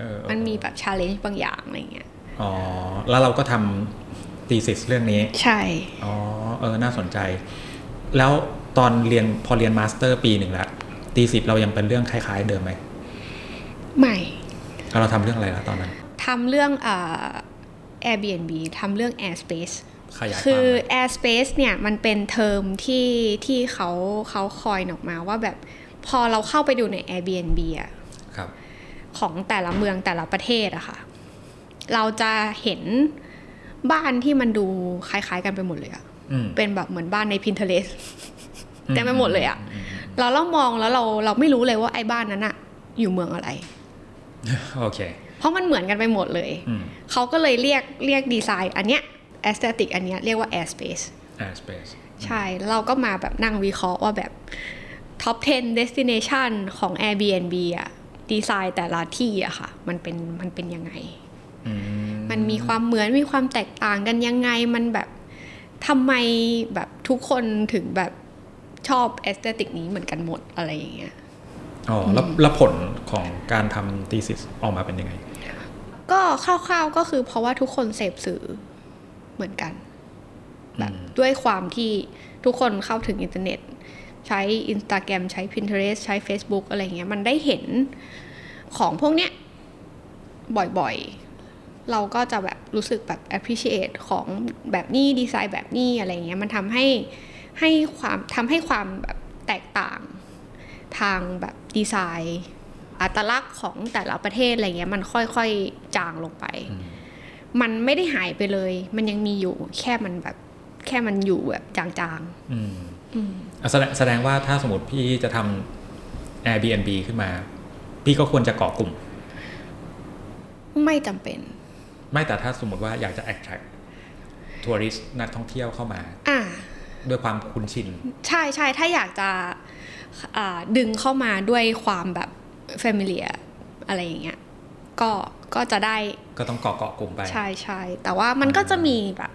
Speaker 1: เออ
Speaker 2: มันมีแบบชาเลนจ์บางอย่างอะไรเงี้ย
Speaker 1: อ๋อแล้วเราก็ทำ thesis เรื่องนี้
Speaker 2: ใช่
Speaker 1: อ๋อเออ น่าสนใจ แล้วตอนเรียนพอเรียนมาสเตอร์ปีหนึ่งแล้ว ตีสิบเรายังเป็นเรื่องคล้าย ๆ เดิมไหม
Speaker 2: ใหม่
Speaker 1: แล้วเราทำเรื่องอะไรละตอนนั้น
Speaker 2: ทำเรื่องเอ่อ Airbnb ทำเรื่อง Airspace
Speaker 1: ขยายค
Speaker 2: คื
Speaker 1: วาม
Speaker 2: อ
Speaker 1: หน่อย
Speaker 2: Airspace เนี่ยมันเป็นเทอมที่ที่เขาเขาคอยออกมาว่าแบบพอเราเข้าไปดูใน Airbnb อะ
Speaker 1: ครับ
Speaker 2: ของแต่ละเมืองแต่ละประเทศอะค่ะ เราจะเห็นบ้านที่มันดูคล้ายๆกันไปหมดเลยอะ
Speaker 1: อืม
Speaker 2: เป็นแบบเหมือนบ้านใน Pinterest เต็มไปหมดเลยอะ
Speaker 1: มม
Speaker 2: เราเรามองแล้วเราเราไม่รู้เลยว่าไอ้บ้านนั้นอะอยู่เมืองอะไร
Speaker 1: อืมโอเค
Speaker 2: เพราะมันเหมือนกันไปหมดเลย
Speaker 1: อืม
Speaker 2: เขาก็เลยเรียกเรียกดีไซน์อันเนี้ย aesthetic อันเนี้ยเรียกว่า air space
Speaker 1: อ่าสเปซ
Speaker 2: ใช่แล้วเราก็มาแบบนั่งวิเคราะห์ว่าแบบ top 10 destination ของ Airbnb อะดีไซน์แต่ละที่อะค่ะ มันเป็นมันเป็นยังไง มันมีความเหมือนมีความแตกต่างกันยังไง มันแบบทำไมแบบทุกคนถึงแบบชอบ aesthetic นี้เหมือนกันหมดอะไรอย่างเงี้ย
Speaker 1: อ๋อแล้วแล้วผลของการทำตีสิสออกมาเป็นยังไง
Speaker 2: ก็คร่าวๆก็คือเพราะว่าทุกคนเสพสื่อเหมือนกัน แบบ
Speaker 1: อืม
Speaker 2: ด้วยความที่ทุกคนเข้าถึงอินเทอร์เน็ต ใช้ Instagram ใช้ Pinterest ใช้ Facebook อะไรเงี้ย มันได้เห็นของพวกเนี้ย บ่อยๆ เราก็จะแบบรู้สึกแบบ appreciate ของแบบนี้ดีไซน์แบบนี้อะไรเงี้ย มันทำให้ให้ความทำให้ความแบบแตกต่างทางแบบดีไซน์ อัตลักษณ์ของแต่ละประเทศอะไรเงี้ย มันค่อยๆจางลงไป
Speaker 1: อืม
Speaker 2: มันไม่ได้หายไปเลย มันยังมีอยู่แค่มันแบบ แค่มันอยู่แบบจาง
Speaker 1: อืม
Speaker 2: ๆอืม
Speaker 1: อ่ะแสดงแสดงว่าถ้าสมมติพี่จะทำ Airbnb ขึ้นมา พี่ก็ควรจะเกาะกลุ่ม
Speaker 2: ไม่จำเป็น
Speaker 1: ไม่แต่ถ้าสมมติว่าอยากจะ attract ทัวริสนักท่องเที่ยวเข้ามา
Speaker 2: อ่า
Speaker 1: ด้วยความคุ้นชิน
Speaker 2: ใช่ใช่ถ้าอยากจะอ่าดึงเข้ามาด้วยความแบบ familiar อะไรอย่างเงี้ย ก็ก็จะได้
Speaker 1: ก็ต้องเกาะเกาะกลุ่มไป
Speaker 2: ใช่ใช่แต่ว่ามันก็จะมีแบบ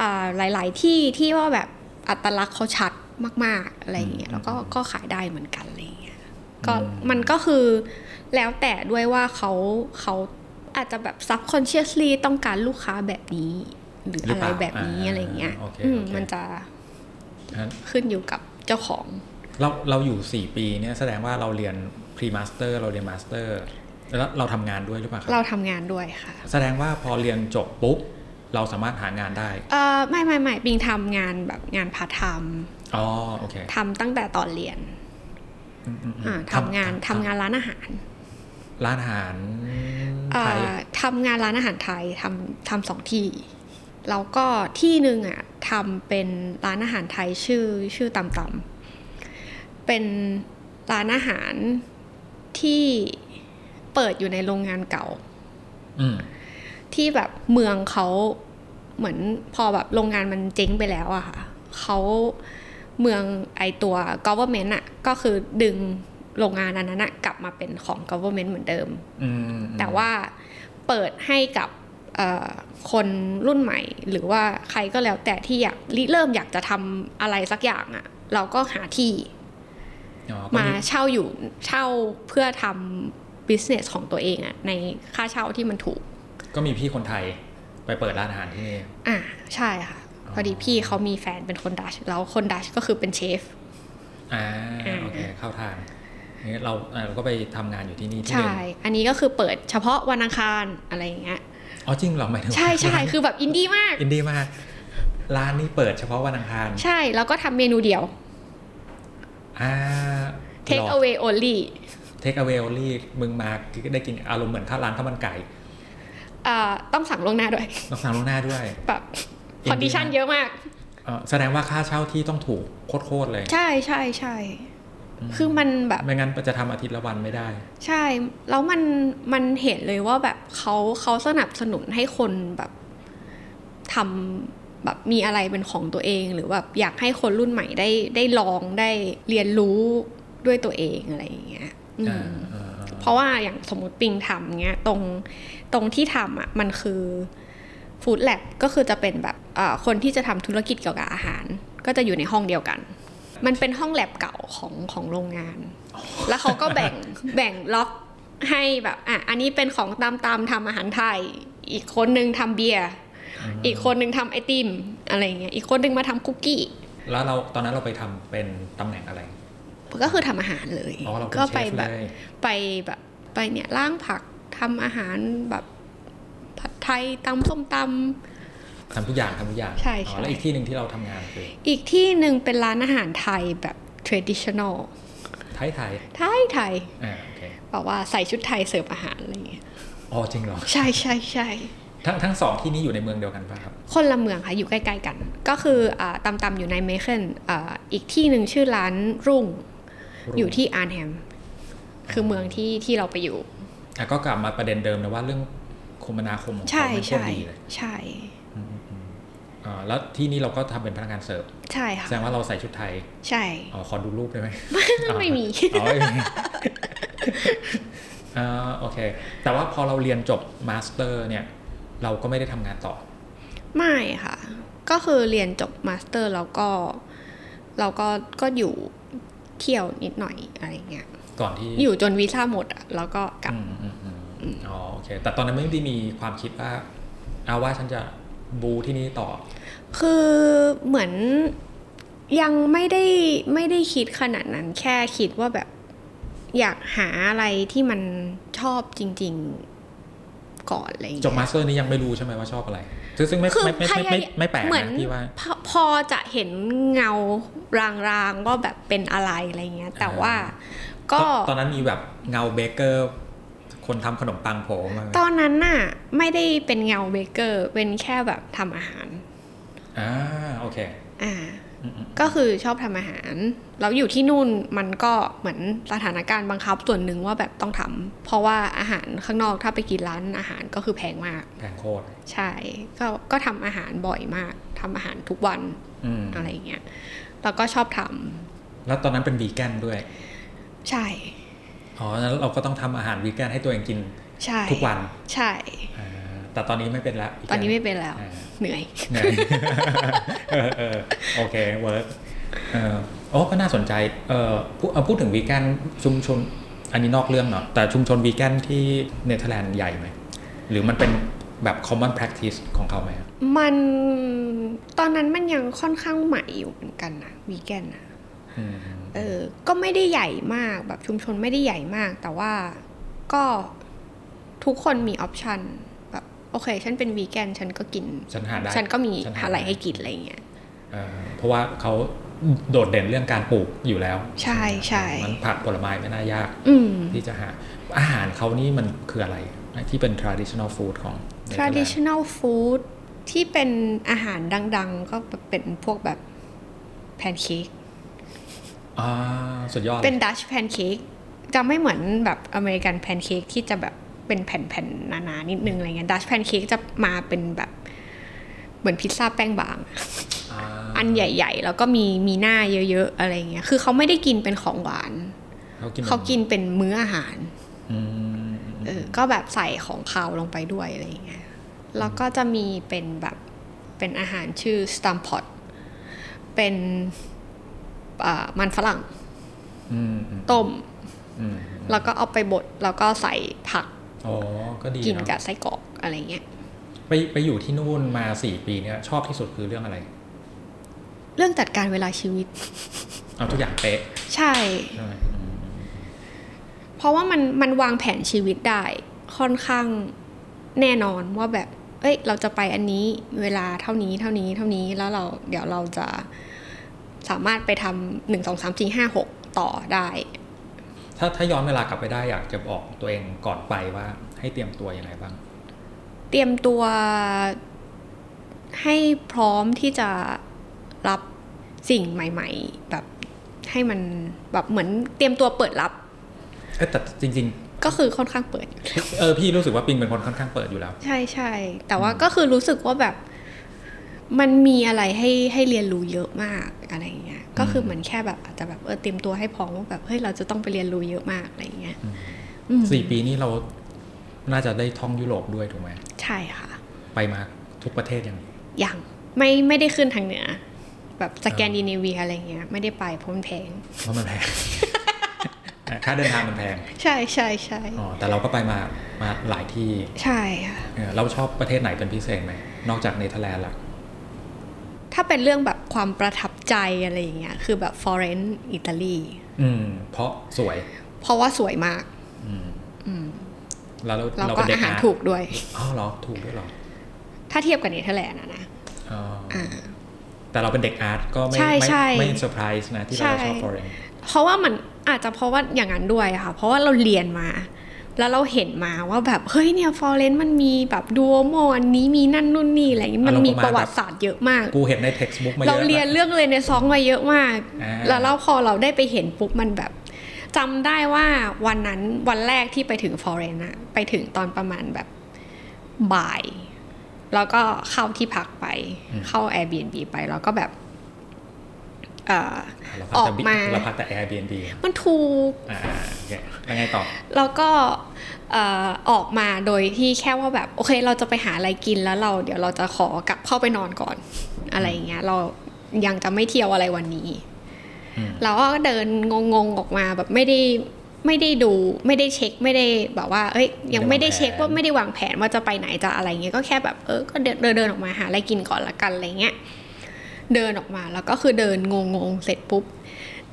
Speaker 2: อ่าหลาย ๆ ที่ที่ว่าแบบอัตลักษณ์เขาชัดมาก ๆ อะไรอย่างเงี้ย
Speaker 1: อืม
Speaker 2: แล้วก็
Speaker 1: อืม
Speaker 2: ก็ขายได้เหมือนกันอะไรอย่างเงี้ยก็
Speaker 1: อืม
Speaker 2: มันก็คือแล้วแต่ด้วยว่าเขาเขาอาจจะแบบ subconsciously ต้องการลูกค้าแบบนี้ หรืออะไรแบบนี้อะไรอย่างเงี้ย
Speaker 1: โอเค
Speaker 2: อืม
Speaker 1: โอเค
Speaker 2: มันจะ
Speaker 1: งั้น
Speaker 2: ขึ้นอยู่กับเจ้าของ
Speaker 1: เราเราอยู่ 4 ปีเนี่ยแสดงว่าเราเรียน pre master เราเรียน master แล้วเราทำงานด้วยหรือเปล่าค
Speaker 2: เรา
Speaker 1: รับ
Speaker 2: ทำงานด้วยค่ะ
Speaker 1: แสดงว่าพอเรียนจบปุ๊บ เราสามารถหางานได้
Speaker 2: เออไม่ไม่ไม่ปิงทำงานแบบงานพาร์ทไทม์
Speaker 1: อ๋อ โอเค
Speaker 2: ทำตั้งแต่ตอนเรียน
Speaker 1: อืมอืมอืม
Speaker 2: อ่าทำงานทำงานร้านอาหาร
Speaker 1: ร้านอาหาร
Speaker 2: อ่า
Speaker 1: ไทย
Speaker 2: ทำงานร้านอาหารไทยทำทำสองที่แล้วก็ที่หนึ่งอ่ะทำเป็นร้านอาหารไทยชื่อชื่อตำตำเป็นร้านอาหารที่เปิดอยู่ในโรงงานเก่า
Speaker 1: อืม
Speaker 2: ที่แบบเมืองเขาเหมือนพอแบบโรงงานมันเจ๊งไปแล้วอะค่ะเขาเมืองไอตัว government อะก็คือดึงโรงงานอันนั้นอะกลับมาเป็นของ government เหมือนเดิม
Speaker 1: อืมอืม
Speaker 2: แต่ว่าเปิดให้กับเอ่อคนรุ่นใหม่ หรือว่าใครก็แล้วแต่ที่อยากริเริ่มอยากจะทำอะไรสักอย่างอะเราก็หาที่
Speaker 1: อ๋อก็
Speaker 2: มาเช่าอยู่เช่าเพื่อทำ business ของตัวเองอะในค่าเช่าที่มันถูก
Speaker 1: ก็มีพี่คนไทยไปเปิดร้านอาหารที่นี่
Speaker 2: อ่าใช่ค่ะ
Speaker 1: อ๋อ
Speaker 2: พอดีพี่เขามีแฟนเป็นคนดัชแล้วคนดัชก็คือเป็นเชฟ
Speaker 1: อ่า
Speaker 2: อ่า
Speaker 1: โอเคเข้าทางงั้นเราอ่าเราก็ไปทำงานอยู่ที่นี่ที่
Speaker 2: ใช่
Speaker 1: เดิม
Speaker 2: อันนี้ก็คือเปิดเฉพาะวันอังคารอะไรอย่า
Speaker 1: <laughs>
Speaker 2: งเงี้ย
Speaker 1: อ๋อจริงเหรอหมายถึงว่า
Speaker 2: ใช่ใช่คือแบบอินดี้มาก
Speaker 1: อินดี้มาก ร้านนี้เปิดเฉพาะวันอังคาร
Speaker 2: ใช่แล้วก็ทำเมนูเดียว
Speaker 1: อ่า
Speaker 2: take away only
Speaker 1: เทคเอาเวลลี่มึงมาได้กินอารมณ์เหมือนข้าวร้านข้าวมันไก่
Speaker 2: อ่าต้องสั่งล่วงหน้าด้วย
Speaker 1: ต้องสั่งล่วงหน้าด้วย
Speaker 2: <laughs> แบบ
Speaker 1: อินดี้มาก
Speaker 2: คอนดิชันเยอะมาก
Speaker 1: เอ่อแสดงว่าค่าเช่าที่ต้องถูกโคตรๆเลย
Speaker 2: ใช่ใช่ใช่คือมันแบบ
Speaker 1: ไม่งั้นจะทำอาทิตย์ละวันไม่ได้
Speaker 2: ใช่ แล้วมันมันเห็นเลยว่าแบบเขาเขาสนับสนุนให้คนแบบทำแบบมีอะไรเป็นของตัวเอง หรือแบบอยากให้คนรุ่นใหม่ได้ได้ลองได้เรียนรู้ด้วยตัวเองอะไรอย่างเงี้ยอืม
Speaker 1: อ่าอ่าอ่า
Speaker 2: เพราะว่าอย่างสมมติปิงทำเงี้ยตรงตรงที่ทำอ่ะมันคือฟู้ดแลบก็คือจะเป็นแบบเอ่อคนที่จะทำธุรกิจเกี่ยวกับอาหาร ก็จะอยู่ในห้องเดียวกัน มันเป็นห้องแลบเก่าของของโรงงาน แล้วเขาก็แบ่ง
Speaker 1: <laughs>
Speaker 2: แบ่งล็อกให้แบบอ่ะอันนี้เป็นของตามตามทำอาหารไทย อีกคนนึงทำเบียร์อีกคนนึงทำไอติมอะไรเงี้ยอีกคนนึงมาทำคุกกี้
Speaker 1: แล้วเราตอนนั้นเราไปทำเป็นตำแหน่งอะไร
Speaker 2: ก็คือทำอาหารเลย
Speaker 1: อ๋อเราเป็น
Speaker 2: ก็
Speaker 1: เช
Speaker 2: ไป
Speaker 1: ฟ
Speaker 2: แบบ
Speaker 1: เลย
Speaker 2: ไปแบบไปเนี่ยล่างผักทำอาหารแบบผัดไทยตำส้มต
Speaker 1: ทำทุกอย่างทำทุกอย่าง
Speaker 2: ใช่
Speaker 1: อ๋อ
Speaker 2: ใช่
Speaker 1: แล้วอีกที่หนึ่งที่เราทำงานคือ
Speaker 2: ำอีกที่หนึ่งเป็นร้านอาหารไทยแบบ traditional
Speaker 1: ไทยไทย
Speaker 2: ไทยไทย
Speaker 1: ๆอ่าโอเค
Speaker 2: แบบว่าใส่ชุดไทยเสิร์ฟอาหารอะไรเงี้ย
Speaker 1: อ๋อจริงเหรอ
Speaker 2: ใช่ใช่ใช่
Speaker 1: ทั้งทั้งสองที่นี้อยู่ในเมืองเดียวกันป่ะครับ
Speaker 2: คนละเมืองค่ะ อยู่ใกล้ๆกัน ก็คืออ่าตำตำอยู่ในเมเคิลอ่าอีกที่หนึ่งชื่อร้านรุ่ง
Speaker 1: รุ่ง
Speaker 2: อยู่ที่อาร์แฮม คือเมืองที่ที่เราไปอยู่
Speaker 1: อ่ะก็กลับมาประเด็นเดิมนะว่าเรื่องคมนาคมของ
Speaker 2: ใช่
Speaker 1: เขาไม่โคต
Speaker 2: ใช่
Speaker 1: รดีเลย
Speaker 2: ใช่
Speaker 1: อืมอืมอ่าแล้วที่นี่เราก็ทำเป็นพนักงานเสิร์ฟ
Speaker 2: ใช่ค่ะ
Speaker 1: แสดงว่าเราใส่ชุดไทย
Speaker 2: ใช่
Speaker 1: อ๋อ ขอดูรูปได้ไหม
Speaker 2: ไม่มี
Speaker 1: อ๋อไม่มี <laughs> อ่าโอเค แต่ว่าพอเราเรียนจบมาสเตอร์เนี่ย เราก็ไม่ได้ทำงานต่อ
Speaker 2: ไม่ค่ะ ก็คือเรียนจบมาสเตอร์แล้วก็เราก็ก็อยู่เที่ยวนิดหน่อยอะไรเงี้ย
Speaker 1: ก่อนที่
Speaker 2: อยู่จนวีซ่าหมดอะแล้วก็กลับ
Speaker 1: อืมอืมอืมอ๋อ โอเค แต่ตอนนั้นไม่ได้มีความคิดว่าเอาว่าฉันจะบูที่นี่ต่อ
Speaker 2: คือเหมือนยังไม่ได้ไม่ได้คิดขนาดนั้นแค่คิดว่าแบบอยากหาอะไรที่มันชอบจริง ๆก่อนอะไรอย่าง
Speaker 1: จบ
Speaker 2: เงี้ย
Speaker 1: มาสเตอร์นี้ยังไม่รู้ใช่ไหมว่าชอบอะไร ซึ่งซึ่งไม่
Speaker 2: คือ
Speaker 1: ไม่ไม่
Speaker 2: พ
Speaker 1: ไม่
Speaker 2: ยายา
Speaker 1: ไม่ไม่แปลก
Speaker 2: เหมือน
Speaker 1: นะพี่ว่า
Speaker 2: พอพอจะเห็นเงารางๆว่าแบบเป็นอะไรอะไรเงี้ย แต่
Speaker 1: อ่า
Speaker 2: ว่าก็
Speaker 1: ตอนนั้นมีแบบเงาเบเกอร์ คนทำขนมปังโผล่มา
Speaker 2: ตอนนั้นน่ะไม่ได้เป็นเงาเบเกอร์ เป็นแค่แบบทำอาหาร
Speaker 1: อ่า โอเค
Speaker 2: อ่า
Speaker 1: อืมอืม
Speaker 2: ก็คือชอบทำอาหาร แล้วอยู่ที่นู่นมันก็เหมือนสถานการณ์บังคับส่วนหนึ่งว่าแบบต้องทำเพราะว่าอาหารข้างนอกถ้าไปกินร้านอาหารก็คือแพงมาก
Speaker 1: แพงโคตร
Speaker 2: ใช่ ก็ก็ทำอาหารบ่อยมากทำอาหารทุกวัน
Speaker 1: อืม
Speaker 2: อะไรอย่างเงี้ย แล้วก็ชอบท
Speaker 1: แล้วตอนนั้นเป็นวีแกนด้วย
Speaker 2: ำใช่
Speaker 1: อ๋อนั้นเราก็ต้องทำอาหารวีแกนให้ตัวเองกิน
Speaker 2: ใช่
Speaker 1: ทุกวัน
Speaker 2: ใช่
Speaker 1: อ่าแต่ตอนนี้ไม่เป็นละ
Speaker 2: ตอนนี้ไม่เป็นแล้ว
Speaker 1: อ่า
Speaker 2: เหนื่อย
Speaker 1: เหนื่อยเออเออโอเคเวิร์กเออโอ้ก็น่าสนใจเออพูดเอาพูดถึงวีแกนชุมชน อันนี้นอกเรื่องเนาะแต่ชุมชนวีแกนที่เนเธอร์แลนด์ใหญ่ไหม หรือมันเป็นแบบ common practice ของเขาไหมอะ
Speaker 2: มันตอนนั้นมันยังค่อนข้างใหม่อยู่เหมือนกันนะวีแกนนะ
Speaker 1: อืม
Speaker 2: เออ ก็ไม่ได้ใหญ่มากแบบชุมชนไม่ได้ใหญ่มาก แต่ว่าก็ทุกคนมีออปชันแบบโอเค ฉันเป็นวีแกนฉันก็กิน
Speaker 1: ฉันหาได้
Speaker 2: ฉันก็มี
Speaker 1: ฉันหา
Speaker 2: อะไร
Speaker 1: ด้
Speaker 2: ให้กินอะไรเงี้ย
Speaker 1: เออเพราะว่าเขา โดดเด่นเรื่องการปลูกอยู่แล้ว
Speaker 2: ใช่ใช่
Speaker 1: มันผักผลไม้ไม่น่ายาก
Speaker 3: อืม
Speaker 1: ที่จะหาอาหารเขานี่มันคืออะไรที่เป็น traditional food ของ Netherlands
Speaker 2: traditional food ที่เป็นอาหารดังๆ ก็เป็นพวกแบบแพนเค้ก
Speaker 1: อ่าสุดยอดลย
Speaker 2: เป็นดัชแพนเค้กจะไม่เหมือนแบบอเมริกันแพนเค้กที่จะแบบเป็นแผ่นๆหนาๆนิดนึงอะไรเงี้ยดัชแพนเค้กจะมาเป็นแบบเหมือนพิซซ่าแป้งบาง
Speaker 1: า
Speaker 2: อันใหญ่ๆ แล้วก็มีมีหน้าเยอะๆอะไรเงี้ยคือเขาไม่ได้กินเป็นของหวาน
Speaker 1: เขากิน
Speaker 2: เขากินเป็นมื้ออาหาร
Speaker 1: อืม
Speaker 2: เออก็แบบใส่ของคาวลงไปด้วยอะไรเงี้ยแล้วก็จะมีเป็นแบบเป็นอาหารชื่อสตัมพอตเป็นอ่ามันฝรั่ง
Speaker 1: อืมอืม
Speaker 2: ต้ม
Speaker 1: อืม
Speaker 2: แล้วก็เอาไปบดแล้วก็ใส่ผัก
Speaker 1: อ๋อก็ดี
Speaker 2: กิน
Speaker 1: เนอะ
Speaker 2: กับไส้กรอกอะไรเงี้ย
Speaker 1: ไปไปอยู่ที่นู่นมาสี่ปีเนี่ยชอบที่สุดคือเรื่องอะไร
Speaker 2: เรื่องจัดการเวลาชีวิต
Speaker 1: เอาทุกอย่างเป๊ะ
Speaker 2: ใช่
Speaker 1: ใช่ไหมอืม
Speaker 2: เพราะว่ามันมันวางแผนชีวิตได้ค่อนข้างแน่นอนว่าแบบ เอ้ย เราจะไปอันนี้เวลาเท่านี้เท่านี้เท่านี้แล้วเราเดี๋ยวเราจะสามารถไปทำหนึ่งสองสามสี่ห้าหกต่อได้
Speaker 1: ถ้าถ้าย้อนเวลากลับไปได้อยากจะบอกตัวเองก่อนไปว่าให้เตรียมตัวยังไงบ้าง
Speaker 2: เตรียมตัวให้พร้อมที่จะรับสิ่งใหม่ ๆ แบบให้มันแบบเหมือนเตรียมตัวเปิดรับ
Speaker 1: เอ้ยแต่จริง
Speaker 2: ก็คือค่อนข้างเปิดอยู่
Speaker 1: ๆเออพี่รู้สึกว่าปิงเป็นคนค่อนข้างเปิดอยู่แล้ว
Speaker 2: ใช่ใช่ แต่ว่าก็คือรู้สึกว่าแบบ มันมีอะไรให้ให้เรียนรู้เยอะมากอะไรอย่างเงี้ย ก็คือเหมือนแค่แบบอาจจะแบบเออเตรียมตัวให้พร้อมว่าแบบเฮ้ยเราจะต้องไปเรียนรู้เยอะมากอะไรอย่างเงี้ยอืม
Speaker 1: สี่ปีนี้เราน่าจะได้ท่องยุโรปด้วยถูกไหม
Speaker 2: ใช่ค่ะ
Speaker 1: ไปมาทุกประเทศยัง
Speaker 2: ยังไม่ไม่ได้ขึ้นทางเหนือ แบบสแกนดิเนเวียอะไรอย่างเงี้ยไม่ได้ไปเพราะมันแพง
Speaker 1: เพราะมันแพง ค่าเดินทางมันแพง
Speaker 2: ใช่ใช่ใช่
Speaker 1: อ๋อแต่เราก็ไปมามาหลายที่
Speaker 2: ใช่ค่ะ
Speaker 1: เออเราชอบประเทศไหนเป็นพิเศษไหมนอกจากเนเธอร์แลนด์ล่ะ
Speaker 2: ถ้าเป็นเรื่องแบบความประทับใจอะไรอย่างเงี้ยคือแบบฟลอเรนซ์อิตาลี
Speaker 1: อืม เพราะสวย
Speaker 2: เพราะว่าสวยมาก
Speaker 1: อืม
Speaker 2: อืม
Speaker 1: แล้วเรา
Speaker 2: แล้ว
Speaker 1: เรา
Speaker 2: ก็
Speaker 1: เป็นเด็
Speaker 2: อาก หาร
Speaker 1: นะ
Speaker 2: ถูกด้วย
Speaker 1: อ๋อเหรอถูกด้วยเหรอ
Speaker 2: ถ้าเทียบกับเนเธอร์แลนด์อะนะ
Speaker 1: อ๋อ
Speaker 2: อ่า
Speaker 1: แต่เราเป็นเด็กอาร์ตก็ไม่
Speaker 2: ใช่
Speaker 1: ไม่
Speaker 2: ใช่
Speaker 1: ไม่เซอร์ไพรส์นะที่เราจะช
Speaker 2: ใช่
Speaker 1: อบฟอเรน
Speaker 2: เพราะว่ามันอาจจะเพราะว่าอย่างนั้นด้วยอะค่ะ เพราะว่าเราเรียนมา แล้วเราเห็นมาว่าแบบเฮ้ยเนี่ยฟลอเรนซ์มันมีแบบดูโมอันนี้มีนั่นนู่นนี่อะไรอย่างงี้มันมีประวัติศาสตร์เยอะมาก
Speaker 1: กูเห็นในเท็กซ์บุ๊กมาเย
Speaker 2: เรา
Speaker 1: อะ
Speaker 2: เรียน
Speaker 1: นะ
Speaker 2: เรื่องเลยในซองมาเยอะมาก
Speaker 1: อ่า
Speaker 2: แล้วเราพอเราได้ไปเห็นปุ๊บมันแบบจำได้ว่าวันนั้นวันแรกที่ไปถึงฟอเรนอะไปถึงตอนประมาณแบบบ่าย แล้วก็เข้าที่พักไป เข้า Airbnb ไป แล้วก็แบบเอ่อ
Speaker 1: เราพักแต่บิ
Speaker 2: ออกมา
Speaker 1: เราพักแต่ Airbnb อะ
Speaker 2: มันถูก
Speaker 1: อ่าโอเคแล้วไงต่อ
Speaker 2: แล้วก็เอ่อออกมาโดยที่แค่ว่าแบบ โอเค เราจะไปหาอะไรกินแล้วเรา เดี๋ยวเราจะขอกลับเข้าไปนอนก่อน อะไรอย่างเงี้ย เรายังจะไม่เที่ยวอะไรวันนี้
Speaker 1: อืม
Speaker 2: เราก็เดินงงๆออกมาแบบไม่ได้ไม่ได้ดูไม่ได้เช็คไม่ได้แบบว่า เอ้ยยังไม่ได้เช็คว่าไม่ได้วางแผนว่าจะไปไหนจะอะไรเงี้ยก็แค่แบบเออก็เดินเดินเดินออกมาหาอะไรกินก่อนละกันอะไรเงี้ยเดินออกมาแล้วก็คือเดินงงๆเสร็จปุ๊บ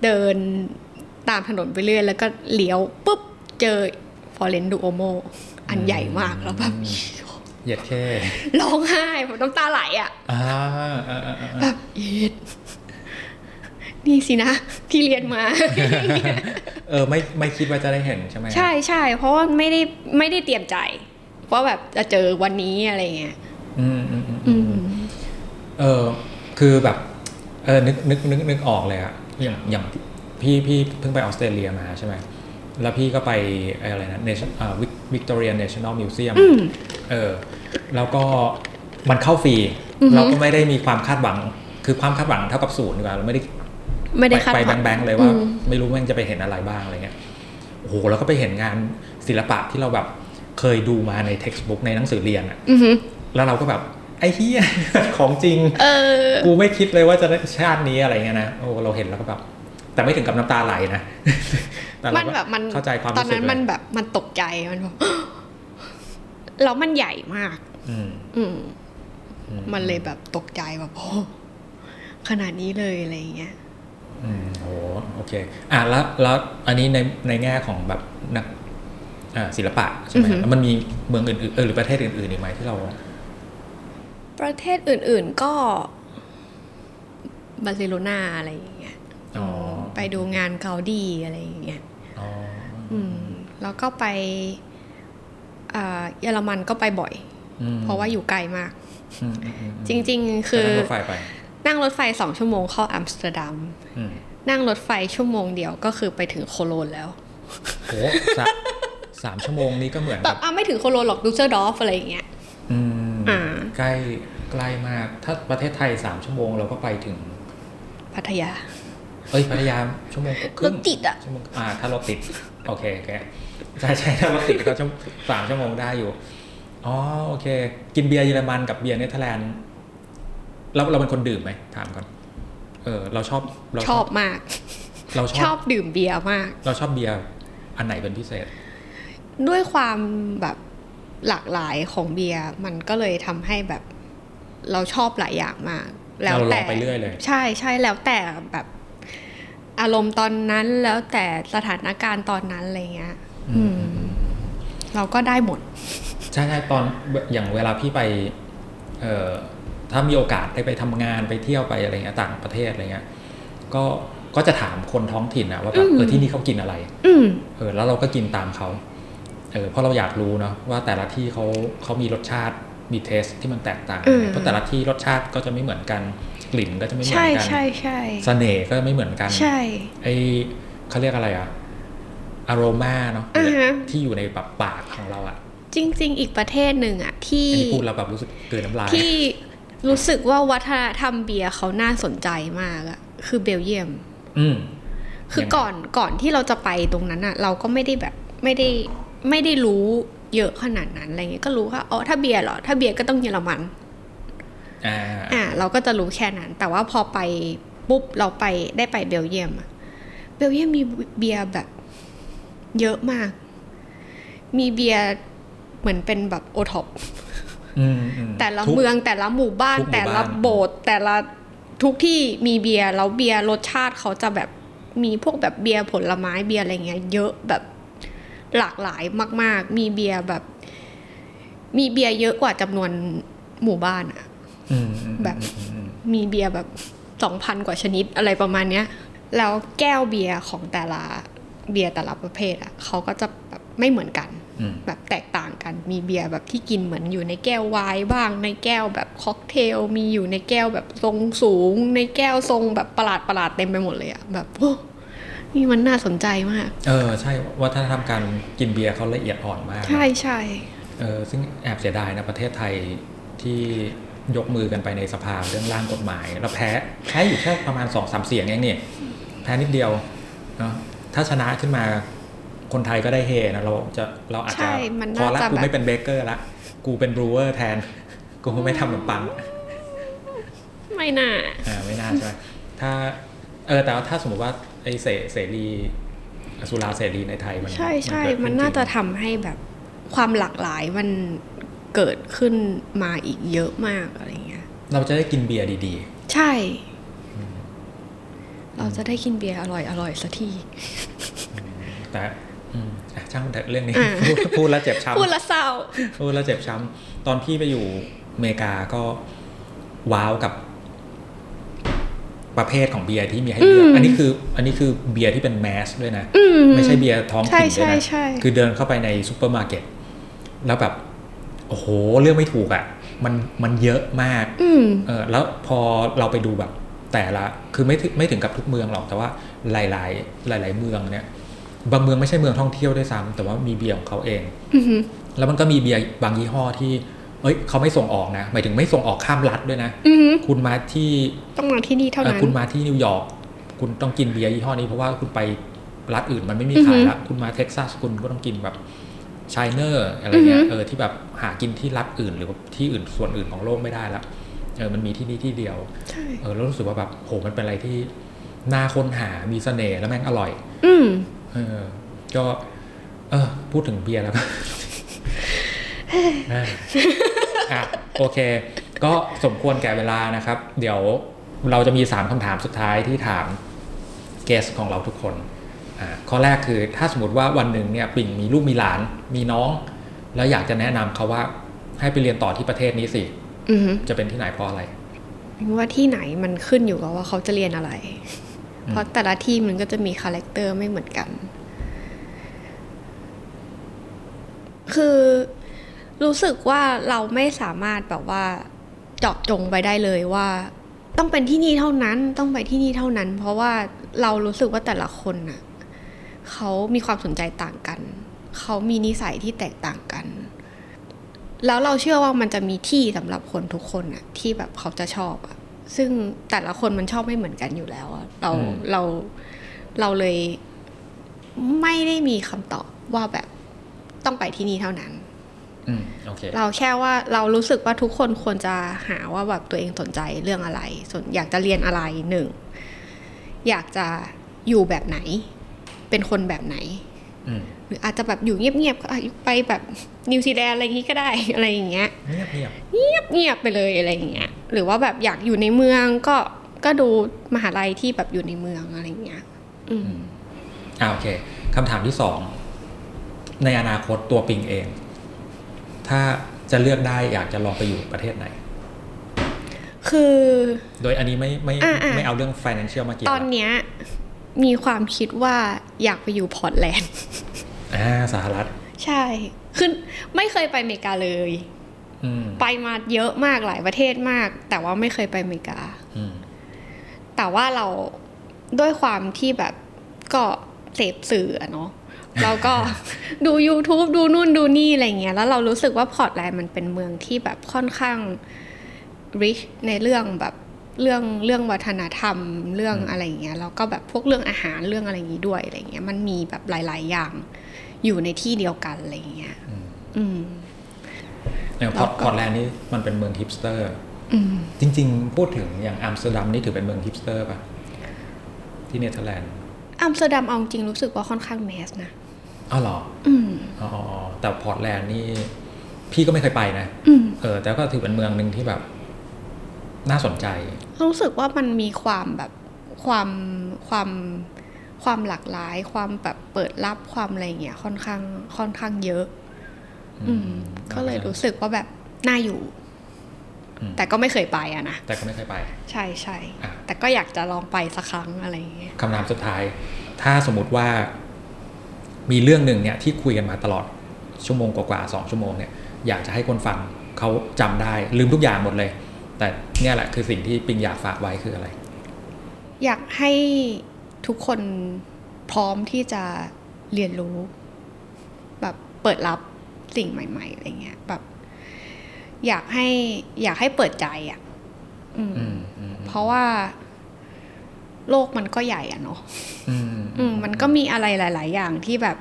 Speaker 2: เดินตามถนนไปเรื่อยแล้วก็เลี้ยวปุ๊บเจอฟอเรนดูโอโมอันใหญ่มากแล้วแบบ
Speaker 1: เหยียดแค่
Speaker 2: ร้องไห้แบบน้ำตาไหลอ่ะ
Speaker 1: อ่าอ่าอ่าอ่า
Speaker 2: แบบเอ็ดนี่สินะ ที่เรียนมา
Speaker 1: เออไม่ไม่คิดว่าจะได้เห็นใช่ไหม
Speaker 2: ใช่ใช่เพราะว่าไม่ได้ไม่ได้เตรียมใจ เพราะแบบจะเจอวันนี้อะไรเงี้ย
Speaker 1: อืมอืมอืม
Speaker 2: อืม
Speaker 1: เออคือแบบเออนึกนึกนึกนึกออกเลยอะอย่างอย่างพี่พี่เพิ่งไปออสเตรเลียมาใช่ไหมแล้วพี่ก็ไปอะไรนะ nation อ่าวิกตอเรียนเนชั่นแนลมิวเซียมเออแล้วก็มันเข้าฟรี
Speaker 2: อือฮึ
Speaker 1: เราก็ไม่ได้มีความคาดหวัง คือความคาดหวังเท่ากับศูนย์ดีกว่าเราไม่ได้
Speaker 2: ไม่ได้คาด
Speaker 1: ไป
Speaker 2: หวัง
Speaker 1: แบงค์ๆเลยว่า
Speaker 2: อืม
Speaker 1: ไม่รู้มันจะไปเห็นอะไรบ้างอะไรเงี้ยโอ้โหแล้วก็ไปเห็นงานศิลปะที่เราแบบเคยดูมาใน textbook ในหนังสือเรียนอะ
Speaker 2: อือหือ
Speaker 1: แล้วเราก็แบบ ไอ้เฮีย <laughs> ของจริง
Speaker 2: เออ
Speaker 1: กูไม่คิดเลยว่าจะได้ชาตินี้อะไรเงี้ยนะโอ้เราเห็นแล้วก็แบบ แต่ไม่ถึงกับน้ำตาไหลนะ <laughs> ต่เรา
Speaker 2: มันแบบมัน
Speaker 1: เข้าใจความ
Speaker 2: ตอน
Speaker 1: รู้สึ
Speaker 2: นั้
Speaker 1: ก
Speaker 2: น
Speaker 1: เล
Speaker 2: มัน
Speaker 1: ย
Speaker 2: แบบมันตก <gasps> ใจมันแบบ แล้วมันใหญ่มาก
Speaker 1: อืม
Speaker 2: อืม
Speaker 1: อื
Speaker 2: มันเลยแบบตกใจแบบโอ้ขนาดนี้เลยอะไรอย่างเงี้ย
Speaker 1: อืมโอ้โหโอเค อ่ะแล้วแล้วอันนี้ในในแง่ของแบบนักอ่าศิลปะใช่ไหม
Speaker 2: อือฮึ
Speaker 1: แล้วมันมีเมืองอื่นๆเออหรือประเทศอื่นๆอีกไหมที่เรา
Speaker 2: ประเทศอื่น ๆก็ บาร์เซโลนาอะไรอย่างเงี้ย
Speaker 1: อ๋อ
Speaker 2: ไปดูงานเขาดีอะไรอย่างเงี้ย
Speaker 1: อ๋อ
Speaker 2: อืมแล้วก็ไปอ่าเยอรมันก็ไปบ่อย
Speaker 1: อืม
Speaker 2: เพราะว่าอยู่ไกลมาก
Speaker 1: อืมอืมอืม
Speaker 2: จริง ๆ คื
Speaker 1: แต่
Speaker 2: อ
Speaker 1: นั่งรถไฟไป
Speaker 2: นั่งรถไฟสองชั่วโมงเข้าอัมสเตอร์ดัม
Speaker 1: อืม
Speaker 2: นั่งรถไฟชั่วโมงเดียวก็คือไปถึงโคโลนแล้ว
Speaker 1: โหสาม <laughs> สามชั่วโมงนี้ก็เหมือน
Speaker 2: แบ
Speaker 1: กั
Speaker 2: บบ อ่ะไม่ถึงโคโลนหรอกดูเซอร์ดอฟอะไรอย่างเงี้ย
Speaker 1: อืม
Speaker 2: อ่า
Speaker 1: ใกล้ใกล้มาก ถ้าประเทศไทยสามชั่วโมงเราก็ไปถึง
Speaker 2: พัทยา
Speaker 1: เอ้ยพัทยาชั่วโมงค
Speaker 2: ร
Speaker 1: รึ่
Speaker 2: ถ
Speaker 1: ง
Speaker 2: ติดอะ
Speaker 1: ชั่วโมงอ่า ถ้ารถติด โอเคโอเคใช่ใช่ถ้ารถติดก็ชั่วสามชั่วโมงได้อยู่ อ๋อโอเค กินเบียร์เยอรมันกับเบียร์เนเธอร์แลนด์เราเราเป็นคนดื่มไหมถามก่อน เออ เราชอบเรา
Speaker 2: ชอบมาก
Speaker 1: เราช
Speaker 2: ช
Speaker 1: อ
Speaker 2: อ
Speaker 1: บบ
Speaker 2: ดื่มเบียร์มาก
Speaker 1: เราชอบเบียร์อันไหนเป็นพิเศษ
Speaker 2: ด้วยความแบบหลากหลายของเบียร์มันก็เลยทำให้แบบเราชอบหลายอย่างมาก แล้ว
Speaker 1: เราล
Speaker 2: แต่
Speaker 1: องไปเรื่อยเลย
Speaker 2: ใช่ใช่แล้วแต่แบบอารมณ์ตอนนั้นแล้วแต่สถานการณ์ตอนนั้นอะไรเงี้ย อืม เราก็ได้หมด
Speaker 1: ใช่ใช่ตอนอย่างเวลาพี่ไป เอ่อถ้ามีโอกาสได้ไปทำงานไปเที่ยวไปอะไรเงี้ยต่างประเทศอะไรเงี้ย ก็ก็จะถามคนท้องถิ่นอะว่าแบบเออที่นี่เขากินอะไร
Speaker 2: อืม
Speaker 1: เออแล้วเราก็กินตามเขาเออเพราะเราอยากรู้เนาะว่าแต่ละที่เขาเขามีรสชาติมีเทสที่มันแตกต่าง
Speaker 2: อืม
Speaker 1: เพราะแต่ละที่รสชาติก็จะไม่เหมือนกันกลิ่นก็จะไม่เหมื
Speaker 2: ใช่
Speaker 1: อนกัน
Speaker 2: ใช่ใช่
Speaker 1: เสน่ห์ก็ไม่เหมือนกัน
Speaker 2: ใช่
Speaker 1: ไอเขาเรียกอะไรอะอารมาเนาะ
Speaker 2: อ่าฮะ
Speaker 1: ที่อยู่ในแบบปากของเราอะ
Speaker 2: จริง ๆ อีกประเทศหนึ่งอะที่
Speaker 1: อันนี้พูดแล้วแบบรู้สึกเกินน้ำลาย
Speaker 2: ที่รู้สึกว่าวัฒนธรรมเบียร์เขาน่าสนใจมากอะคือเบลเยียม
Speaker 1: อืม
Speaker 2: คือ
Speaker 1: ยังไง
Speaker 2: ก่อนก่อนที่เราจะไปตรงนั้นอะเราก็ไม่ได้แบบไม่ได้ไม่ได้รู้เยอะขนาดนั้นอะไรเงี้ยก็รู้ว่าอ๋อถ้าเบียร์เหรอถ้าเบียร์ก็ต้องเยอรมัน
Speaker 1: อ่า
Speaker 2: อ่าเราก็จะรู้แค่นั้น แต่ว่าพอไปปุ๊บเราไปได้ไปเบลเยียมอะเบลเยียมมีเบียร์แบบเยอะมาก มีเบียร์เหมือนเป็นแบบโอท็อป
Speaker 1: อืมอืม
Speaker 2: แต่ละ
Speaker 1: ทุก
Speaker 2: เมืองแต่ละหมู่บ้าน
Speaker 1: ทุกหมู่
Speaker 2: แต่ละ
Speaker 1: บ้าน
Speaker 2: โบสถ์แต่ละทุกที่มีเบียร์แล้วเบียร์รสชาติเขาจะแบบมีพวกแบบเบียร์ผลไม้เบียร์อะไรเงี้ย เยอะแบบหลากหลายมาก ๆ มีเบียร์แบบ มีเบียร์เยอะกว่าจำนวนหมู่บ้านอะ
Speaker 1: อืมอืม
Speaker 2: แบบ
Speaker 1: อืมอืม
Speaker 2: มีเบียร์แบบสองพันกว่าชนิดอะไรประมาณเนี้ย แล้วแก้วเบียร์ของแต่ละเบียร์แต่ละประเภทอะเขาก็จะแบบไม่เหมือนกัน
Speaker 1: อืม
Speaker 2: แบบแตกต่างกัน มีเบียร์แบบที่กินเหมือนอยู่ในแก้วไวน์บ้าง ในแก้วแบบค็อกเทล มีอยู่ในแก้วแบบทรงสูง ในแก้วทรงแบบประหลาดประหลาดๆเต็มไปหมดเลยอะแบบโอ้นี่มันน่าสนใจมาก
Speaker 1: เออใช่วัฒนธรรมการกินเบียร์เขาละเอียดอ่อนมากนะ
Speaker 2: ใช่ใช่
Speaker 1: เออซึ่งแอบเสียดายนะประเทศไทยที่ยกมือกันไปในสภาเรื่องร่างกฎหมาย แล้วแพ้แพ้อยู่แค่ประมาณสองสามเสียงเองนี่แพ้นิดเดียวเนาะถ้าชนะขึ้นมาคนไทยก็ได้เฮนะเราจะเราอาจจะ
Speaker 2: ใช่มัน
Speaker 1: พอ
Speaker 2: น่า
Speaker 1: ละ
Speaker 2: จะ
Speaker 1: กู
Speaker 2: แบ
Speaker 1: ไม่
Speaker 2: บ
Speaker 1: เป็นเบเกอร์ละกูเป็นบรูเวอร์แทน <laughs> กูไม่ทำขนมปัง
Speaker 2: ไม่น่า
Speaker 1: อ่าไม่น่าใช่ไหมถ้าเออแต่ว่าถ้าสมมติว่าไอเสเสรีสุราเสรีในไทยมัน
Speaker 2: ใช่ใช่
Speaker 1: เกิดขึ้
Speaker 2: มันน่าจะ
Speaker 1: ริง
Speaker 2: ทำให้แบบความหลากหลายมันเกิดขึ้นมาอีกเยอะมากอะไรเงี้ย
Speaker 1: เราจะได้กินเบียร์ดีๆ
Speaker 2: ใช่ เราจะได้กินเบียร์อร่อยอร่อยๆสักที
Speaker 1: แต่อืมอ่ะช่างมันเถอะเรื่องนี้
Speaker 2: อ่า
Speaker 1: พูดพูดแล้วเจ็บช้ำ
Speaker 2: พูดและเศร้า
Speaker 1: พูดแล้วเจ็บช้ำตอนพี่ไปอยู่อเมริกาก็ว้าวกับ ประเภทของเบียร์ที่มีให้เลือก
Speaker 2: อืม
Speaker 1: อันนี้คือ อันนี้คือเบียร์ที่เป็นแมสด้วยนะ
Speaker 2: อื
Speaker 1: ไม่ใช่เบียร์ท้องถิ่นด้ว
Speaker 2: ใช่
Speaker 1: ยนะ
Speaker 2: ใช่ใช่
Speaker 1: คือเดินเข้าไปในซูเปอร์มาร์เก็ตแล้วแบบ โอ้โหเลือกไม่ถูกอะ่ะ มันมันเยอะมาก
Speaker 2: อืม
Speaker 1: เออแล้วพอเราไปดูแบบแต่ละคือไม่ถึงไม่ถึงกับทุกเมืองหรอก แต่ว่าหลาย ๆ หลาย ๆ เมืองเนี่ยบางเมืองไม่ใช่เมืองท่องเที่ยวด้วยซ้ำแต่ว่ามีเบียร์ของเขาเอง
Speaker 2: อือหือ
Speaker 1: แล้วมันก็มีเบียร์บางยี่ห้อที่ เอ้ยเขาไม่ส่งออกนะหมายถึงไม่ส่งออกข้ามรัฐด้วยนะ
Speaker 2: อือหือ
Speaker 1: คุณมาที่
Speaker 2: ต้องมาที่นี่เท่า
Speaker 1: เอ่อ
Speaker 2: นั้น
Speaker 1: คุณมาที่นิวยอร์กคุณต้องกินเบียร์ยี่ห้อนี้เพราะว่าคุณไปรัฐอื่นมันไม่มีขายละคุณมาเท็กซัสคุณก็ต้องกินแบบไชเนอร์อะไรเงี้ย
Speaker 2: อือฮึ
Speaker 1: เออที่แบบหากินที่รัฐอื่นหรือว่าที่อื่นส่วนอื่นของโลกไม่ได้ละเออมันมีที่นี่ที่เดียว
Speaker 2: ใช่
Speaker 1: เออแล้วรู้สึกว่าแบบโหมันเป็นอะไรที่น่าค้นหามีเสน่ห์แล้วแม่งอร่อย
Speaker 2: อืม
Speaker 1: เออก็ เออพูดถึงเบียร์แล้วก็ อ่ะอ่ะโอเค ก็สมควรแก่เวลานะครับ เดี๋ยวเราจะมีสามคำถามสุดท้ายที่ถามเกสของเราทุกคนอ่ะข้อแรกคือถ้าสมมติว่าวันหนึ่งเนี่ยปิ่งมีลูกมีหลานมีน้อง แล้วอยากจะแนะนำเขาว่าให้ไปเรียนต่อที่ประเทศนี้สิ
Speaker 2: อือหือ
Speaker 1: จะเป็นที่ไหนเพราะอะไร
Speaker 2: ว่าที่ไหนมันขึ้นอยู่กับว่าเขาจะเรียนอะไร เพราะแต่ละที่มันก็จะมีคาแรคเตอร์ไม่เหมือนกัน คือรู้สึกว่าเราไม่สามารถแบบว่าเจาะจงไปได้เลยว่า ต้องเป็นที่นี่เท่านั้นต้องไปที่นี่เท่านั้น เพราะว่าเรารู้สึกว่าแต่ละคนน่ะเขามีความสนใจต่างกัน เขามีนิสัยที่แตกต่างกัน แล้วเราเชื่อว่ามันจะมีที่สำหรับคนทุกคนน่ะที่แบบเขาจะชอบอะซึ่งแต่ละคนมันชอบไม่เหมือนกันอยู่แล้วอะเรา
Speaker 1: อืม
Speaker 2: เราเราเลยไม่ได้มีคำตอบว่าแบบต้องไปที่นี่เท่านั้น
Speaker 1: อืมโอเค
Speaker 2: เราแค่ว่าเรารู้สึกว่าทุกคนควรจะหาว่าแบบตัวเองสนใจเรื่องอะไรสนอยากจะเรียนอะไรหนึ่งอยากจะอยู่แบบไหน เป็นคนแบบไหน
Speaker 1: อืม
Speaker 2: หรืออาจจะแบบอยู่เงียบๆก็อาจไปแบบนิวซีแลนด์อะไรอย่างนี้ก็ <laughs> ได้ อะไรอย่างเงี้ย
Speaker 1: เงียบเงียบ
Speaker 2: เงียบๆไปเลยอะไรอย่างเงี้ย หรือว่าแบบอยากอยู่ในเมืองก็ก็ดูมหาลัยที่แบบอยู่ในเมืองอะไรอย่างเงี้ย อืม
Speaker 1: อ่าโอเคคำถามที่สองในอนาคตตัวปิงเอง ถ้าจะเลือกได้อยากจะลองไปอยู่ประเทศไหน
Speaker 2: คือ
Speaker 1: โดยอันนี้ไม่ไม่
Speaker 2: อ่าอ่า
Speaker 1: ไม่เอาเรื่อง financial มาเกี่ยว
Speaker 2: ตอนเนี้ยมีความคิดว่าอยากไปอยู่พอร์ตแลนด์ <laughs>
Speaker 1: อ่าสหรัฐ
Speaker 2: ใช่ คือไม่เคยไปอเมริกาเลย
Speaker 1: อืม
Speaker 2: ไปมาเยอะมากหลายประเทศมาก แต่ว่าไม่เคยไปอเมริกา
Speaker 1: อืม
Speaker 2: แต่ว่าเราด้วยความที่แบบก็เสพสื่ออะเนาะแล้วก็ <laughs> ดู YouTube ดูนู่นดูนี่อะไรเงี้ย แล้วเรารู้สึกว่าพอร์ตแลนด์มันเป็นเมืองที่แบบค่อนข้าง rich ในเรื่องแบบเรื่องเรื่องวัฒนธรรมเรื่องอะไรเงี้ยแล้วก็แบบพวกเรื่องอาหารเรื่องอะไรอย่างงี้ด้วยอะไรเงี้ยมันมีแบบหลาย ๆ อย่างอยู่ในที่เดียวกันอะไรเงี้ยอืม
Speaker 1: อย่างพอร์ตพอร์ตแลนด์นี่มันเป็นเมืองฮิปสเตอร์
Speaker 2: อืม
Speaker 1: จริง ๆ พูดถึงอย่างอัมสเตอร์ดัมนี่ถือเป็นเมืองฮิปสเตอร์ป่ะ ที่เนเธอร์แลนด์
Speaker 2: อัมสเตอร์ดัมเอาจริงรู้สึกว่าค่อนข้างแมสนะ
Speaker 1: อ้าวเหรอ
Speaker 2: อืม
Speaker 1: อ๋ออ๋ออ๋อแต่พอร์ตแลนด์นี่ พี่ก็ไม่เคยไปนะ
Speaker 2: อืม
Speaker 1: เออ แต่ก็ถือเป็นเมืองหนึ่งที่แบบ น่าสนใจ
Speaker 2: รู้สึกว่ามันมีความแบบความความความหลากหลาย ความแบบเปิดรับความอะไรอย่างเงี้ยค่อนข้างค่อนข้างเยอะ อืม ก็เลยรู้สึกว่าแบบน่าอยู่
Speaker 1: อืม
Speaker 2: แต่ก็ไม่เคยไปอะนะ
Speaker 1: แต่ก็ไม่เคยไป
Speaker 2: ใช่ใช่
Speaker 1: อ่ะ
Speaker 2: แต่ก็อยากจะลองไปสักครั้งอะไรอย่างเงี้ย
Speaker 1: คำถามสุดท้าย ถ้าสมมติว่า มีเรื่องหนึ่งเนี่ย ที่คุยกันมาตลอดชั่วโมงกว่าๆสองชั่วโมงเนี่ย อยากจะให้คนฟังเขาจำได้ ลืมทุกอย่างหมดเลย แต่เนี่ยแหละคือสิ่งที่ปิงอยากฝากไว้คืออะไร
Speaker 2: อยากให้ทุกคนพร้อมที่จะเรียนรู้ แบบเปิดรับสิ่งใหม่ ๆอะไรเงี้ยแบบ อยากให้อยากให้เปิดใจอะ่ะอืม
Speaker 1: อืมอืม
Speaker 2: เพราะว่าโลกมันก็ใหญ่อะเนาะ
Speaker 1: อืม
Speaker 2: อืม มันก็มีอะไรหลาย ๆ อย่างที่แบบ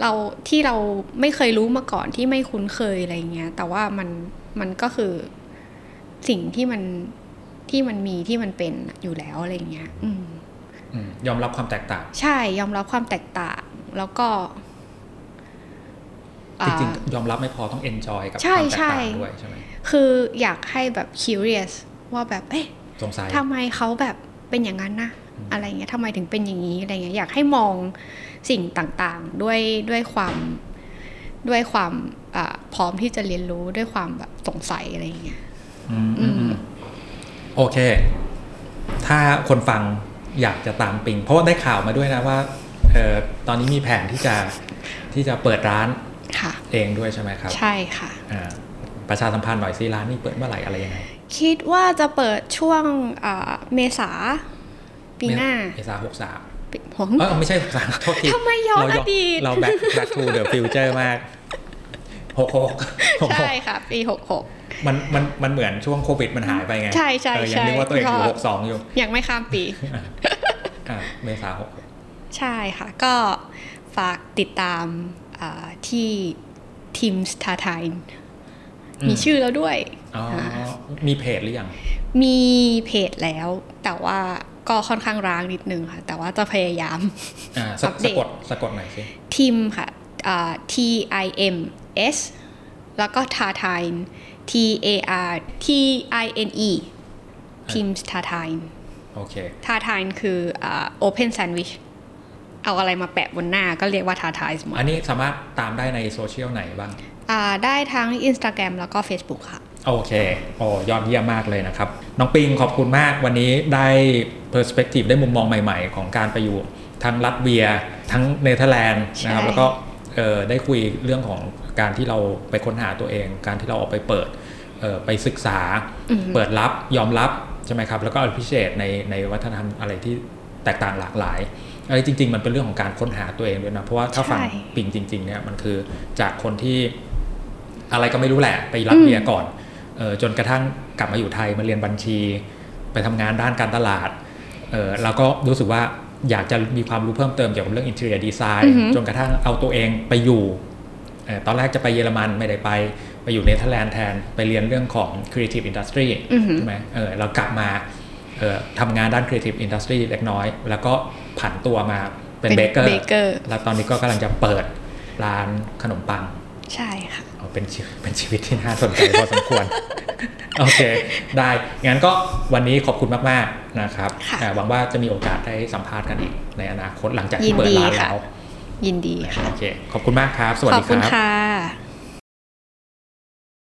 Speaker 2: เราที่เราไม่เคยรู้มาก่อนที่ไม่คุ้นเคยอะไรเงี้ย แต่ว่ามันมันก็คือสิ่งที่มันที่มันมีที่มันเป็นอยู่แล้วอะไรเงี้ย อืม
Speaker 1: อืมยอมรับความแตกต่าง
Speaker 2: ใช่ ยอมรับความแตกต่างแล้วก็
Speaker 1: จริง
Speaker 2: อ่า
Speaker 1: ๆ ยอมรับไม่พอต้อง enjoy กับค
Speaker 2: ใช่
Speaker 1: วามแตกต่าง
Speaker 2: ใช่
Speaker 1: ด้วยใช่ไหม
Speaker 2: คืออยากให้แบบ curious ว่าแบบ เอ๊ะ
Speaker 1: สงสัย
Speaker 2: ทำไมเขาแบบเป็นอย่างนั้นนะ
Speaker 1: อืม
Speaker 2: อะไรเงี้ยทำไมถึงเป็นอย่างนี้อะไรเงี้ยอยากให้มองสิ่งต่างๆ ด้วยด้วยความด้วยความอ่าพร้อมที่จะเรียนรู้ด้วยความแบบสงสัยอะไรเงี้ย
Speaker 1: อืมอืมอืมโอเค ถ้าคนฟังอยากจะตามปิง เพราะว่าได้ข่าวมาด้วยนะว่าเออตอนนี้มีแผนที่จะที่จะเปิดร้าน
Speaker 2: ค่ะ
Speaker 1: เองด้วยใช่ไหมครับ
Speaker 2: ใช่ค่ะ
Speaker 1: อ่าประชาสัมพันธ์หน่อยซิร้านนี่เปิดเมื่อไหร่อะไรยังไง
Speaker 2: คิดว่าจะเปิดช่วงอ่าเมษาปีหน้า
Speaker 1: เมษาหกสาม
Speaker 2: ปีหวง
Speaker 1: เออไม่ใช่ห
Speaker 2: <laughs>
Speaker 1: กสามโทษที
Speaker 2: ทำไมย้อน
Speaker 1: เรา
Speaker 2: อดีต
Speaker 1: เรา back back to the future มากหกหกหกห
Speaker 2: ใช่
Speaker 1: ก
Speaker 2: ค่ะ ปีหกหก
Speaker 1: มันมันมันเหมือนช่วงโควิดมันหายไปไง
Speaker 2: ใช่ใช่
Speaker 1: เออยัง
Speaker 2: ใช่
Speaker 1: นึกว่าตัวเองอยู่
Speaker 2: ก็
Speaker 1: หกสองอยู่
Speaker 2: ยังไม่ข้าม
Speaker 1: <laughs>
Speaker 2: ปี
Speaker 1: อ่ะเมษาหก
Speaker 2: ใช่ค่ะ ก็ฝากติดตามอ่าที่ทีมสตาร์ทายมีชื่อแล้วด้วย
Speaker 1: อ๋อ
Speaker 2: ค่ะ
Speaker 1: มีเพจหรือยัง
Speaker 2: มีเพจแล้ว แต่ว่าก็ค่อนข้างร้างนิดนึงค่ะ แต่ว่าจะพยายาม
Speaker 1: อ่าสะ
Speaker 2: อัปเด
Speaker 1: สะ
Speaker 2: ต
Speaker 1: กดสะกดหน่อยสิ
Speaker 2: ทีมค่ะอ่า T I M S แล้วก็ทาทาย T A R T I N E ทีมสตาร์ทาย
Speaker 1: โอเค
Speaker 2: ทาทายคือโอเพนแซนด์วิชเอาอะไรมาแปะบนหน้าก็เรียกว่าทาทายหมด
Speaker 1: อันนี้สามารถตามได้ในโซเชียลไหนบ้าง
Speaker 2: อ่าได้ทั้ง Instagram แล้วก็ Facebook ค่ะ
Speaker 1: โอเค โอ้ยอดเยี่ยมมากเลยนะครับ น้องปิงขอบคุณมากวันนี้ได้ perspective ได้มุมมองใหม่ๆ ของการไปอยู่ทั้งรัสเวีย ทั้งเนเธอร์แลนด์นะครับ
Speaker 3: ใช่
Speaker 1: แล้วก็เอ่อได้คุยเรื่องของการที่เราไปค้นหาตัวเอง การที่เราออกไปเปิดเอ่อไปศึกษา เปิดรับยอมรับ ใช่ไหมครับ แล้วก็ appreciate ในในวัฒนธรรมอะไรที่แตกต่างหลากหลายอะไรจริง ๆ มันเป็นเรื่องของการค้นหาตัวเองด้วยนะ เพราะว่าถ้าฟัง
Speaker 3: ใช่
Speaker 1: ปิงจริง ๆ เนี่ยมันคือจากคนที่ อะไรก็ไม่รู้แหละไปรับเบียร์ก่อนเออจนกระทั่งกลับมาอยู่ไทยมาเรียนบัญชี ไปทำงานด้านการตลาดเออเราก็รู้สึกว่าอยากจะมีความรู้เพิ่มเติมเกี่ยวกับเรื่อง interior design จนกระทั่งเอาตัวเองไปอยู่เออตอนแรกจะไปเยอรมันไม่ได้ไป ไปอยู่เนเธอร์แลนด์แทน ไปเรียนเรื่องของ creative industry ใช่ไหมเออเรากลับมาเออทำงานด้าน creative industry เล็กน้อย แล้วก็ผันตัวมาเป็นเบเกอร์
Speaker 3: เบเกอร์
Speaker 1: แล้วตอนนี้ก็กำลังจะเปิดร้านขนมปัง
Speaker 3: ใช่ค่ะ
Speaker 1: เอาเป็นชีวิตเป็นชีวิตที่น่าสนใจ <laughs> พอสมควร โอเค ได้ งั้นก็วันนี้ขอบคุณมาก ๆ นะครับ
Speaker 3: ค่ะ
Speaker 1: อ่าหวังว่าจะมีโอกาสได้สัมภาษณ์กันอีกในอนาคตหลังจากที่เปิดร้านแล้ว
Speaker 3: ยินดีค่ะ
Speaker 1: โอเค ขอบคุณมากครับ สวัส
Speaker 3: ขอ
Speaker 1: ดี
Speaker 3: บ
Speaker 1: ค
Speaker 3: คุณ
Speaker 1: รับ
Speaker 3: ค่ะ